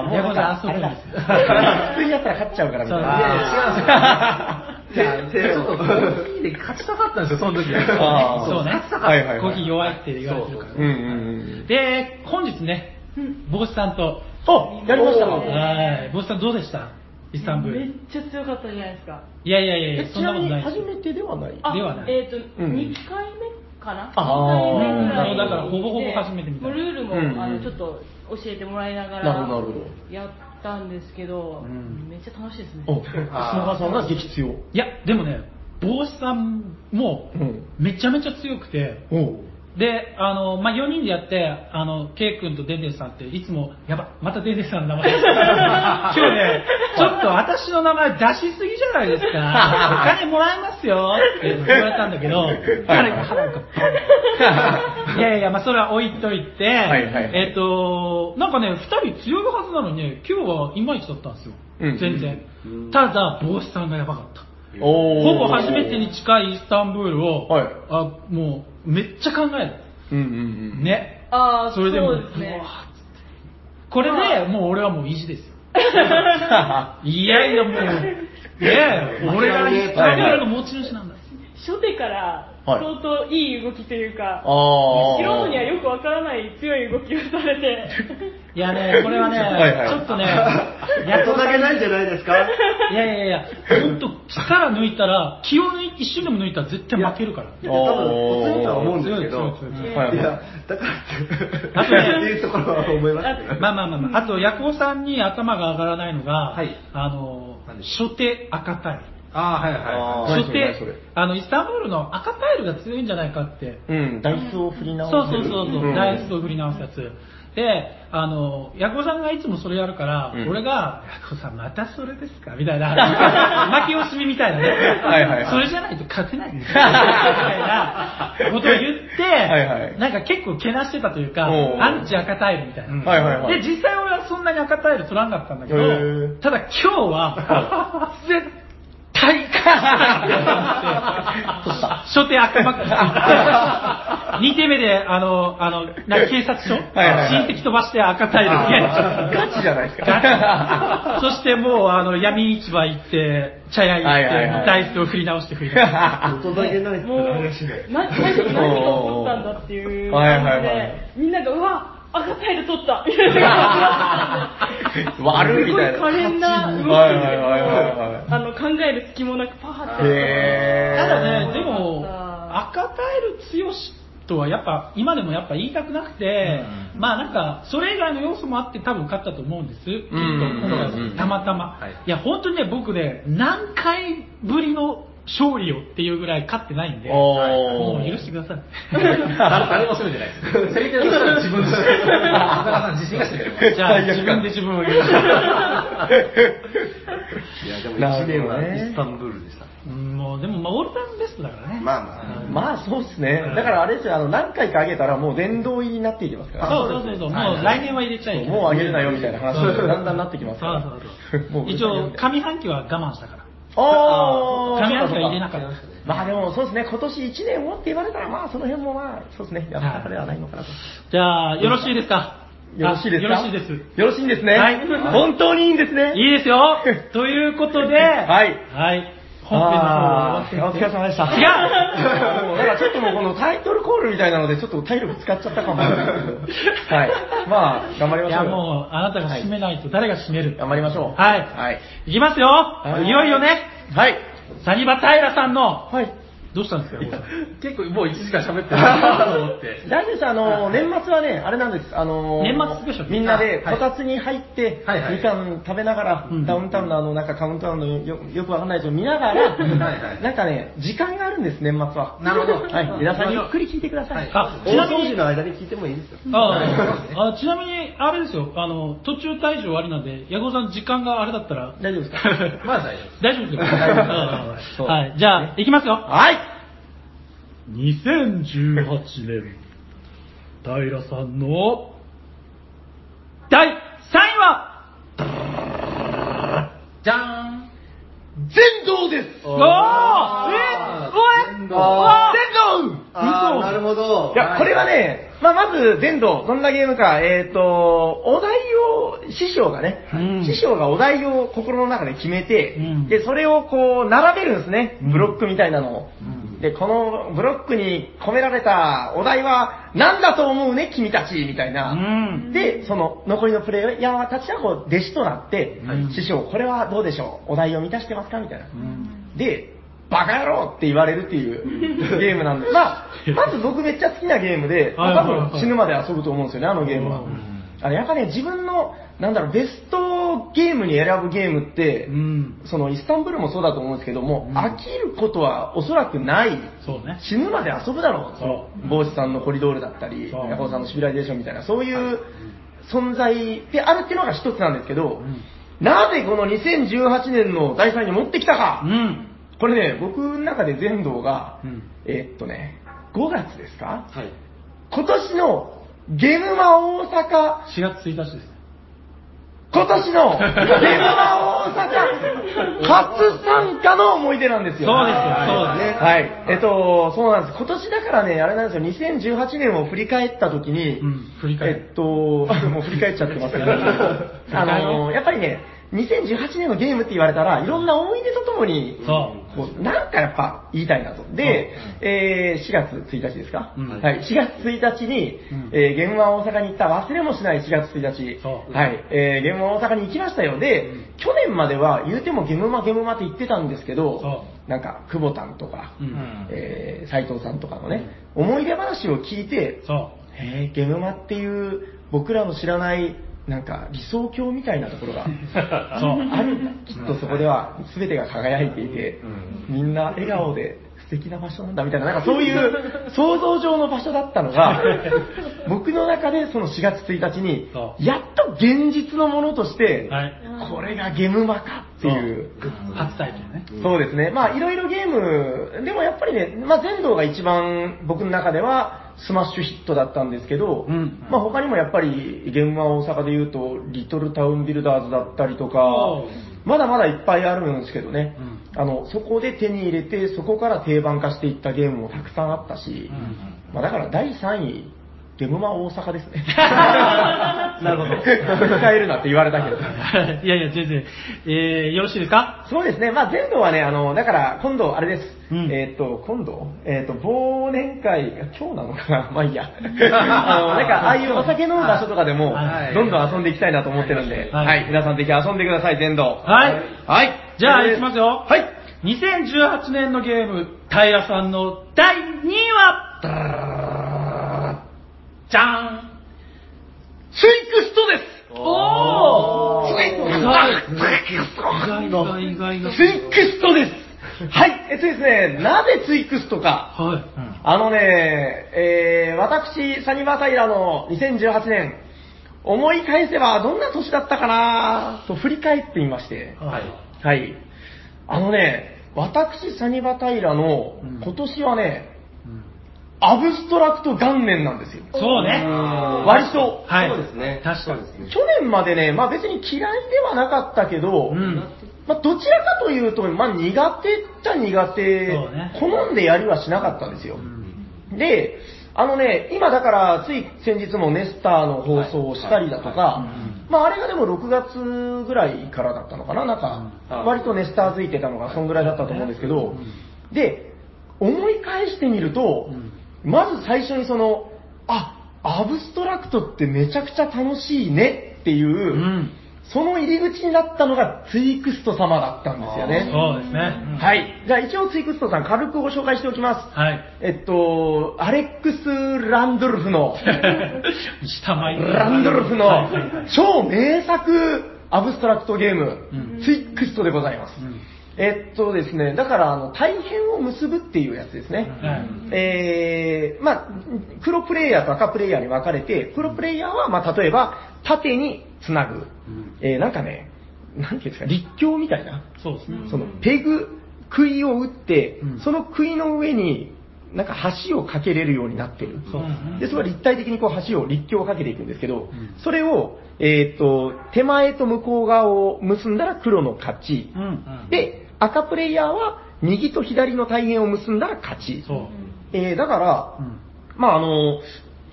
Speaker 2: あーもう
Speaker 1: ヤコウ
Speaker 2: なん
Speaker 1: さ
Speaker 2: か
Speaker 1: ん遊ぶんですよ。
Speaker 2: 普通にやったら勝っちゃうからみ
Speaker 1: そ
Speaker 2: た
Speaker 1: う
Speaker 2: い
Speaker 1: い
Speaker 2: な。
Speaker 3: あーいや違うんですよ。
Speaker 4: 手
Speaker 3: いや、ちょ
Speaker 4: を
Speaker 3: っ とコーヒーで勝ちたかったんですよ、その時は。
Speaker 2: あー
Speaker 1: そうね
Speaker 2: 勝ったからはいはいはい
Speaker 1: コーヒー弱いって言われてるから
Speaker 3: そ
Speaker 2: う
Speaker 3: う
Speaker 2: んうん
Speaker 1: で、本日ね、帽子さんと、
Speaker 2: うん。あ、やりましたか
Speaker 4: おー
Speaker 1: はい、帽子さんどうでしたイスタンブー
Speaker 5: めっ
Speaker 1: ル。
Speaker 5: ちゃ強かったじゃないですか。
Speaker 1: いやいやいや
Speaker 2: え、
Speaker 1: そ
Speaker 2: ち
Speaker 1: んな
Speaker 2: な
Speaker 1: こ
Speaker 2: み
Speaker 1: と
Speaker 2: に
Speaker 1: ないです
Speaker 2: 初
Speaker 1: よ。
Speaker 2: めてではない。
Speaker 5: あ
Speaker 1: ではない
Speaker 5: えっ、と、
Speaker 2: うん
Speaker 5: 2回目かな
Speaker 2: あー
Speaker 5: 二回目ぐらい
Speaker 1: うんだからほぼほぼ初めてみたいな
Speaker 5: でもうルールも、
Speaker 2: うんうん
Speaker 5: あのちょっと教えてもらいなが
Speaker 2: なるほどなるほ
Speaker 5: らやったんですけど、
Speaker 1: ん
Speaker 5: めっちゃ楽しいですね。
Speaker 2: お、砂川さんが激強。
Speaker 1: いや、でもね、帽子さんも
Speaker 2: うん
Speaker 1: めちゃめちゃ強くて、
Speaker 2: おう
Speaker 1: で、あの、まあ、4人でやって、あの、ケイ君とデンデンさんって、いつも、やば、またデンデンさんの名 前今日ね、ちょっと私の名前出しすぎじゃないですか。お金もらえますよって言われたんだけど、彼が腹がバ ン。いやいや、まあ、それは置いといて、
Speaker 2: はいはいはい
Speaker 1: えっ、と、なんかね、2人強いはずなのにね、今日はいまいちだったんですよ。
Speaker 2: うん
Speaker 1: 全然。ただ、帽子さんがやばかった。
Speaker 2: おー
Speaker 1: ほぼ初めてに近いイスタンブールを、
Speaker 2: はい
Speaker 1: あもうめっちゃ考え
Speaker 2: うんうんう
Speaker 1: る。
Speaker 2: ん。。
Speaker 1: ね。
Speaker 5: ああ、
Speaker 1: それでも
Speaker 5: そうです
Speaker 1: う
Speaker 5: ね
Speaker 1: わ。ーっつってこれでもう俺はもう意地 ですよ。いやいやもう、ねえ、俺がイスタンブールの持ち主なんだ。
Speaker 5: 初手から
Speaker 2: はい
Speaker 5: 相当いい動きというか、
Speaker 2: ああ。
Speaker 5: 素人にはよくわからない強い動きをされて、
Speaker 1: いやね、これはね、
Speaker 2: はいはい
Speaker 1: ちょっとね、
Speaker 4: やっとだけないんじゃ
Speaker 1: い
Speaker 4: ないですか
Speaker 1: いやいやいや、本当力抜いたら、気を抜い一瞬でも抜いたら絶対負けるから。
Speaker 4: 多分、強いとは思うんですけど、
Speaker 1: 強い強い強い
Speaker 5: うん
Speaker 2: はい
Speaker 4: い
Speaker 2: は
Speaker 4: や
Speaker 2: い、
Speaker 4: だか
Speaker 1: あ
Speaker 4: らっ
Speaker 1: とね
Speaker 4: ていうところは思いますね。
Speaker 1: まあまあまあまあ、あと、ヤコウさんに頭が上がらないのが、
Speaker 3: はい
Speaker 1: あの
Speaker 3: 何で、し
Speaker 1: 初手赤タイル。
Speaker 3: あーはいはい
Speaker 2: あ
Speaker 3: は
Speaker 2: ー何
Speaker 1: 初
Speaker 2: それ
Speaker 1: 手
Speaker 2: 何それ、
Speaker 1: あの、イスタンブールの赤タイルが強いんじゃないかって。
Speaker 2: うん、ダイスを振り
Speaker 1: そう
Speaker 2: 直す。
Speaker 1: そうそうそう、
Speaker 2: ん
Speaker 1: ダイスを振り直すやつ。で、あの、ヤコウさんがいつもそれやるから、
Speaker 2: うん
Speaker 1: 俺が、ヤコウさんまたそれですかみたいな、 負け惜しみみたいなね。
Speaker 2: はいはいはい
Speaker 1: それじゃないと勝て ないんですよ。みたいなことを言って、
Speaker 2: はいはい
Speaker 1: なんか結構けなしてたというか、
Speaker 2: おう
Speaker 1: アンチ赤タイルみたいな。
Speaker 3: うん
Speaker 2: はいはいは
Speaker 1: で、
Speaker 2: い。
Speaker 1: 実際俺はそんなに赤タイル取らんかったんだけど
Speaker 2: へー、
Speaker 1: ただ今日 は、絶対勝つって 思って、初手赤マックス。2手目で、あの、あの、な警察署、
Speaker 2: はいはいはい
Speaker 1: 親戚飛ばして赤タイル
Speaker 2: ガチじゃないですか
Speaker 1: ガチそしてもう、あの、闇市場行って、茶屋行
Speaker 2: はいはい
Speaker 1: っ
Speaker 2: はい
Speaker 1: て、ダイスを振り直して振り直して。
Speaker 4: ちょっとだけ ないって
Speaker 5: もう、
Speaker 4: 話しない。
Speaker 5: な最初に何が起こったんだっていう
Speaker 2: おーはい
Speaker 5: 感
Speaker 2: はい
Speaker 5: じ
Speaker 2: は
Speaker 5: で、みんなが、うわ、赤タイル取ったみ たいな。
Speaker 2: 悪いみたい
Speaker 5: すごい可
Speaker 2: な。
Speaker 5: 憐な動き
Speaker 2: はいはいはいはいはい
Speaker 5: あの、考える隙もなくパーって。
Speaker 2: へ
Speaker 1: た
Speaker 2: ー
Speaker 1: だね、で
Speaker 5: よ
Speaker 1: も、
Speaker 5: か
Speaker 1: 赤タイル強しとはやっぱ、今でもやっぱ言いたくなくて、まあなんか、それ以外の要素もあって多分勝ったと思うんです。きっと今回
Speaker 2: うんう
Speaker 1: は
Speaker 2: んうん
Speaker 1: たまたま。
Speaker 3: はい
Speaker 1: いや、本当にね、僕ね、何回ぶりの勝利をっていうぐらい勝ってないんで、も
Speaker 2: お
Speaker 1: う
Speaker 2: ー
Speaker 1: 許してください。
Speaker 3: い。誰誰も責めてないです。責めてるのは自分です。田中さん自信がしてる。
Speaker 1: じゃあ、自分で自分を言う。
Speaker 4: いや、でも
Speaker 2: なるほど
Speaker 4: 1
Speaker 2: ね
Speaker 4: 年はイスタンブールでした。
Speaker 1: うんもう、でも、まあ、オールタイムベストだからね。
Speaker 4: まあまあ。
Speaker 2: まあそうですね。だからあれですよ、あの、何回か上げたらもう殿堂入りになっていきますから。
Speaker 1: そうそうそうそう、もう来年は入れちゃいけない。
Speaker 2: もう上げるなよみたいな話にだんだんなってきますから。
Speaker 1: そうそうそ
Speaker 2: も
Speaker 1: う。
Speaker 2: う
Speaker 1: 一応、上半期は我慢したから。
Speaker 2: おー
Speaker 1: 上半期は入れなかった。
Speaker 2: まあでもそうですね、今年1年をって言われたら、まあその辺もまあ、そうですね、やったかではないのかなと。
Speaker 1: じゃあ、よろしいですか
Speaker 2: よろしいですか
Speaker 1: あよろしいです。
Speaker 2: よろしいんですね。
Speaker 1: はい
Speaker 2: 本当にいいんですね。
Speaker 1: いいですよということで、
Speaker 2: はい
Speaker 1: はい。本編の方を
Speaker 2: あ
Speaker 1: 終
Speaker 2: ー
Speaker 1: わ
Speaker 2: お
Speaker 1: っ
Speaker 2: 疲
Speaker 1: て
Speaker 2: れ様でした。
Speaker 1: 違う
Speaker 2: もうだからちょっともうこのタイトルコールみたいなので、ちょっと体力使っちゃったかも。はい。まあ、頑張りま
Speaker 1: い
Speaker 2: しょ
Speaker 1: や、
Speaker 2: うよ。
Speaker 1: もう、あなたが締めないと誰が締める
Speaker 2: 頑張りましょう。
Speaker 1: はい
Speaker 2: はい。
Speaker 1: いきますよ、
Speaker 2: い
Speaker 1: い、よいよね、
Speaker 2: はい。
Speaker 1: サニバタイラさんの、
Speaker 2: はい。
Speaker 1: どうしたんですか、郷さん
Speaker 3: 結構もう1時間喋ってるなと思って。
Speaker 2: 大丈夫です。あの、年末はね、あれなんです。あの、
Speaker 1: 年末スペシャル
Speaker 2: みんなで、
Speaker 3: あは
Speaker 2: こ
Speaker 3: い
Speaker 2: たつに入って、
Speaker 3: はいはい
Speaker 2: みかん食べながら
Speaker 1: うん、
Speaker 2: ダウンタウンのあの、なんかカウントダウンのよよくわかんないやつを見ながら、
Speaker 3: はいはい
Speaker 2: なんかね、時間があるんです、年末は。
Speaker 3: なるほど
Speaker 2: はい。皆さんゆっくり聞いてください。
Speaker 3: はい
Speaker 1: あ、
Speaker 4: 大
Speaker 1: ちなみ
Speaker 4: 掃除
Speaker 1: に、
Speaker 4: の間に聞いてもいいですよ。
Speaker 1: ああちなみに、あれですよ、あの、途中退場ありなんで、矢後さん時間があれだったら、
Speaker 2: 大丈夫ですか
Speaker 3: まだ大丈
Speaker 1: 大丈夫です
Speaker 3: 夫
Speaker 1: よ。
Speaker 2: そう
Speaker 1: はい、じゃあ、いきますよ。
Speaker 2: はい。
Speaker 1: 2018年、平さんの第3位は、
Speaker 3: じゃーん。
Speaker 2: 全道です
Speaker 1: おーえ
Speaker 3: あー
Speaker 1: おい
Speaker 3: 全
Speaker 1: お
Speaker 3: 道
Speaker 1: ー
Speaker 2: 全道
Speaker 4: あー、なるほど
Speaker 2: い。や、これはね、まあ、まず、全道、どんなゲームか、えっ、と、お題を、師匠がね、
Speaker 1: うん
Speaker 2: 師匠がお題を心の中で決めて、
Speaker 1: うん
Speaker 2: で、それをこう、並べるんですね、
Speaker 1: うん
Speaker 2: ブロックみたいなのを。で、このブロックに込められたお題は、なんだと思うね、君たち、みたいな。
Speaker 1: うん
Speaker 2: で、その残りのプレイヤーたちはこう弟子となって、
Speaker 1: うん
Speaker 2: 師匠、これはどうでしょうお題を満たしてますかみたいな。
Speaker 1: ん
Speaker 2: で、バカ野郎って言われるっ ていうゲームなんで、まあ、まず僕めっちゃ好きなゲームで、
Speaker 1: はいは
Speaker 2: 多
Speaker 1: いはい
Speaker 2: 分死ぬまで遊ぶと思うんですよね、あのゲームは。あれやっぱね、自分の、なんだろう、ベストゲームに選ぶゲームって、
Speaker 1: うん。
Speaker 2: そのイスタンブールもそうだと思うんですけども、
Speaker 1: うん
Speaker 2: 飽きることはおそらくない
Speaker 1: そうね。
Speaker 2: 死ぬまで遊ぶだろう、その帽子さんのコリドールだったり、
Speaker 1: そう
Speaker 2: ヤコウさんのシビライゼーションみたいな、そういう存在であるっていうのが一つなんですけど、なぜこの2018年の第3位に持ってきたか
Speaker 1: う、ん。
Speaker 2: これね、僕の中で全道が、
Speaker 1: うん
Speaker 2: えーっとね、5月ですか、
Speaker 4: はい。
Speaker 2: 今年のゲムマ大阪
Speaker 1: 4月1日です。
Speaker 2: 今年のゲーム マ大阪初参加の思い出なんですよ。
Speaker 1: そうですよそうです
Speaker 2: ね。はい。えっと、そうなんです。今年だからね、あれなんですよ、2018年を振り返った時に、
Speaker 1: うん振り返る
Speaker 2: えっと、もう振り返っちゃってますけど、あの、やっぱりね、 2018年のゲームって言われたら、いろんな思い出とともに、
Speaker 1: そう。
Speaker 2: こうなんかやっぱ言いたいなと。で、えー4月1日ですか、
Speaker 1: うん
Speaker 2: はい、4月1日に、
Speaker 1: うん
Speaker 2: えー現場大阪に行った忘れもしない4月1日、
Speaker 1: そう
Speaker 2: はい、えー現場大阪に行きましたよ。で、去年までは言うてもゲムマゲムマって言ってたんですけど
Speaker 1: そ、
Speaker 2: なんか、久保田んとか、
Speaker 1: う
Speaker 2: 斎
Speaker 1: ん。
Speaker 2: えー斉藤さんとかのね、思い出話を聞いて、
Speaker 1: そ
Speaker 2: へーゲムマっていう僕らの知らないなんか理想郷みたいなところが
Speaker 1: そう
Speaker 2: あるんだきっとそこでは全てが輝いていてみんな笑顔で素敵な場所なんだみたいななんかそういう想像上の場所だったのが 僕の中でその4月1日に
Speaker 1: そ
Speaker 2: やっと現実のものとして、
Speaker 1: はい
Speaker 2: これがゲムマかっていう
Speaker 1: う。初体験ね。
Speaker 2: そうですね。まあ、いろいろゲーム、でもやっぱりね、まあ、全道が一番僕の中ではスマッシュヒットだったんですけど、
Speaker 1: うん
Speaker 2: まあ、他にもやっぱり、現場大阪で言うと、リトルタウンビルダーズだったりとか
Speaker 1: おう、
Speaker 2: まだまだいっぱいあるんですけどね、あの、そこで手に入れて、そこから定番化していったゲームもたくさんあったし、まあ、だから第3位、ゲムマ大阪ですね。 なるほど。 使えるなって言われたけど。
Speaker 1: いやいや、全然。えー、よろしいですか
Speaker 2: そうですね、まあ、全土はね、あのだから今度、あれです、
Speaker 1: うん
Speaker 2: えーっと今度、えーっと忘年会、今日なのかな、 まあい いや、あのなんかああいうお酒飲む場所とかでも
Speaker 1: は、い
Speaker 2: どんどん遊んでいきたいなと思ってるんで、
Speaker 1: はい
Speaker 2: はい、皆さん、ぜひ遊んでください、全土。
Speaker 1: はい
Speaker 2: はい、
Speaker 1: じゃあ、
Speaker 2: えー
Speaker 1: いきますよ。
Speaker 2: はい。
Speaker 1: 2018年のゲーム、平さんの第2位は、じゃーん
Speaker 2: ツイクストです
Speaker 1: お
Speaker 2: ツイクスト
Speaker 1: 意外が意外が。
Speaker 2: ツイクストですはい、えっとですね、なぜツイクストか。
Speaker 1: はい。
Speaker 2: あのね、えー、私、サニバータイラの2018年、思い返せばどんな年だったかなと振り返ってみまして、
Speaker 1: はい。
Speaker 2: はい。あのね、私、サニバタイラの
Speaker 1: うん
Speaker 2: 今年はね、アブストラクト元年なんですよ。
Speaker 1: そうね。
Speaker 2: 割と。
Speaker 1: はい。
Speaker 4: そうですね
Speaker 1: 確か
Speaker 4: そうですね
Speaker 2: 去年までね、まあ別に嫌いではなかったけど、
Speaker 1: うん。
Speaker 2: まあどちらかというと、まあ苦手っちゃ苦手、
Speaker 1: そうね
Speaker 2: 好んでやりはしなかったんですよ。で、あのね、今だから、つい先日もネスターの放送をしたりだとか、まああれがでも6月ぐらいからだったのかな、なんか、
Speaker 4: うん
Speaker 2: 割とネスター付いてたのがそんぐらいだったと思うんですけど、で、思い返してみると、まず最初にその、あ、アブストラクトってめちゃくちゃ楽しいねっていう、
Speaker 1: うん。
Speaker 2: その入り口になったのがツイクスト様だったんですよね。
Speaker 1: そうですね。
Speaker 2: はい。じゃあ一応ツイクストさん軽くご紹介しておきます。
Speaker 1: はい。
Speaker 2: えっと、アレックス・ランドルフ の、
Speaker 1: 下前に
Speaker 2: ランドルフの
Speaker 1: はい
Speaker 2: 超名作アブストラクトゲーム、
Speaker 1: う
Speaker 2: ツイクストでございます。
Speaker 1: ん
Speaker 2: えっとですね、だから、あの、大変を結ぶっていうやつですね。
Speaker 1: うん
Speaker 2: えー、まあ、黒プレイヤーと赤プレイヤーに分かれて、黒プレイヤーは、まあ、例えば、縦につなぐ。えー、なんかね、なんていうんですか、立教みたいな。
Speaker 1: そうですね。
Speaker 2: そのペグ、杭を打って、
Speaker 1: うん
Speaker 2: その杭の上に、なんか橋を架けれるようになってる。
Speaker 1: そうですね
Speaker 2: で、それは立体的にこう橋を、立橋を架けていくんですけど、
Speaker 1: ん
Speaker 2: それを、えっ、と、手前と向こう側を結んだら黒の勝ち。
Speaker 1: うんうん。
Speaker 2: で、赤プレイヤーは右と左の対面を結んだら勝ち。
Speaker 1: そう。
Speaker 2: えーだから、
Speaker 1: うん
Speaker 2: まああの、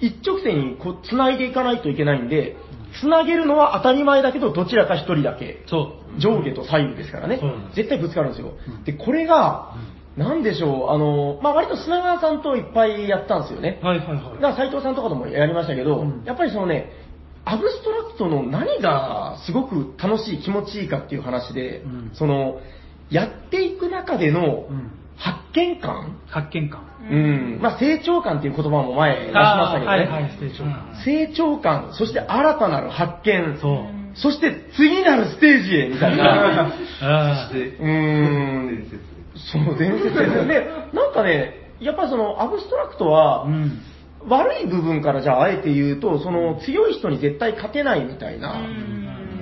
Speaker 2: 一直線にこう繋いでいかないといけないんで、繋げるのは当たり前だけど、どちらか一人だけ。
Speaker 1: そう。
Speaker 2: 上下と左右ですからね
Speaker 1: そうなんで、す
Speaker 2: 絶対ぶつかるんですよ
Speaker 1: う。ん
Speaker 2: で、これが、なんでしょう、あの、まあ、割と砂川さんといっぱいやったんですよね。
Speaker 1: はいはいはい。
Speaker 2: だから斉藤さんとかともやりましたけど、
Speaker 1: うん
Speaker 2: やっぱりそのね、アブストラクトの何がすごく楽しい、気持ちいいかっていう話で、
Speaker 1: うん
Speaker 2: その、やっていく中での
Speaker 1: うん
Speaker 2: 発見感、
Speaker 1: 発見感。
Speaker 2: うん、まあ、成長感っていう言葉も前出しましたけどね。
Speaker 1: はいはい、成長感。
Speaker 2: 成長感、そして新たなる発見、
Speaker 1: そう。
Speaker 2: そして次なるステージへみた いな。
Speaker 1: あ
Speaker 4: で
Speaker 2: うーん。そう、伝説ですよね。なんかね、やっぱりそのアブストラクトは、
Speaker 1: あ。うん。
Speaker 2: 悪い部分からじゃああえて言うと、その強い人に絶対勝てないみたいな、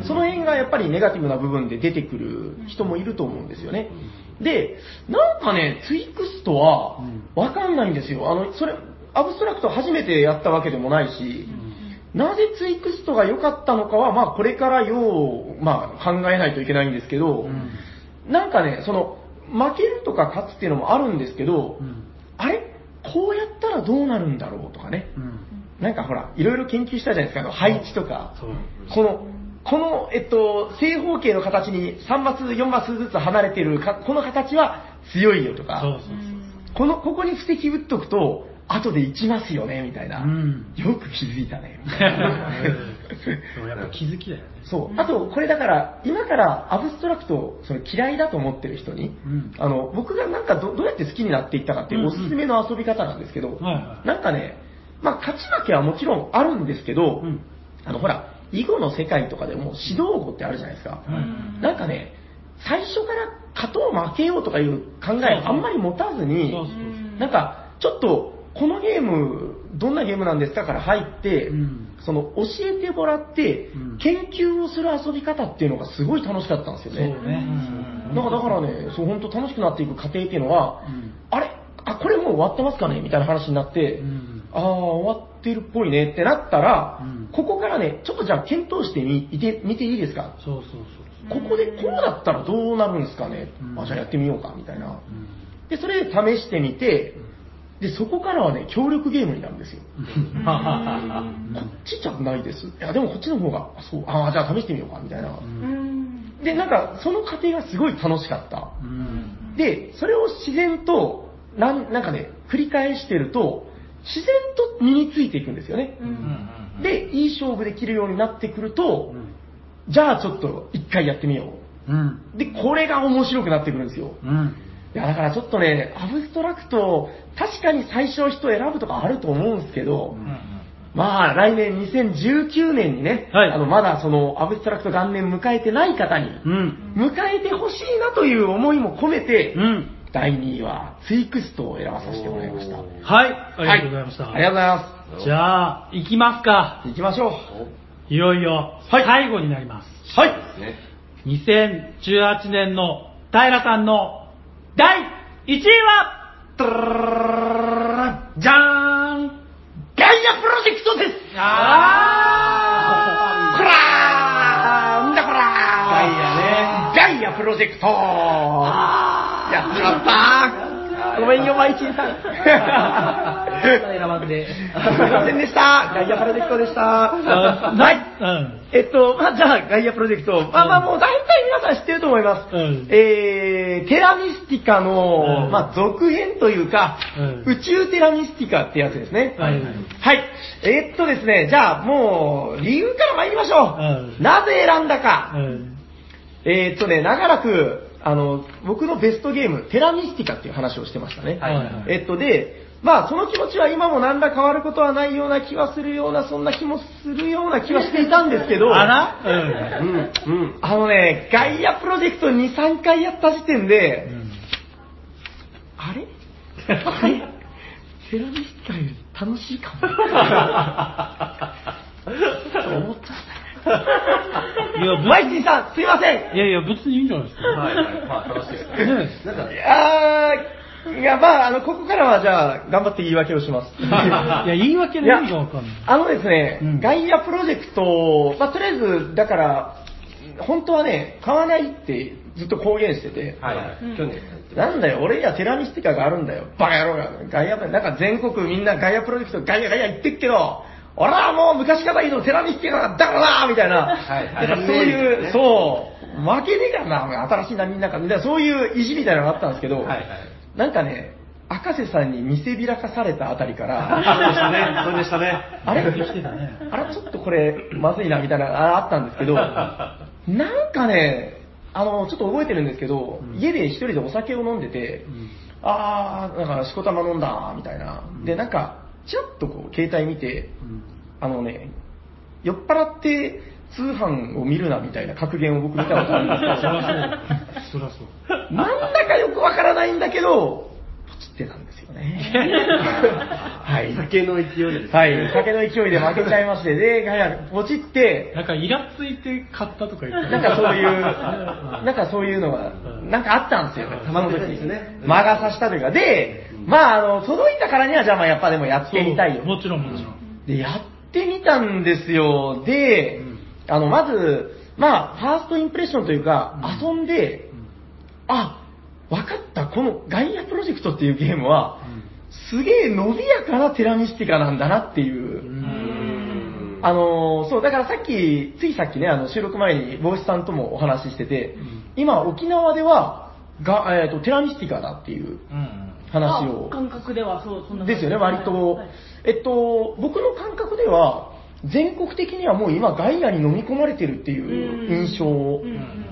Speaker 2: その辺がやっぱりネガティブな部分で出てくる人もいると思うんですよね。で、なんかね、ツイクストは
Speaker 1: うん
Speaker 2: わかんないんですよ。あの、それ、アブストラクト初めてやったわけでもないし、なぜツイクストが良かったのかは、まあこれからよう、まあ考えないといけないんですけど、
Speaker 1: うん
Speaker 2: なんかね、その、負けるとか勝つっていうのもあるんですけど、
Speaker 1: うん。
Speaker 2: あれこうやったらどうなるんだろうとかね。
Speaker 1: うん。
Speaker 2: なんかほら、いろいろ研究したじゃないですか、あの配置とか
Speaker 1: そう。
Speaker 2: この、この、えっと、正方形の形に3マス、4マスずつ離れてるか、この形は強いよとか、
Speaker 1: そうそう
Speaker 2: この、ここに布石打っとくと、後で生きますよね、みたいな。
Speaker 1: うん
Speaker 2: よく気づいたね、みたいな。
Speaker 1: そう。でもやっぱ気づきだよね。
Speaker 2: そう。あと、これだから、今からアブストラクトをその嫌いだと思ってる人に、
Speaker 1: うん
Speaker 2: あの、僕がなんかどどうやって好きになっていったかっていううんお
Speaker 1: うん
Speaker 2: すすめの遊び方なんですけど、
Speaker 1: はいはい
Speaker 2: なんかね、まあ、勝ち負けはもちろんあるんですけど、
Speaker 1: うん
Speaker 2: あの、ほら、囲碁の世界とかでも指導碁ってあるじゃないですか。
Speaker 1: うん
Speaker 2: なんかね、最初から勝とう負けようとかいう
Speaker 1: そ
Speaker 2: 考
Speaker 1: う
Speaker 2: え
Speaker 1: そう
Speaker 2: をあんまり持たずに、
Speaker 1: そうそう
Speaker 2: なんか、ちょっと、このゲーム、どんなゲームなんですかから入って、
Speaker 1: うん
Speaker 2: その、教えてもらって、
Speaker 1: うん
Speaker 2: 研究をする遊び方っていうのがすごい楽しかったんですよ
Speaker 1: そう
Speaker 2: ね。
Speaker 1: ね。
Speaker 2: なんかだからね、そう、本当楽しくなっていく過程っていうのは、
Speaker 1: うん
Speaker 2: あれあ、これもう終わってますかねみたいな話になって、
Speaker 1: うん
Speaker 2: ああ、終わってるっぽいねってなったら、
Speaker 1: うん
Speaker 2: ここからね、ちょっとじゃあ検討してみいてみていいですか
Speaker 1: そうそうそうそう。
Speaker 2: ここでこうだったらどうなるんですかね、
Speaker 1: うん
Speaker 2: あじゃあやってみようかみたいな、
Speaker 1: うん
Speaker 2: でそれ試してみてでそこからはね協力ゲームになるんですよ、こっちじゃないですいやでもこっちの方があそうあじゃあ試してみようかみたいな、
Speaker 1: うん
Speaker 5: うん
Speaker 2: でなんかその過程がすごい楽しかった、
Speaker 1: うん
Speaker 2: でそれを自然となんなんかね繰り返してると自然と身についていくんですよね
Speaker 5: う、ん
Speaker 2: でいい勝負できるようになってくると、
Speaker 1: うん
Speaker 2: じゃあちょっと一回やってみよう
Speaker 1: うん
Speaker 2: で、これが面白くなってくるんですよ。
Speaker 1: うん
Speaker 2: いや、だからちょっとね、アブストラクト、確かに最初の人を選ぶとかあると思うんですけど、まあ、来年2019年にね、
Speaker 1: はい
Speaker 2: あの、まだその、アブストラクト元年迎えてない方
Speaker 1: う
Speaker 2: に、
Speaker 1: ん
Speaker 2: 迎えてほしいなという思いも込めて、
Speaker 1: うん
Speaker 2: 第2位は、ツイクストを選ばさせてもらいました。
Speaker 1: はいありがとうございました、
Speaker 2: はありがとうございま
Speaker 1: じゃあ行きますか
Speaker 2: す。行きましょう。
Speaker 1: いよいよ最後になります、
Speaker 2: はい。
Speaker 1: 2018年の平さんの第1位はトゥルルルルルルじゃーん
Speaker 2: ガイアプロジェクトです
Speaker 1: あ
Speaker 2: こらーんだこらーガイアね。ガイアプロジェクトやっちまったーごめんよ、マイチンさ ん。
Speaker 3: 選ばんで。
Speaker 2: すいませんでした。ガイアプロジェクトでした。
Speaker 1: あ
Speaker 2: はい。
Speaker 1: うん
Speaker 2: えっと、まあ、じゃあ、ガイアプロジェクト。まあまあ、もう大体皆さん知ってると思います。
Speaker 1: うん
Speaker 2: えー、テラミスティカの、
Speaker 1: うん
Speaker 2: まあ、続編というか、
Speaker 1: うん
Speaker 2: 宇宙テラミスティカってやつですね。
Speaker 1: はいはい
Speaker 2: はい。えーっとですね、じゃあ、もう、理由から参りましょう。
Speaker 1: うん
Speaker 2: なぜ選んだか。
Speaker 1: うん
Speaker 2: えーっとね、長らく、あの、僕のベストゲーム、テラミスティカっていう話をしてましたね。
Speaker 1: はいはい
Speaker 2: えっと、で、まあ、その気持ちは今も何ら変わることはないような気はするような、そんな気もするような気はしていたんですけど、
Speaker 1: あら
Speaker 2: うん、うん。あのね、ガイアプロジェクト2、3回やった時点で、
Speaker 1: うん
Speaker 2: あれあれセラミスティカより楽しいかも。と思っち
Speaker 1: いや
Speaker 2: ゃった。
Speaker 1: ぶ
Speaker 2: マイチンさん、すいません
Speaker 1: いやいや別にいいんじゃないですか
Speaker 4: はいはい、まあ楽しいですね。
Speaker 1: ね
Speaker 4: なんか
Speaker 2: い、やーいや、まあ、あの、ここからはじゃあ、頑張って言い訳をします。
Speaker 1: いや言い訳の意味がわかんない
Speaker 2: あのですね、
Speaker 1: うん
Speaker 2: ガイアプロジェクト、まあ、とりあえず、だから、本当はね、買わないってずっと公言してて、
Speaker 4: はいはい、去年やってま
Speaker 2: なんだよ、俺にはテラミスティカがあるんだよ。バカ野郎が。ガイア、なんか全国みんなガイアプロジェクトガイアガイア言ってっけど、俺はもう昔からいいのテラミスティカだからなみたいな。
Speaker 4: はいはい
Speaker 2: なんかそういう、そう、負けねえからな、お前新しい波の中みたいな、そういう意地みたいなのがあったんですけど、
Speaker 4: はいはい
Speaker 2: なんかね、赤瀬さんに見せびらかされたあたりか
Speaker 4: す。そうで
Speaker 2: ら、
Speaker 4: したね、そうでしたね。
Speaker 2: あれ
Speaker 1: 生きてたね
Speaker 2: あれちょっとこれ、まずいなみたいなのがあったんですけ ど、なんかね、あの、ちょっと覚えてるんですけど、家で一人でお酒を飲んでて、
Speaker 1: ん
Speaker 2: あー、なんかしこたま飲んだ、みたいな。で、なんか、ちらっとこう、携帯見て、
Speaker 1: うん
Speaker 2: あのね、酔っ払って通販を見るな、みたいな格言を僕見たことあるん
Speaker 1: そり
Speaker 2: で
Speaker 1: ゃ
Speaker 2: すけど、
Speaker 1: そうそりゃそう
Speaker 2: なんだかよくわからないんだけど、ポチってたんですよね。 はい。
Speaker 4: 酒の勢いでですね。
Speaker 2: はい、酒の勢いで負けちゃいまして、で、ガヤ、ポチって、
Speaker 1: なんかイラついて買ったとか言って
Speaker 2: なんかそういう、
Speaker 1: うん
Speaker 2: なんかそういうのが、なんかあったんですよ、
Speaker 4: 溜まってたんですね
Speaker 2: 魔が差したというか、で、まあ、あの、届いたからには、じゃあまあやっぱでもやってみたい
Speaker 1: そうも
Speaker 2: よ。
Speaker 1: ちろんもちろん。
Speaker 2: で、やってみたんですよ。で
Speaker 1: うん、
Speaker 2: あの、まず、まあ、ファーストインプレッションというか、
Speaker 1: う
Speaker 2: 遊んで、あ、わかった、このガイアプロジェクトっていうゲームは、すげえ伸びやかなテラミスティカなんだなっていう。
Speaker 1: うん
Speaker 2: ああのーそう、だからさっき、ついさっきね、あの、収録前に帽子さんともお話ししてて、今、沖縄では、が、えっ、と、テラミスティカだっていう
Speaker 1: うん。
Speaker 2: 話を
Speaker 5: あ。感覚ではそうそんな感じ
Speaker 2: ですよね、割と
Speaker 5: はい。
Speaker 2: えっと、僕の感覚では、全国的にはもう今、ガイアに飲み込まれてるっていう印象
Speaker 5: うんうんうん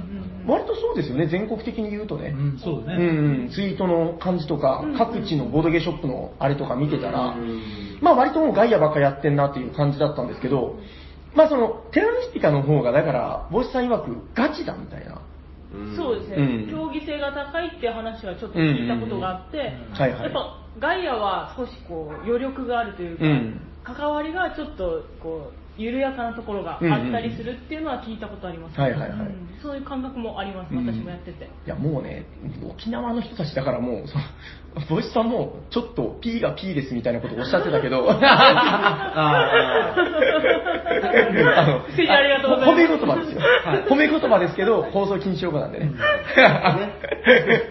Speaker 2: 割とそうですよね、全国的に言うとね。
Speaker 1: うん、そう
Speaker 2: う
Speaker 1: だ
Speaker 2: ん
Speaker 1: ね。
Speaker 2: うん、ツイートの感じとか
Speaker 5: うん、
Speaker 2: 各地のボードゲーショップのあれとか見てたら、まあ割ともうガイアばっかやってんなっていう感じだったんですけど、まあその、テラミスティカの方が、だから、帽子さん曰くガチだみたいな。
Speaker 5: うんそうですね、
Speaker 2: うん
Speaker 5: 競技性が高いっていう話はちょっと聞いたことがあって、
Speaker 1: うん
Speaker 2: はいは
Speaker 5: やっ
Speaker 2: い。
Speaker 5: ぱガイアは少しこう余力があるというか、
Speaker 2: うん
Speaker 5: 関わりがちょっとこう緩やかなところがあったりするっていうのは聞いたことあります、
Speaker 2: はいはいはい
Speaker 5: うんそういう感覚もあります、
Speaker 2: うん
Speaker 5: 私もやってて。
Speaker 2: いやもうね、沖縄の人たちだからもう、その帽子さんもちょっと P が P ですみたいなことをおっしゃってたけど、
Speaker 4: あー
Speaker 2: あ
Speaker 5: 素敵ありがとうございます
Speaker 2: 褒め言葉ですよ。褒め言葉ですけど、放送禁止用語なんでね。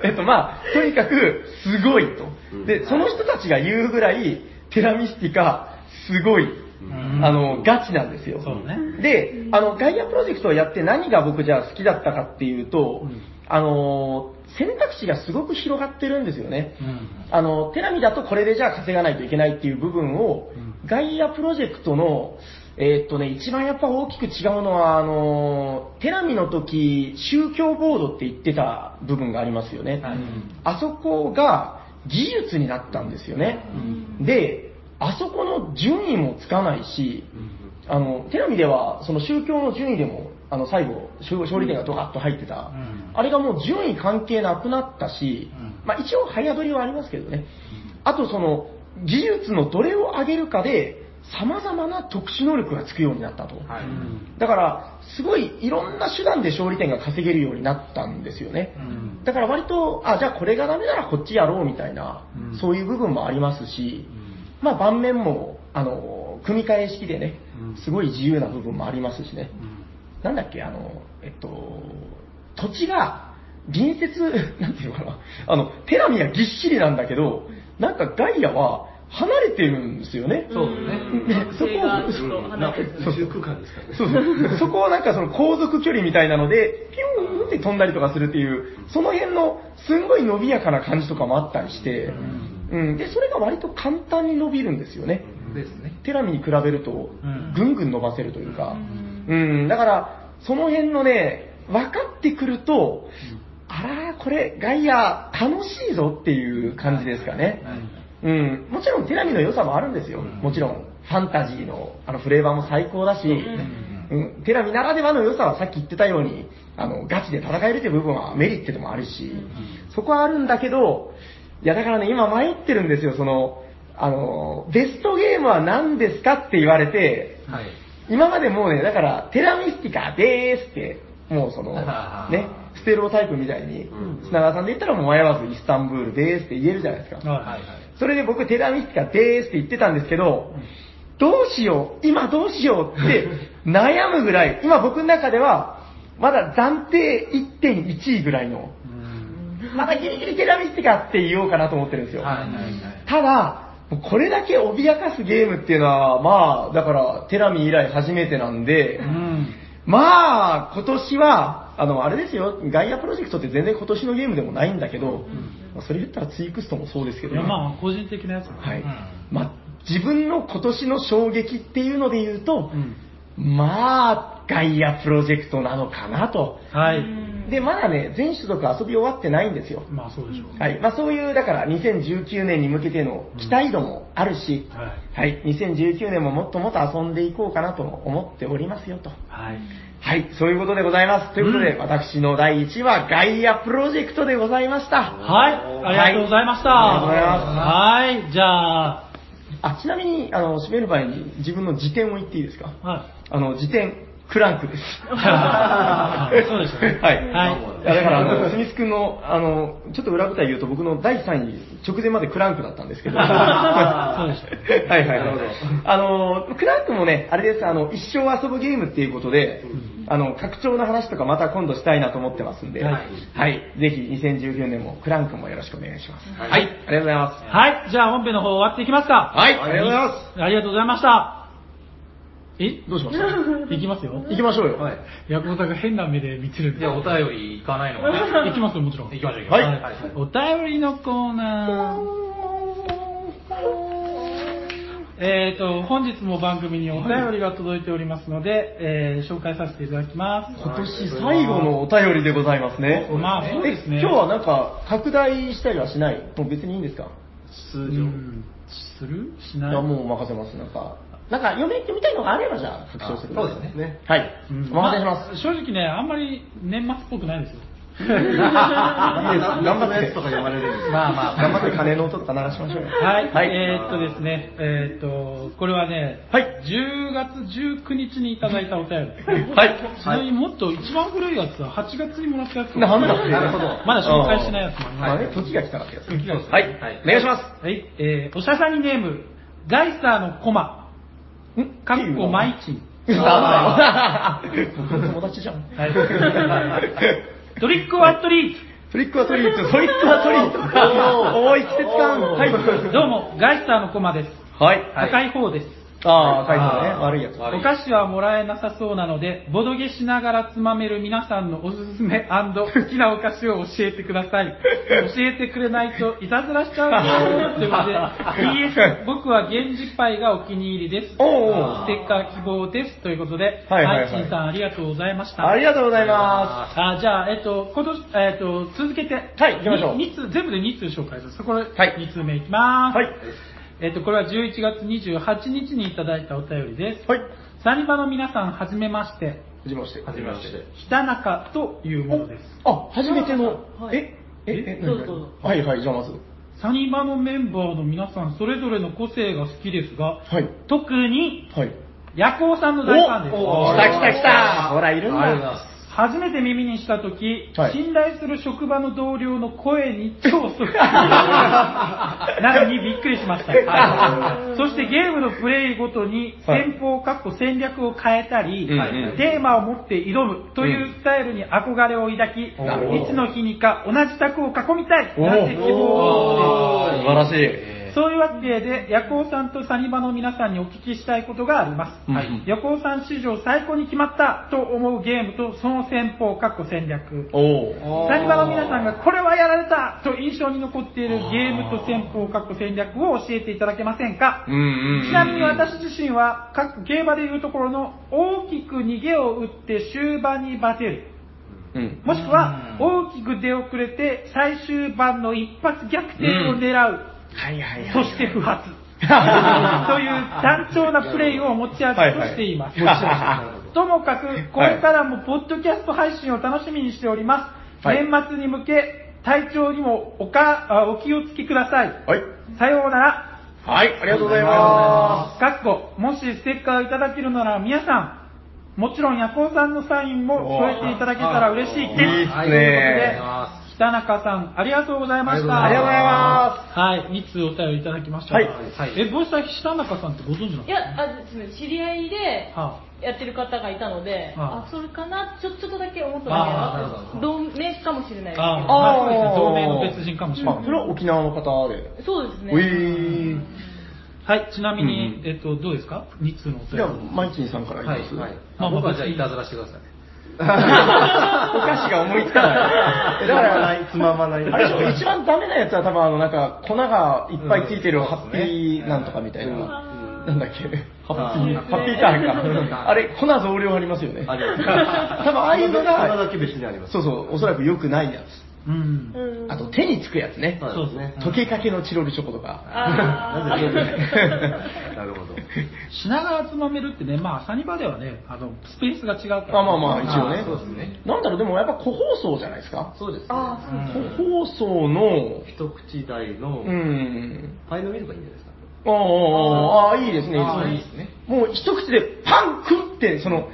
Speaker 2: えっと、まあ、とにかく、すごいと
Speaker 4: うん。
Speaker 2: で、その人たちが言うぐらい、テラミスティカ、すごい、
Speaker 1: ん
Speaker 2: あの、ガチなんですよ。
Speaker 1: そうね
Speaker 2: で、あの、ガイアプロジェクトをやって何が僕じゃあ好きだったかっていうと、
Speaker 1: うん
Speaker 2: あの、選択肢がすごく広がってるんですよね。
Speaker 1: うん。
Speaker 2: あの、テラミだとこれでじゃあ稼がないといけないっていう部分を、
Speaker 1: う
Speaker 2: ガイアプロジェクトの、えーっとね、一番やっぱ大きく違うのは、あの、テラミの時、宗教ボードって言ってた部分がありますよね。
Speaker 1: はい
Speaker 2: あそこが技術になったんですよね。
Speaker 5: うん
Speaker 2: で、あそこの順位もつかないし、あの、テラミでは、その宗教の順位でも、あの、最後、勝勝利点がドカッと入ってた、
Speaker 1: うん
Speaker 2: あれがもう順位関係なくなったし、
Speaker 1: うん
Speaker 2: まあ一応早取りはありますけどね。あとその、技術のどれを上げるかで、様々な特殊能力がつくようになったと。
Speaker 4: はい
Speaker 2: だから、すごいいろんな手段で勝利点が稼げるようになったんですよね。
Speaker 1: うん
Speaker 2: だから割と、あ、じゃあこれがダメならこっちやろうみたいな、
Speaker 1: うん
Speaker 2: そういう部分もありますし、まあ盤面も、あの、組み替え式でね
Speaker 1: うん、
Speaker 2: すごい自由な部分もありますしね。なんだっけ、あの、えっと、土地が、隣接、 なんていうのかな、あの、テラミがぎっしりなんだけど、なんかガイアは離れてるんですよね。
Speaker 1: そうだね
Speaker 2: ねそこ
Speaker 5: 手がちょっと離れてる
Speaker 4: 宇宙空間ですからね。
Speaker 2: そうそうそこをなんかその航続距離みたいなので、ピューンって飛んだりとかするっていう、その辺のすんごい伸びやかな感じとかもあったりして、うん、で、それが割と簡単に伸びるんですよね。
Speaker 3: ですね。
Speaker 2: テラミに比べると
Speaker 1: うん、
Speaker 2: ぐんぐん伸ばせるというか、
Speaker 5: う
Speaker 2: うん、だから、その辺のね、分かってくると、あらー、これ、ガイア、楽しいぞっていう感じですかね。うん、もちろん、テラミの良さもあるんですよ。もちろん、ファンタジーのあのフレーバーも最高だし、うん、テラミならではの良さはさっき言ってたように、あの、ガチで戦えるという部分はメリットでもあるし、そこはあるんだけど、いや、だからね、今迷ってるんですよ、その、あの、ベストゲームは何ですかって言われて、
Speaker 3: はい。
Speaker 2: 今までもうね、だから、テラミスティカでーすって、もうその、ね、ステレオタイプみたいに、砂川さんで言ったらもう迷わずイスタンブールでーすって言えるじゃないですか。
Speaker 1: はい
Speaker 2: それで僕、テラミスティカでーすって言ってたんですけど、どうしよう、今どうしようって悩むぐらい、今僕の中では、まだ暫定1.1位ぐらいの、まだギリギリテラミスティカって言おうかなと思ってるんですよ。
Speaker 3: はいはいはい。
Speaker 2: ただ、これだけ脅かすゲームっていうのは、まあ、だから、テラミ以来初めてなんで、
Speaker 1: うん。
Speaker 2: まあ、今年は、あの、あれですよ、ガイアプロジェクトって全然今年のゲームでもないんだけど、まあそれ言ったらツイクストもそうですけ
Speaker 1: い
Speaker 2: ど、
Speaker 1: や、まあ、個人的なやつも
Speaker 2: はい
Speaker 1: うん
Speaker 2: まあ、自分の今年の衝撃っていうので言うと、
Speaker 1: うん
Speaker 2: まあ、ガイアプロジェクトなのかなと。
Speaker 1: はい。
Speaker 5: ん
Speaker 2: で、まだね、全種族遊び終わってないんですよ。
Speaker 1: まあ、そうでしょう。
Speaker 2: はい。まあそういう、だから2019年に向けての期待度もあるし、
Speaker 1: はい。
Speaker 2: はい。2019年ももっともっと遊んでいこうかなと思っておりますよと。
Speaker 1: はい。
Speaker 2: はい。そういうことでございます。ということで、
Speaker 1: うん
Speaker 2: 私の第1話、ガイアプロジェクトでございました。
Speaker 1: はい。ありがとうございました。
Speaker 2: はい
Speaker 1: ありがとうございます。はい。じゃあ、
Speaker 2: あ、ちなみに、あの、締める前に自分の辞典を言っていいですか
Speaker 1: は
Speaker 2: あの、辞典、クランクです。
Speaker 1: い。そうでしたね。
Speaker 2: はい。
Speaker 1: はい
Speaker 2: いやだから、あの、スミス君の、あの、ちょっと裏舞台言うと、僕の第3位、直前までクランクだったんです けど。
Speaker 1: そうでし
Speaker 2: はいはい。なるほど。あの、クランクもね、あれです、あの、一生遊ぶゲームっていうことで、あの、拡張の話とかまた今度したいなと思ってますんで、
Speaker 1: は
Speaker 2: はいい。ぜひ2019年もクランクもよろしくお願いします。はい。ありがとうございます。
Speaker 1: はい。じゃあ、本編の方終わっていきますか。
Speaker 2: はい、ありがとうございます。
Speaker 1: ありがとうございました。え
Speaker 2: どうしまし た
Speaker 1: いきますよ。
Speaker 2: 行きましょうよ。はい。
Speaker 1: ヤクモさんが変な目で見てるんで。
Speaker 3: じゃあお便り行かないのか な
Speaker 1: 行きますよ、もちろん。
Speaker 3: 行きましょう行き
Speaker 2: ましょう
Speaker 1: はい。お便りのコーナー。えっ、と、本日も番組にお便りが届いておりますので、えー紹介させていただきます。
Speaker 2: 今年最後のお便りでございますね。
Speaker 1: まあそうですね
Speaker 2: え今日はなんか、拡大したりはしないもう別にいいんですか
Speaker 1: 通常。するし
Speaker 2: い
Speaker 1: ない
Speaker 2: や、もう任せます。なんか、なんか、読めってみたいのがあればじゃあ、拡張してください。
Speaker 3: あそうです
Speaker 2: ね。はい。
Speaker 1: う
Speaker 2: お
Speaker 1: ん
Speaker 2: 任せします。
Speaker 1: あ正直ね、あんまり年末っぽくないですよ。
Speaker 2: いいです頑張って。
Speaker 4: とか読まれるんです
Speaker 2: まあまあ、頑張って鐘の音とか鳴らしましょうよ。
Speaker 1: はい、
Speaker 2: はい。
Speaker 1: えーっとですね、えーっと、これはね、
Speaker 2: はい
Speaker 1: 10月19日にいただいたお便り。
Speaker 2: はい
Speaker 1: ちなみにもっと一番古いやつは8月にもらったやつ。
Speaker 2: なんだ
Speaker 1: なるほど。まだ紹介しないやつもあり
Speaker 2: まあ
Speaker 1: ます。
Speaker 2: ね、時が来たわけですね。
Speaker 3: 時が来た
Speaker 2: はい
Speaker 3: はい。
Speaker 2: お願いします。
Speaker 1: はい、えー、おしゃさにネーム、ガイスターのコマ、かっこマイチン。
Speaker 2: あ僕の友達じゃん。
Speaker 1: はい トリックオアトリート
Speaker 2: トリックはトリート、トリックはトリート。おーい、季節感。はい。
Speaker 1: どうも、ガイスターのコマです。
Speaker 2: はい。
Speaker 1: 赤い方です。
Speaker 2: ああ、書いてね。悪いやつ。
Speaker 3: 悪い
Speaker 1: お菓子はもらえなさそうなので、ボドゲしながらつまめる皆さんのおすすめ好きなお菓子を教えてください。教えてくれないといたずらしちゃ うよということで、PS、僕は源氏パイがお気に入りです。ステ
Speaker 2: おうおう
Speaker 1: ッカー希望です。ということで、
Speaker 2: はいはいはい
Speaker 1: マイチンさんありがとうございました。
Speaker 2: ありがとうございま
Speaker 1: あじゃあ、えっと、今年、えっと、続けて、
Speaker 2: はい行きましょう
Speaker 1: に二通、全部で2通紹介する。そこで、
Speaker 2: はい
Speaker 1: 2通目いきます。
Speaker 2: はい
Speaker 1: えっと、これは11月28日にいただいたお便りです。
Speaker 2: す。はい。
Speaker 1: サニバの皆さん、はじめまして、
Speaker 2: はじめまして。
Speaker 3: はじめまして。
Speaker 1: ひたなかというものです。
Speaker 2: あ、初めての。
Speaker 5: はい
Speaker 2: ええ、え、
Speaker 5: どうぞどうぞ
Speaker 2: 何はいはい、じゃあまず。
Speaker 1: サニバのメンバーの皆さん、それぞれの個性が好きですが、
Speaker 2: はい。
Speaker 1: 特に、
Speaker 2: はい。
Speaker 1: 夜行さんの大ファンです。
Speaker 2: お来た来た来たほら、いるん
Speaker 3: ありがとうござ
Speaker 2: だ。
Speaker 3: います
Speaker 1: 初めて耳にしたとき、
Speaker 2: はい
Speaker 1: 信頼する職場の同僚の声に超そっくり なのにびっくりしました。はいそしてゲームのプレイごとに
Speaker 2: はい
Speaker 1: 戦法、かっこ戦略を変えたり、
Speaker 2: うんうん
Speaker 1: テーマを持って挑むというスタイルに憧れを抱き、
Speaker 2: なるほど
Speaker 1: いつの日にか同じ卓を囲みたいなんて希望を持っています
Speaker 2: おー素晴らしい。
Speaker 1: そういうわけで、夜行さんとサニバの皆さんにお聞きしたいことがあります。
Speaker 2: うんはい
Speaker 1: 夜行さん史上最高に決まったと思うゲームとその戦法、かっこ戦略。
Speaker 2: おー。
Speaker 1: サニバの皆さんがこれはやられたと印象に残っているゲームと戦法、かっこ戦略を教えていただけませんか
Speaker 2: うんうんうん
Speaker 1: ちなみに私自身は、各競馬でいうところの大きく逃げを打って終盤にバテる。
Speaker 2: うん。
Speaker 1: もしくは、大きく出遅れて最終盤の一発逆転を狙う。
Speaker 2: はいはい
Speaker 1: そして不 発。という単調なプレイを持ち味としています。
Speaker 2: はいはい
Speaker 1: 持ち味ともかく、これからもポッドキャスト配信を楽しみにしております。
Speaker 2: はい
Speaker 1: 年末に向け、体調にもおかあお気をつけください。
Speaker 2: はい。
Speaker 1: さようなら。
Speaker 2: はい、ありがとうございま
Speaker 1: かっこ、もしステッカーをいただけるなら皆さん、もちろん夜行さんのサインも添えていただけたら嬉しい
Speaker 2: す。い
Speaker 1: で
Speaker 2: いっ
Speaker 1: す。
Speaker 2: す
Speaker 1: という
Speaker 2: ね。
Speaker 1: ことで北中さん、ありがとうございました。
Speaker 2: ありがとうございま
Speaker 1: はい、2通お便りいただきました。
Speaker 2: はい
Speaker 1: え、帽子さん、下中さんってご存知なん
Speaker 5: い
Speaker 1: です
Speaker 5: や、あですね、知り合いで
Speaker 1: は
Speaker 5: やってる方がいたので、
Speaker 1: あ
Speaker 5: あ、それかな、ちょちょっとだけ思った
Speaker 1: あなる
Speaker 5: だ
Speaker 1: ほ
Speaker 5: け同盟かもしれない
Speaker 1: あ
Speaker 5: で
Speaker 1: あ、
Speaker 5: す
Speaker 1: まあ、
Speaker 2: あー
Speaker 1: そうですね、同盟の別人かもしれない
Speaker 2: あ、。それは沖縄の方で。
Speaker 5: けど、そうですね。
Speaker 2: ういー
Speaker 1: はい、ちなみに
Speaker 2: う、ん
Speaker 1: えっと、どうですか ?2 通のお便り。
Speaker 2: じゃあ、マイチンさんからいきます。
Speaker 3: はいはい
Speaker 1: まあ
Speaker 3: 僕はじゃあいたずらしてください。
Speaker 2: お菓子が思いつかない。だから、
Speaker 4: つままない。
Speaker 2: あれでしょ、一番ダメなやつは多分あの、なんか、粉がいっぱいついてるハッピーなんとかみたいな。
Speaker 5: あー
Speaker 2: なんだっけハッピー、
Speaker 5: あー
Speaker 2: ハッピーターンか。あれ、粉増量ありますよね。
Speaker 4: あります
Speaker 2: 多分ああいうの
Speaker 4: それ
Speaker 2: が、
Speaker 4: だけ別にあります。
Speaker 2: そうそう、おそらく良くないやつ。
Speaker 1: うん。
Speaker 5: うん
Speaker 2: あと、手につくやつね。
Speaker 4: そうですね。
Speaker 2: 溶けかけのチロルチョコとか。
Speaker 5: あ
Speaker 4: なぜ
Speaker 5: ー
Speaker 4: なるほど。
Speaker 1: 品川つまめるってね、まあ、サニバではね、あの、スペースが違うから。
Speaker 2: まあまあまあ、一応ね。
Speaker 3: あーそうですね
Speaker 2: なんだろう、でもやっぱ個包装じゃないですか。
Speaker 4: そうですね。
Speaker 5: あー、そう
Speaker 2: 個包装の、
Speaker 4: 一口大
Speaker 2: う、
Speaker 4: の
Speaker 2: ん。
Speaker 4: パイの実とかいいんじゃないですか。
Speaker 2: ああ、ああ、いいですね。
Speaker 3: ああ
Speaker 2: その
Speaker 3: いいですね
Speaker 2: もう一口でパンクって、その、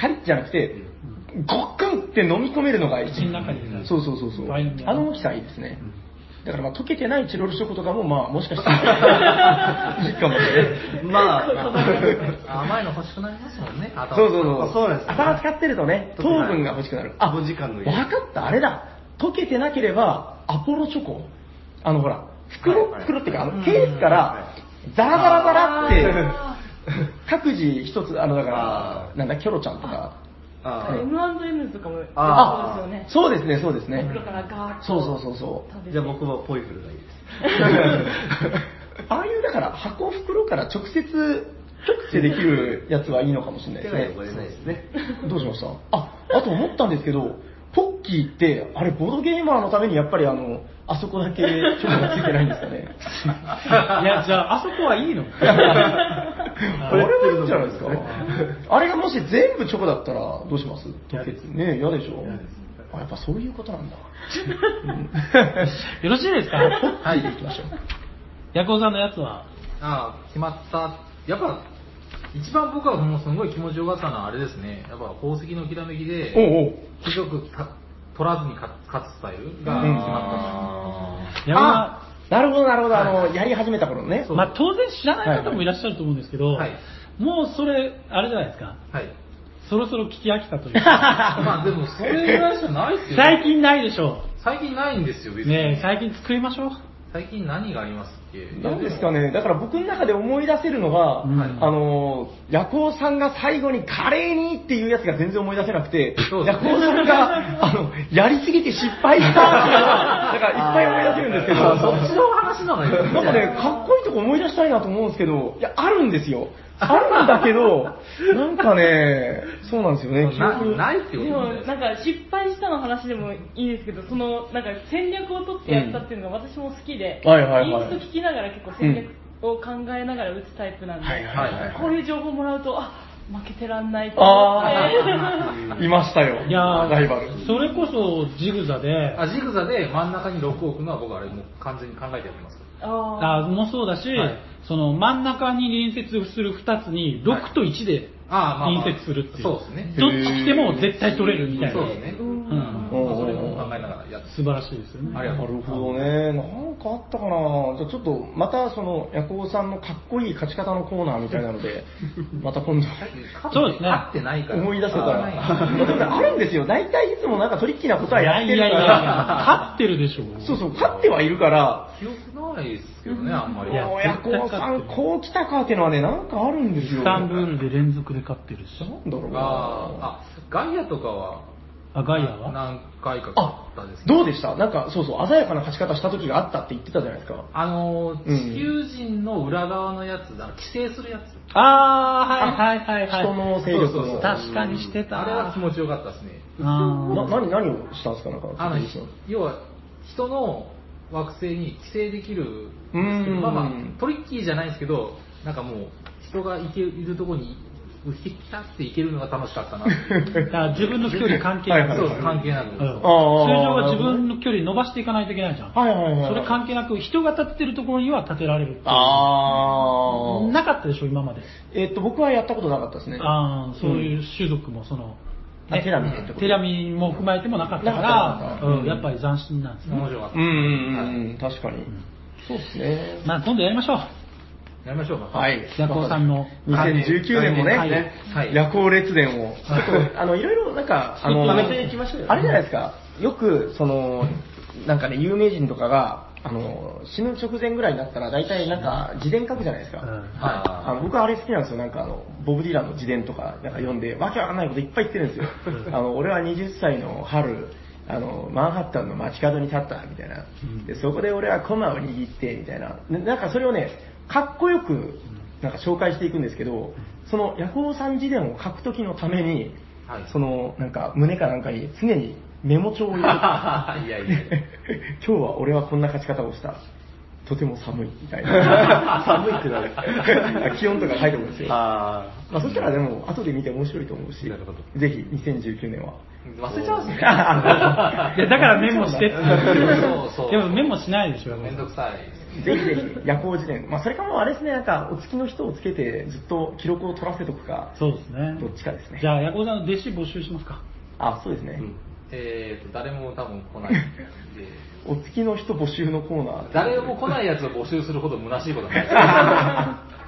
Speaker 2: カリッじゃなくて、ゴックンって飲み込めるのが一
Speaker 1: 口の中にね
Speaker 2: そうそうそうそう。
Speaker 1: ワインの
Speaker 2: あの大きさいいですね。だからまあ溶けてないチロルチョコとかもまあもしかしたらいいかもしれ ない。
Speaker 4: まあ、
Speaker 3: 甘いの欲しくなりますもんね。あと
Speaker 2: そうそうそう。
Speaker 4: そうなんですよ
Speaker 2: 頭使ってるとね、糖分が欲しくなる。あ、
Speaker 4: 5時間の
Speaker 2: わかった、あれだ。溶けてなければ、アポロチョコ。あの、ほら、袋、
Speaker 4: はいはい
Speaker 2: 袋っていうか、あ
Speaker 1: うん
Speaker 2: の、ケースか
Speaker 4: はい
Speaker 2: ら、ザラザラザラって、 各自一つ、あの、だか
Speaker 4: あ
Speaker 2: ら、なんだ、キョロちゃんとか。
Speaker 4: あー
Speaker 5: M&M とかも、
Speaker 4: あ
Speaker 5: そうですよね。
Speaker 2: そうですね、そうですね。
Speaker 5: 袋からガーッと。
Speaker 2: そうそうそうそう。
Speaker 5: 食べて
Speaker 4: じゃあ僕はポイフルがいいです。
Speaker 2: ああいうだから箱袋から直接直接できるやつはいいのかもしれない
Speaker 4: 手
Speaker 2: で
Speaker 4: が汚
Speaker 2: す
Speaker 4: れない
Speaker 2: ね。
Speaker 4: で すね。
Speaker 2: どうしましたあ、あと思ったんですけど、ポッキーって、あれ、ボードゲーマーのためにやっぱりあの、あそこだけ許可がついてないんですかね。
Speaker 1: い や、じゃあ、あそこはいいの
Speaker 2: あれはいいんじゃないですか。あれがもし全部チョコだったらどうします
Speaker 1: 嫌
Speaker 2: 溶け
Speaker 1: で
Speaker 2: て
Speaker 1: す
Speaker 2: ね嫌でしょあ、やっぱそういうことなんだ。
Speaker 1: よろしいですか
Speaker 2: はい、行きましょう。
Speaker 1: ヤコウさんのやつは
Speaker 3: ああ、決まった。やっぱ、一番僕はもうすごい気持ちよかったのはあれですね。やっぱ宝石のきらめきで、
Speaker 2: おうおう。
Speaker 3: ひどくか取らずに勝つ勝つスタイルが
Speaker 2: うん
Speaker 3: 決まったし
Speaker 1: ヤコウさん
Speaker 2: なるほど、なるほど、あの、やり始めた頃のね。
Speaker 3: そう
Speaker 1: まあ、当然知らない方もいらっしゃると思うんですけど、
Speaker 3: はい
Speaker 1: もうそれ、あれじゃないですか、
Speaker 3: はい。
Speaker 1: そろそろ聞き飽きたというか、
Speaker 3: まあでも、それぐらいじゃないですよ。
Speaker 1: 最近ないでしょ
Speaker 3: 最近ないんですよ、別
Speaker 1: う。
Speaker 3: に。
Speaker 1: ねえ最近作りましょう。
Speaker 3: 最近何がありますっけ
Speaker 2: なんですかね、だから僕の中で思い出せるのが、
Speaker 1: うん
Speaker 2: あの、ヤコウさんが最後に華麗にっていうやつが全然思い出せなくて
Speaker 3: そう、で
Speaker 2: ヤ
Speaker 3: す
Speaker 2: コ
Speaker 3: ね
Speaker 2: ウさんが、あの、やりすぎて失敗したっていうのが、だからいっぱい思い出せるんですけど、
Speaker 3: あそっちの話なのよ。
Speaker 2: なんかね、かっこいいとこ思い出したいなと思うんですけど、いや、あるんですよ。あるんだけど、なんかね、そうなんですよね、記
Speaker 3: な
Speaker 2: 憶。
Speaker 3: ないって
Speaker 5: で
Speaker 3: こと
Speaker 5: も
Speaker 3: みたいです
Speaker 5: なんか失敗したの話でもいいですけど、そのなんか戦略を取ってやったっていうのが私も好きで、
Speaker 2: はいはいはい
Speaker 5: インスト聞きながら結構戦略を考えながら打つタイプなんで、
Speaker 2: はいはいはい
Speaker 5: こういう情報もらうと、あ負けてらんないと思
Speaker 2: あ
Speaker 5: って、
Speaker 2: ー、いましたよ、
Speaker 1: いやー
Speaker 2: ライバル。
Speaker 1: それこそジグザで、
Speaker 3: あジグザで真ん中に6を置くのは僕あれもう完全に考えてやってますか ら
Speaker 5: あ
Speaker 1: あもそうだし、
Speaker 3: はい
Speaker 1: その真ん中に隣接する2つに6と1で
Speaker 3: ああまあまあ
Speaker 1: 隣接するっていう、
Speaker 3: そうですね
Speaker 1: どっち来ても絶対取れるみたいな、
Speaker 3: そうですね
Speaker 5: ーう
Speaker 1: うんん
Speaker 3: まあそれも考えながらやって
Speaker 1: 素晴らしいですよね。
Speaker 3: ありがと
Speaker 2: な
Speaker 3: う
Speaker 2: るほどね、なんかあったかな、じゃあちょっとまたその、ヤコウさんのかっこいい勝ち方のコーナーみたいなの で、また今度、
Speaker 1: そうですね
Speaker 3: 勝ってないから
Speaker 2: 思い出せたら、
Speaker 3: あ
Speaker 2: でもねあるんですよ、大体いつもなんかトリッキーなことはいや
Speaker 1: や
Speaker 2: っ
Speaker 1: い
Speaker 2: て
Speaker 1: やい
Speaker 2: る
Speaker 1: やい
Speaker 2: か
Speaker 1: や、
Speaker 2: ら、
Speaker 1: 勝ってるでしょ
Speaker 2: そうそう、勝ってはいるから、
Speaker 3: 記憶ないですけどねあんまり
Speaker 1: いや
Speaker 2: もうヤコウさん、こう来たかっていうのはね、なんかあるんですよ。
Speaker 1: スタンブールで連続で勝ってるし、
Speaker 2: なんだろうな。
Speaker 3: ああガイアとかは
Speaker 1: あガイアは
Speaker 3: 何回か
Speaker 2: あ
Speaker 3: 勝ったですけど
Speaker 2: どうでしたなんか、そうそう、鮮やかな勝ち方した時があったって言ってたじゃないですか。
Speaker 3: あのー
Speaker 2: うん
Speaker 3: 地球人の裏側のやつだ規制するやつ
Speaker 1: あー、はいはいはいはい。
Speaker 2: 人の勢力
Speaker 3: そうそうそ
Speaker 2: の。
Speaker 3: う
Speaker 1: 確かにしてた。
Speaker 3: あれは気持ちよかったですね
Speaker 2: な
Speaker 1: あ
Speaker 2: 何、何をしたんですかなんか、
Speaker 3: あの
Speaker 2: 藤井さん
Speaker 3: 要は人の惑星に規制できるんですけ
Speaker 2: う
Speaker 3: ど
Speaker 2: ん
Speaker 3: まあまあトリッキーじゃないですけどなんかもう人がいけいるとこにピタッていけるのが楽しかったな
Speaker 1: ーだから自分の距離関係
Speaker 2: はい
Speaker 1: な
Speaker 2: はい
Speaker 1: く。
Speaker 3: そ
Speaker 1: うん
Speaker 3: う関係なく、
Speaker 1: 通
Speaker 3: そ
Speaker 2: あ
Speaker 3: う
Speaker 2: ー
Speaker 1: 常は自分の距離伸ばしていかないといけないじゃん。
Speaker 2: はいはいはい。
Speaker 1: それ関係なく、人が立ってるところには立てられるっていう
Speaker 2: あー
Speaker 1: なかったでしょ、今まで。
Speaker 2: えっと、僕はやったことなかったですね。
Speaker 1: あーそういう種族も、その、
Speaker 2: あテラミってこと
Speaker 1: テラミも踏まえてもなかったか
Speaker 2: なかったな
Speaker 1: ら、
Speaker 2: かった
Speaker 1: うんやっぱり斬新なんですね。
Speaker 3: 面白かった、
Speaker 2: うんうんうん、確かに。そうですね。
Speaker 1: まあ、今度やりましょう。
Speaker 3: やりましょうか
Speaker 2: はい。
Speaker 1: ヤコウさんの
Speaker 2: 2019年も
Speaker 1: はい
Speaker 2: ね、
Speaker 3: はい
Speaker 2: 夜行列伝を、ちょっとあの、いろいろなんか、あ
Speaker 1: ち
Speaker 2: の、
Speaker 1: ょっと
Speaker 2: あ
Speaker 1: やめて
Speaker 2: れじゃないですか、よく、その、なんかね、有名人とかが、あの、死ぬ直前ぐらいになったら、大体なんか、自伝書くじゃないですか。
Speaker 1: うん
Speaker 2: あの
Speaker 3: は
Speaker 2: 僕はあれ好きなんですよ、なんかあの、ボブ・ディランの自伝とか、なんか読んで、わけわかんないこといっぱい言ってるんですよ。あの、俺は20歳の春、あの、マンハッタンの街角に立った、みたいな
Speaker 1: うん。
Speaker 2: で、そこで俺はコマを握って、みたいな。ななんかそれをね、かっこよく、なんか紹介していくんですけど、その、ヤコウさん自伝を書くときのために、
Speaker 3: はい
Speaker 2: その、なんか、胸かなんかに常にメモ帳を入れて、
Speaker 3: いいやいやいや
Speaker 2: 今日は俺はこんな勝ち方をした。とても寒いみたいな。
Speaker 4: 寒いってなる
Speaker 2: 気温とか書いてもですよ。
Speaker 4: あ
Speaker 2: まあ、そしたらでも、後で見て面白いと思うし、
Speaker 4: なるほど
Speaker 2: ぜひ2019年は。
Speaker 3: 忘れちゃ うんですね
Speaker 1: いや、だからメモしてっていう
Speaker 3: そうそう
Speaker 1: でもメモしないでしょ、
Speaker 3: めんどくさいですね
Speaker 2: ぜひぜひ、夜行時点。まあ、それかもうあれですね、なんか、お付きの人をつけて、ずっと記録を取らせとくか、
Speaker 1: そうですね。
Speaker 2: どっちかですね
Speaker 1: じゃあ、ヤコウさんの弟子募集しますか。
Speaker 2: あ、そうですね。
Speaker 3: えーと誰も多分来ないんで
Speaker 2: お付きの人募集のコーナー。
Speaker 3: 誰も来ないやつを募集するほど虚しいことはないで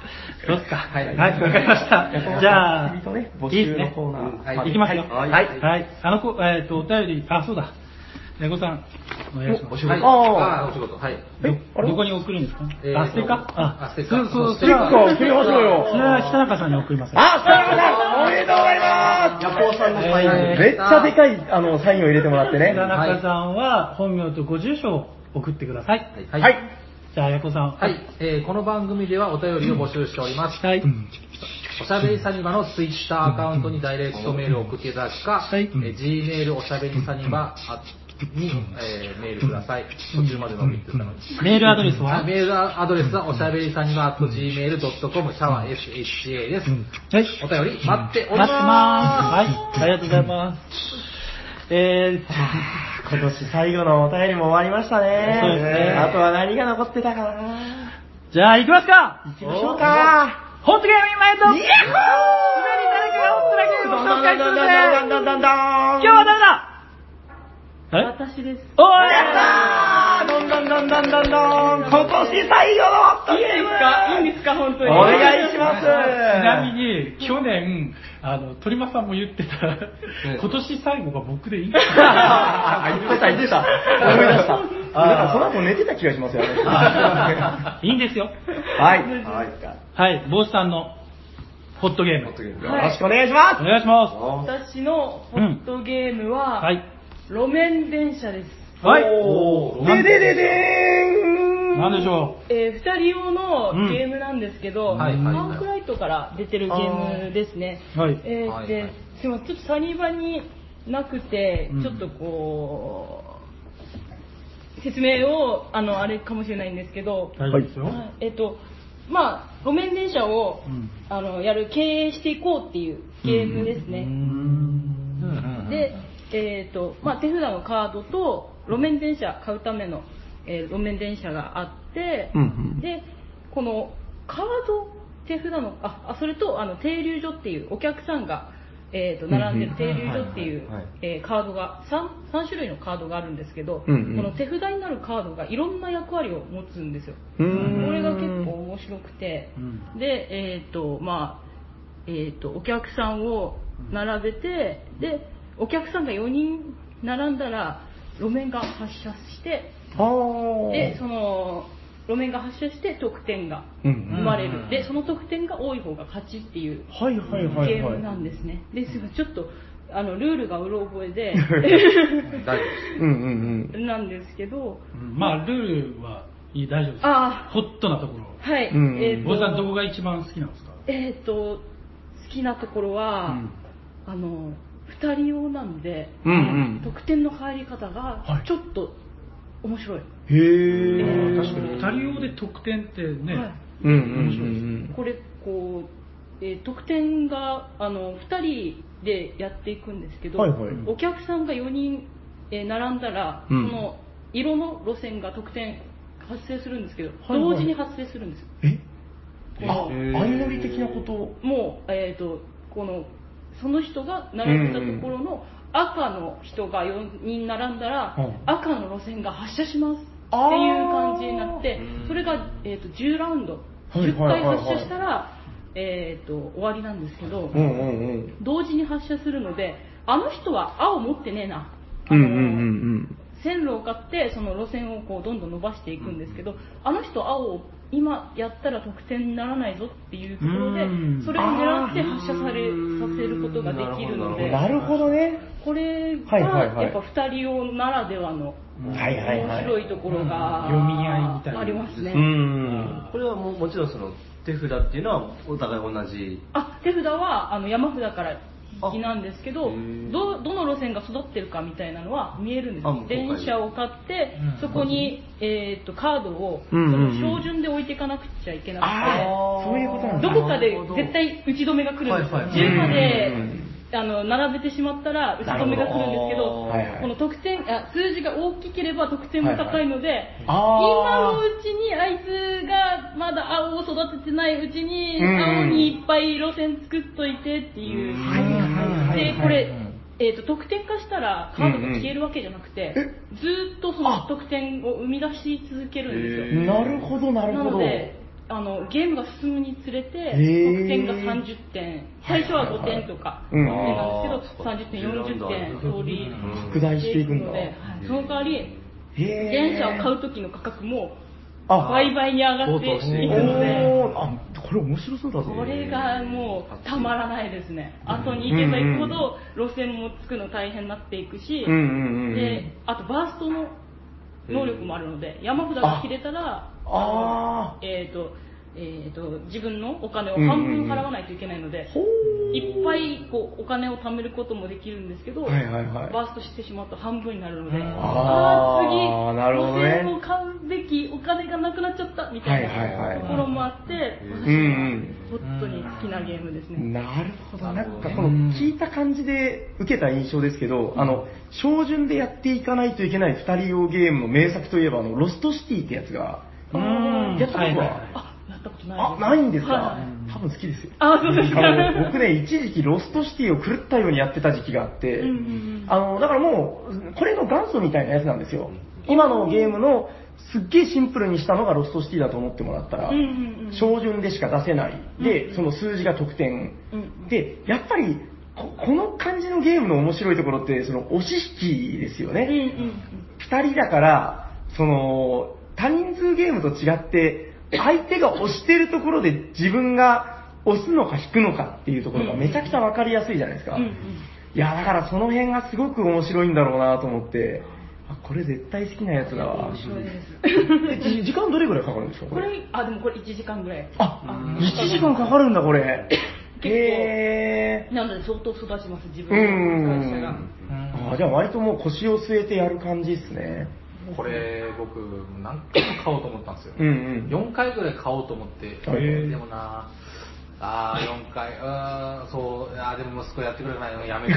Speaker 3: す
Speaker 1: そうですか。はいはい、わかりました。じゃあ、
Speaker 2: 旅人ね、募
Speaker 1: いいで
Speaker 2: 集
Speaker 1: す
Speaker 2: の
Speaker 1: ね。
Speaker 2: コーナー。
Speaker 3: うんはい
Speaker 1: いきますよ。
Speaker 3: はい
Speaker 1: はい。あのこ、えっと、お便り、あ、そうだ。猫さん、お願いします。
Speaker 3: はい、
Speaker 2: あー
Speaker 3: あーお仕事。はい。
Speaker 2: えあれ
Speaker 1: どこに送るんですか、
Speaker 3: えー
Speaker 1: あ、ステッカーあ、
Speaker 3: あステッカ
Speaker 1: そう
Speaker 3: ー
Speaker 1: そう、そ
Speaker 3: ステ
Speaker 1: れ
Speaker 3: ッ
Speaker 2: カー
Speaker 1: は、
Speaker 2: 切りましょうよ
Speaker 1: それは北中さんに送ります。
Speaker 2: あ、スターさんおめでとうございます
Speaker 4: ヤコウさんのサイ
Speaker 1: え
Speaker 4: ンで。
Speaker 2: めっちゃでかい、あの、サインを入れてもらってね。
Speaker 1: 北中さんは、本名とご住所を送ってください。
Speaker 3: はい
Speaker 2: はい。
Speaker 1: じゃあ、やこさん。
Speaker 3: はい、えーこの番組ではお便りを募集しております。
Speaker 1: はい。
Speaker 3: おしゃべりサニバのツイッターアカウントにダイレクトメールを送っていただくか、
Speaker 1: はい
Speaker 3: えー Gmail おしゃべりサニバに、えーメールください。途中まで伸びてたのに。
Speaker 1: メールアドレスは
Speaker 3: あメールアドレスはおしゃべりさんには gmail.com シャワー SHA です。
Speaker 1: はい。
Speaker 3: お便り待ってお
Speaker 1: 待
Speaker 3: り
Speaker 1: ってま。
Speaker 3: ます
Speaker 1: はい。ありがとうございます。え
Speaker 2: あ今年最後のお便りも終わりましたね。
Speaker 1: そうですね
Speaker 2: あとは何が残ってたかな
Speaker 1: ー、じゃあ、行きますか
Speaker 2: 行きましょうか
Speaker 1: ホットゲームインマイト
Speaker 2: イエー
Speaker 1: 左からホットなゲームを紹介するぜ
Speaker 2: だんだんだんだんだ
Speaker 1: 今
Speaker 2: ん
Speaker 1: 日は誰だえ
Speaker 5: 私です。
Speaker 1: おーい
Speaker 2: やったーどんどんどんどんどんどん今年最後のホット
Speaker 5: い
Speaker 2: ゲー
Speaker 5: いんです
Speaker 2: ム
Speaker 5: かいいんですか本当に。
Speaker 2: お願いしま
Speaker 1: ち
Speaker 2: す
Speaker 1: なみに、去年、あの、鳥間さんも言ってた、今年最後が僕でいい
Speaker 2: あ、言ってた言ってた。思い出した。なんかその後寝てた気がしますよね。はい
Speaker 1: いんですよ。
Speaker 2: い。
Speaker 1: はい、帽子さんのホットゲーム。
Speaker 2: よろしくお願いしま
Speaker 1: お願いします。
Speaker 5: 私のホットゲームは、
Speaker 1: はい。
Speaker 5: 路面電車です。
Speaker 2: す。
Speaker 1: はい。
Speaker 2: おー
Speaker 1: なん
Speaker 2: ででででーん。
Speaker 1: なんでしょ
Speaker 5: えー、二人用のゲームなんですけど、
Speaker 3: ん
Speaker 5: パ
Speaker 3: はいはいはい
Speaker 5: ンクライトから出てるゲームですね。
Speaker 1: う。はい。
Speaker 5: えー
Speaker 3: はい
Speaker 5: で
Speaker 3: はい
Speaker 5: すいませんちょっとサニバになくて、
Speaker 1: うん
Speaker 5: ちょっとこう、説明を、あの、あれかもしれないんですけど、
Speaker 1: 大丈夫ですよ。
Speaker 5: はいえっと、まあ、路面電車を、
Speaker 1: うん
Speaker 5: あの、やる、経営していこうっていうゲームですね。で、えっ、と、まあ、手札のカードと、路面電車買うための、えー路面電車があって、
Speaker 2: うん
Speaker 5: で、このカード、手札の、あ、あそれと、あの、停留所っていう、お客さんが、えっ、と、並んでる停留所っていう、えーカードが3、3種類のカードがあるんですけど、
Speaker 2: うんうん
Speaker 5: この手札になるカードがいろんな役割を持つんですよ。
Speaker 2: う
Speaker 5: こ
Speaker 2: ーん
Speaker 5: れが結構面白くて、
Speaker 1: うん
Speaker 5: で、えっ、と、まあ、えっ、と、お客さんを並べて、で、お客さんが4人並んだら、路面が発車して、
Speaker 2: おー
Speaker 5: で、その、路面が発車して得点が
Speaker 2: うん
Speaker 5: 生まれる。で、その得点が多い方が勝ちっていう
Speaker 2: はいはいはい
Speaker 5: ゲー
Speaker 2: は
Speaker 5: ム
Speaker 2: い。
Speaker 5: なんですね。ですが、ちょっと、あの、ルールがうろ覚えで、
Speaker 3: 大丈
Speaker 2: うんうん
Speaker 5: なんですけど、
Speaker 1: うんまあ、ルールはいい、大丈夫です。
Speaker 5: あ
Speaker 1: ホットなところ。
Speaker 5: あ、はい、
Speaker 2: うんうん
Speaker 5: えっ、、
Speaker 1: 帽子さん、どことが一番好きなんですか
Speaker 5: えっ、と、好きなところは、
Speaker 1: うん
Speaker 5: あの、二人用なんで、
Speaker 2: うんうん
Speaker 5: 得点の入り方
Speaker 1: は
Speaker 5: が
Speaker 1: い、
Speaker 5: ちょっと面白い。
Speaker 2: うん。へー。
Speaker 1: 確かに、二人用で得点ってね、
Speaker 5: はい
Speaker 2: うんうん
Speaker 5: これこう、えー得点があの2人でやっていくんですけど、
Speaker 2: はいはい
Speaker 5: お客さんが4人、えー並んだら、
Speaker 2: うん
Speaker 5: その色の路線が得点発生するんですけど、
Speaker 2: いはい
Speaker 5: 同時に発生するんです
Speaker 2: うんうん。えあ、相乗り的なこと
Speaker 5: もう、えー、とこのその人が並べたところの赤の人が4人並んだら、
Speaker 2: うん
Speaker 5: 赤の路線が発車しますっていう
Speaker 2: あー
Speaker 5: 感じになってそれが、えー、と10ラウンド、
Speaker 2: はいはいはいはい
Speaker 5: 10回発車したら、えー、と終わりなんですけ
Speaker 2: う
Speaker 5: ど、
Speaker 2: んうんうん。
Speaker 5: 同時に発射するのであの人は青持ってねえな、
Speaker 2: う
Speaker 5: あ
Speaker 2: ん
Speaker 5: の
Speaker 2: うんうん
Speaker 5: 線路を買ってその路線をこうどんどん伸ばしていくんですけど、あの人青を今やったら得点にならないぞっていうところで、
Speaker 1: うん
Speaker 5: それを狙って発射されさせることができるの
Speaker 2: う
Speaker 5: で
Speaker 2: ん。なるほどね。
Speaker 5: これ
Speaker 2: は
Speaker 5: が
Speaker 2: いはいはい
Speaker 5: やっぱ2人用ならではの
Speaker 2: はいはいは
Speaker 5: 面
Speaker 2: い。
Speaker 5: 白いところが
Speaker 1: うん読み合いみたいな
Speaker 5: ありますね、
Speaker 2: うん。
Speaker 4: これはもうもちろんその手札っていうのはお互い同じ。
Speaker 5: あ手札はあの山札から引きなんですけ
Speaker 4: あ
Speaker 5: ど
Speaker 4: へー
Speaker 5: どどの路線が育ってるかみたいなのは見えるんです
Speaker 4: あもう公
Speaker 5: よ
Speaker 4: 開
Speaker 5: 電車を買って、
Speaker 1: うん
Speaker 5: そこに、えー、とカードを、
Speaker 2: うんうんうん
Speaker 5: その標準で置いていかなくちゃいけな
Speaker 2: ああ、そういうことな
Speaker 5: く
Speaker 2: ん
Speaker 5: て
Speaker 2: だ。
Speaker 5: どこかで絶対打ち止めが来るんですよ、
Speaker 4: はいはい
Speaker 5: 10まで、
Speaker 2: うんうん
Speaker 5: あの並べてしまったら打ち止めが来るんです
Speaker 2: なるほ
Speaker 5: けど
Speaker 2: どはいはい
Speaker 5: この得点あ数字が大きければ得点も高いので、今
Speaker 2: あ
Speaker 5: の
Speaker 2: ー
Speaker 5: うちにあいつがまだ青を育ててないうちに
Speaker 2: うん
Speaker 5: 青にいっぱい路線作っといてっていう、
Speaker 2: はいはいはい
Speaker 5: でこれ、えー、と得点化したらカードが消えるわけじゃなくて、ずーっとその得点を生み出して続けるんですよ、
Speaker 2: なるほど、なる
Speaker 5: な
Speaker 2: ほ
Speaker 5: の
Speaker 2: ど。
Speaker 5: であのゲームが進むにつれて、
Speaker 2: ー
Speaker 5: 得点が30点、最初は5点とか、
Speaker 2: うん
Speaker 5: なんですけど、30点、40点、通り
Speaker 2: 拡大していくんだ
Speaker 5: ので、はいその代わり、
Speaker 2: へえ
Speaker 5: 電車を買う時の価格も
Speaker 2: あ
Speaker 5: 倍々に上がっていくので、
Speaker 2: おーあこれ面白そうだぞ
Speaker 5: これがもうたまらないですね。後に行けば行くほど路線もつくの大変になっていくし、
Speaker 2: うんうんうん
Speaker 5: で、あとバーストの能力もあるので、山札が切れたら、
Speaker 2: あ
Speaker 5: えっ、と、えっ、と、自分のお金を半分払わないといけないので、いっぱいこうお金を貯めることもできるんですけど、
Speaker 2: はいはいはい
Speaker 5: バーストしてしまうと半分になるので、
Speaker 2: あー
Speaker 5: ー
Speaker 2: なるほどね
Speaker 5: 路線を買うべきお金がなくなっちゃったみたい
Speaker 2: はいはいはい
Speaker 5: なところもあって、
Speaker 2: うん
Speaker 5: 私はホットに好きなゲームです
Speaker 2: ー
Speaker 5: ね。
Speaker 2: なるほどなんかこの聞いた感じで受けた印象ですけど、あの照準でやっていかないといけない2人用ゲームの名作といえばあのロストシティってやつが
Speaker 1: うん
Speaker 2: やったことは、
Speaker 1: はいはい
Speaker 5: あ、やったことない
Speaker 2: あないんですか、
Speaker 5: はい
Speaker 2: 多分好きですよ
Speaker 5: あ、そうですか。
Speaker 2: あの僕ね、一時期ロストシティを狂ったようにやってた時期があって、
Speaker 5: うんうんうん
Speaker 2: あの、だからもう、これの元祖みたいなやつなんですよ。今のゲームのすっげえシンプルにしたのがロストシティだと思ってもらったら、
Speaker 5: うんうんうん
Speaker 2: 照準でしか出せない。で、その数字が得点。
Speaker 5: うん
Speaker 2: で、やっぱりこ、この感じのゲームの面白いところって、その、押し引きですよね。
Speaker 5: うんうんうん
Speaker 2: 二人だから、その、他人数ゲームと違って、相手が押してるところで自分が押すのか引くのかっていうところがめちゃくちゃ分かりやすいじゃないですか。
Speaker 5: うんうん
Speaker 2: いや、だからその辺がすごく面白いんだろうなと思って、あこれ絶対好きなやつだわ。
Speaker 5: 面白いです。
Speaker 2: えじ時間どれぐらいかかるんですか
Speaker 5: これ、あ、でもこれ1時間ぐらい。
Speaker 2: あ、1時間かかるんだこれ。
Speaker 5: 構
Speaker 2: へえ。
Speaker 5: なので相当育ちます、自
Speaker 2: う
Speaker 5: 分の会社が。
Speaker 2: ん。あじゃあ割ともう腰を据えてやる感じですね。
Speaker 6: これ僕何回も買おうと思ったんですよ、
Speaker 2: うんうん。
Speaker 6: 4回ぐらい買おうと思って、
Speaker 2: ー
Speaker 6: でもなああ4回うーんそうあーでも息子やってくれないのやめる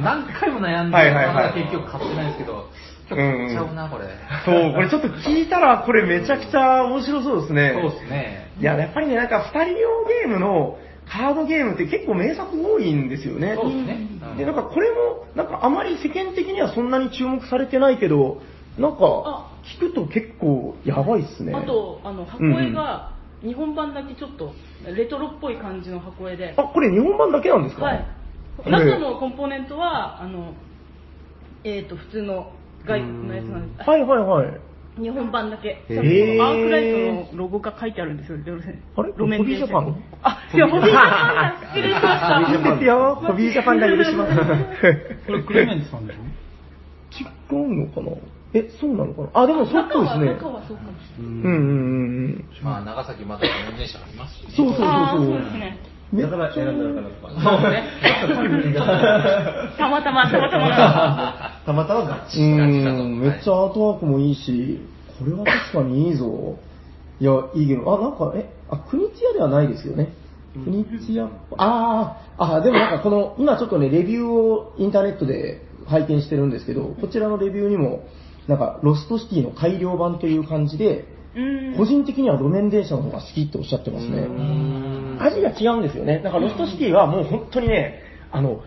Speaker 6: 何回も悩んで、
Speaker 2: はいはいはい
Speaker 6: まだ結局買ってないんですけど今日買っちゃうな、これ
Speaker 2: そう、これちょっと聞いたら、これめちゃくちゃ面白そうですね。
Speaker 6: そうですね
Speaker 2: いや、やっぱりね、なんか二人用ゲームのカードゲームって結構名作多いんですよね。
Speaker 6: そうですね、うん
Speaker 2: で、なんかこれも、なんかあまり世間的にはそんなに注目されてないけど、なんか
Speaker 5: あ
Speaker 2: 聞くと結構やばいっすね。
Speaker 5: あ、と、あの、箱絵が、日本版だけちょっと、レトロっぽい感じの箱絵で
Speaker 2: あ、、これ日本版だけなんですか
Speaker 5: はい。中のコンポーネントは、あの、えっと、普通の外国のやつなんです。
Speaker 2: はいはいはい。
Speaker 5: 日本版だけ。
Speaker 2: へー
Speaker 5: 多分このアークライトのロゴが書いてあるんですよ、路線。
Speaker 2: あれ
Speaker 5: 路面電車
Speaker 2: ホビージャパン
Speaker 5: あ、いや、ホビージャパンだ失礼しました。
Speaker 2: いいですよ、ホビージャパンが許します。
Speaker 1: これクレメンツさんでしょ
Speaker 2: 違うのかなえ、そうなのかなあ、でもそうっ
Speaker 5: 中
Speaker 2: ぽいで
Speaker 5: は、
Speaker 2: すね。
Speaker 5: 中はそうかもし
Speaker 2: う
Speaker 5: れない。
Speaker 2: んうんうんうん。
Speaker 6: まあ長崎まだ運転手ありますしね
Speaker 2: そうそうそう
Speaker 5: ああ、
Speaker 2: そ
Speaker 5: そううですね。
Speaker 2: ね
Speaker 4: だから選んだのかな
Speaker 5: たまたま、たまたまが。
Speaker 4: たまたまガ
Speaker 2: うーん、めっちゃアートワークもいいし、これは確かにいいぞ。いや、いいけど、あ、なんか、え、あ、国津屋ではないですよね。国津屋、あーあ、でもなんかこの、今ちょっとね、レビューをインターネットで拝見してるんですけど、こちらのレビューにも、なんか、ロストシティの改良版という感じで、
Speaker 5: うん。
Speaker 2: 個人的には路面電車の方が好きっておっしゃってますね。味が違うんですよね。だからロストシティはもう本当にね、あの、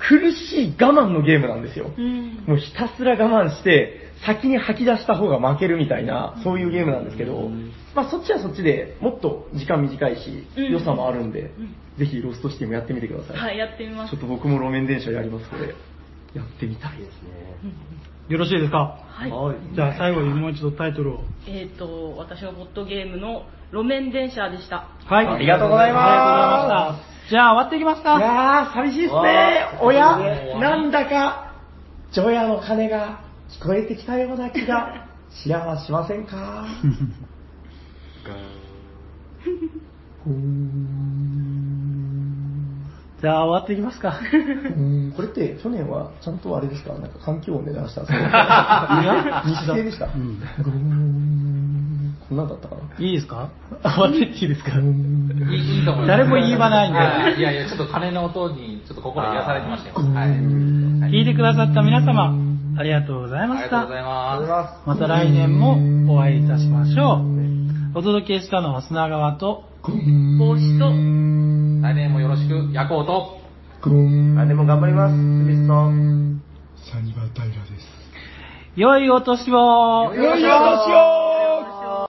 Speaker 2: 苦しい我慢のゲームなんですよ。
Speaker 5: うん
Speaker 2: もうひたすら我慢して、先に吐き出した方が負けるみたいな、そういうゲームなんですけど、まあそっちはそっちでもっと時間短いし、
Speaker 5: うん
Speaker 2: 良さもあるんで
Speaker 5: ん、
Speaker 2: ぜひロストシティもやってみてください。
Speaker 5: はい、やってみま
Speaker 2: ち
Speaker 5: す
Speaker 2: ょっ。と僕も路面電車やります、これ。やってみたい。
Speaker 1: よろしいですか
Speaker 5: はい。
Speaker 1: じゃあ最後にもう一度タイトルを。
Speaker 5: えっ、と、私のホットゲームの路面電車でした。
Speaker 1: はい。
Speaker 2: ありがとうございます
Speaker 1: ありがとうございました。じゃあ終わっていきます
Speaker 2: い
Speaker 1: か。
Speaker 2: やー、寂しいっすね。おや、なんだか、除夜の鐘が聞こえてきたような気が しやはしませんか
Speaker 1: じゃあ終わっていきますか。
Speaker 2: うーんこれって去年はちゃんとあれですか、なんか環境音で鳴らしたんですか日系でした。ゴーンこんなんだったかな。
Speaker 1: いいですか終わっていいですか
Speaker 6: いいいいと思います
Speaker 1: 誰も言わないんで
Speaker 6: はいいやいやちょっと鐘の音にちょっと心癒されてましたよはい
Speaker 1: 聞いてくださった皆様、ありがとうござい
Speaker 6: あ
Speaker 1: ま
Speaker 6: り
Speaker 1: し
Speaker 6: がとうご
Speaker 1: た
Speaker 6: ざ。います
Speaker 1: また来年もお会いいたしましょう。お届けしたのは砂川と、
Speaker 5: 帽子と、
Speaker 6: 来年もよろしく夜行と
Speaker 2: あ、でも頑張ります。クリストン。
Speaker 1: 良いお年を
Speaker 6: 良いお年を
Speaker 2: よしよ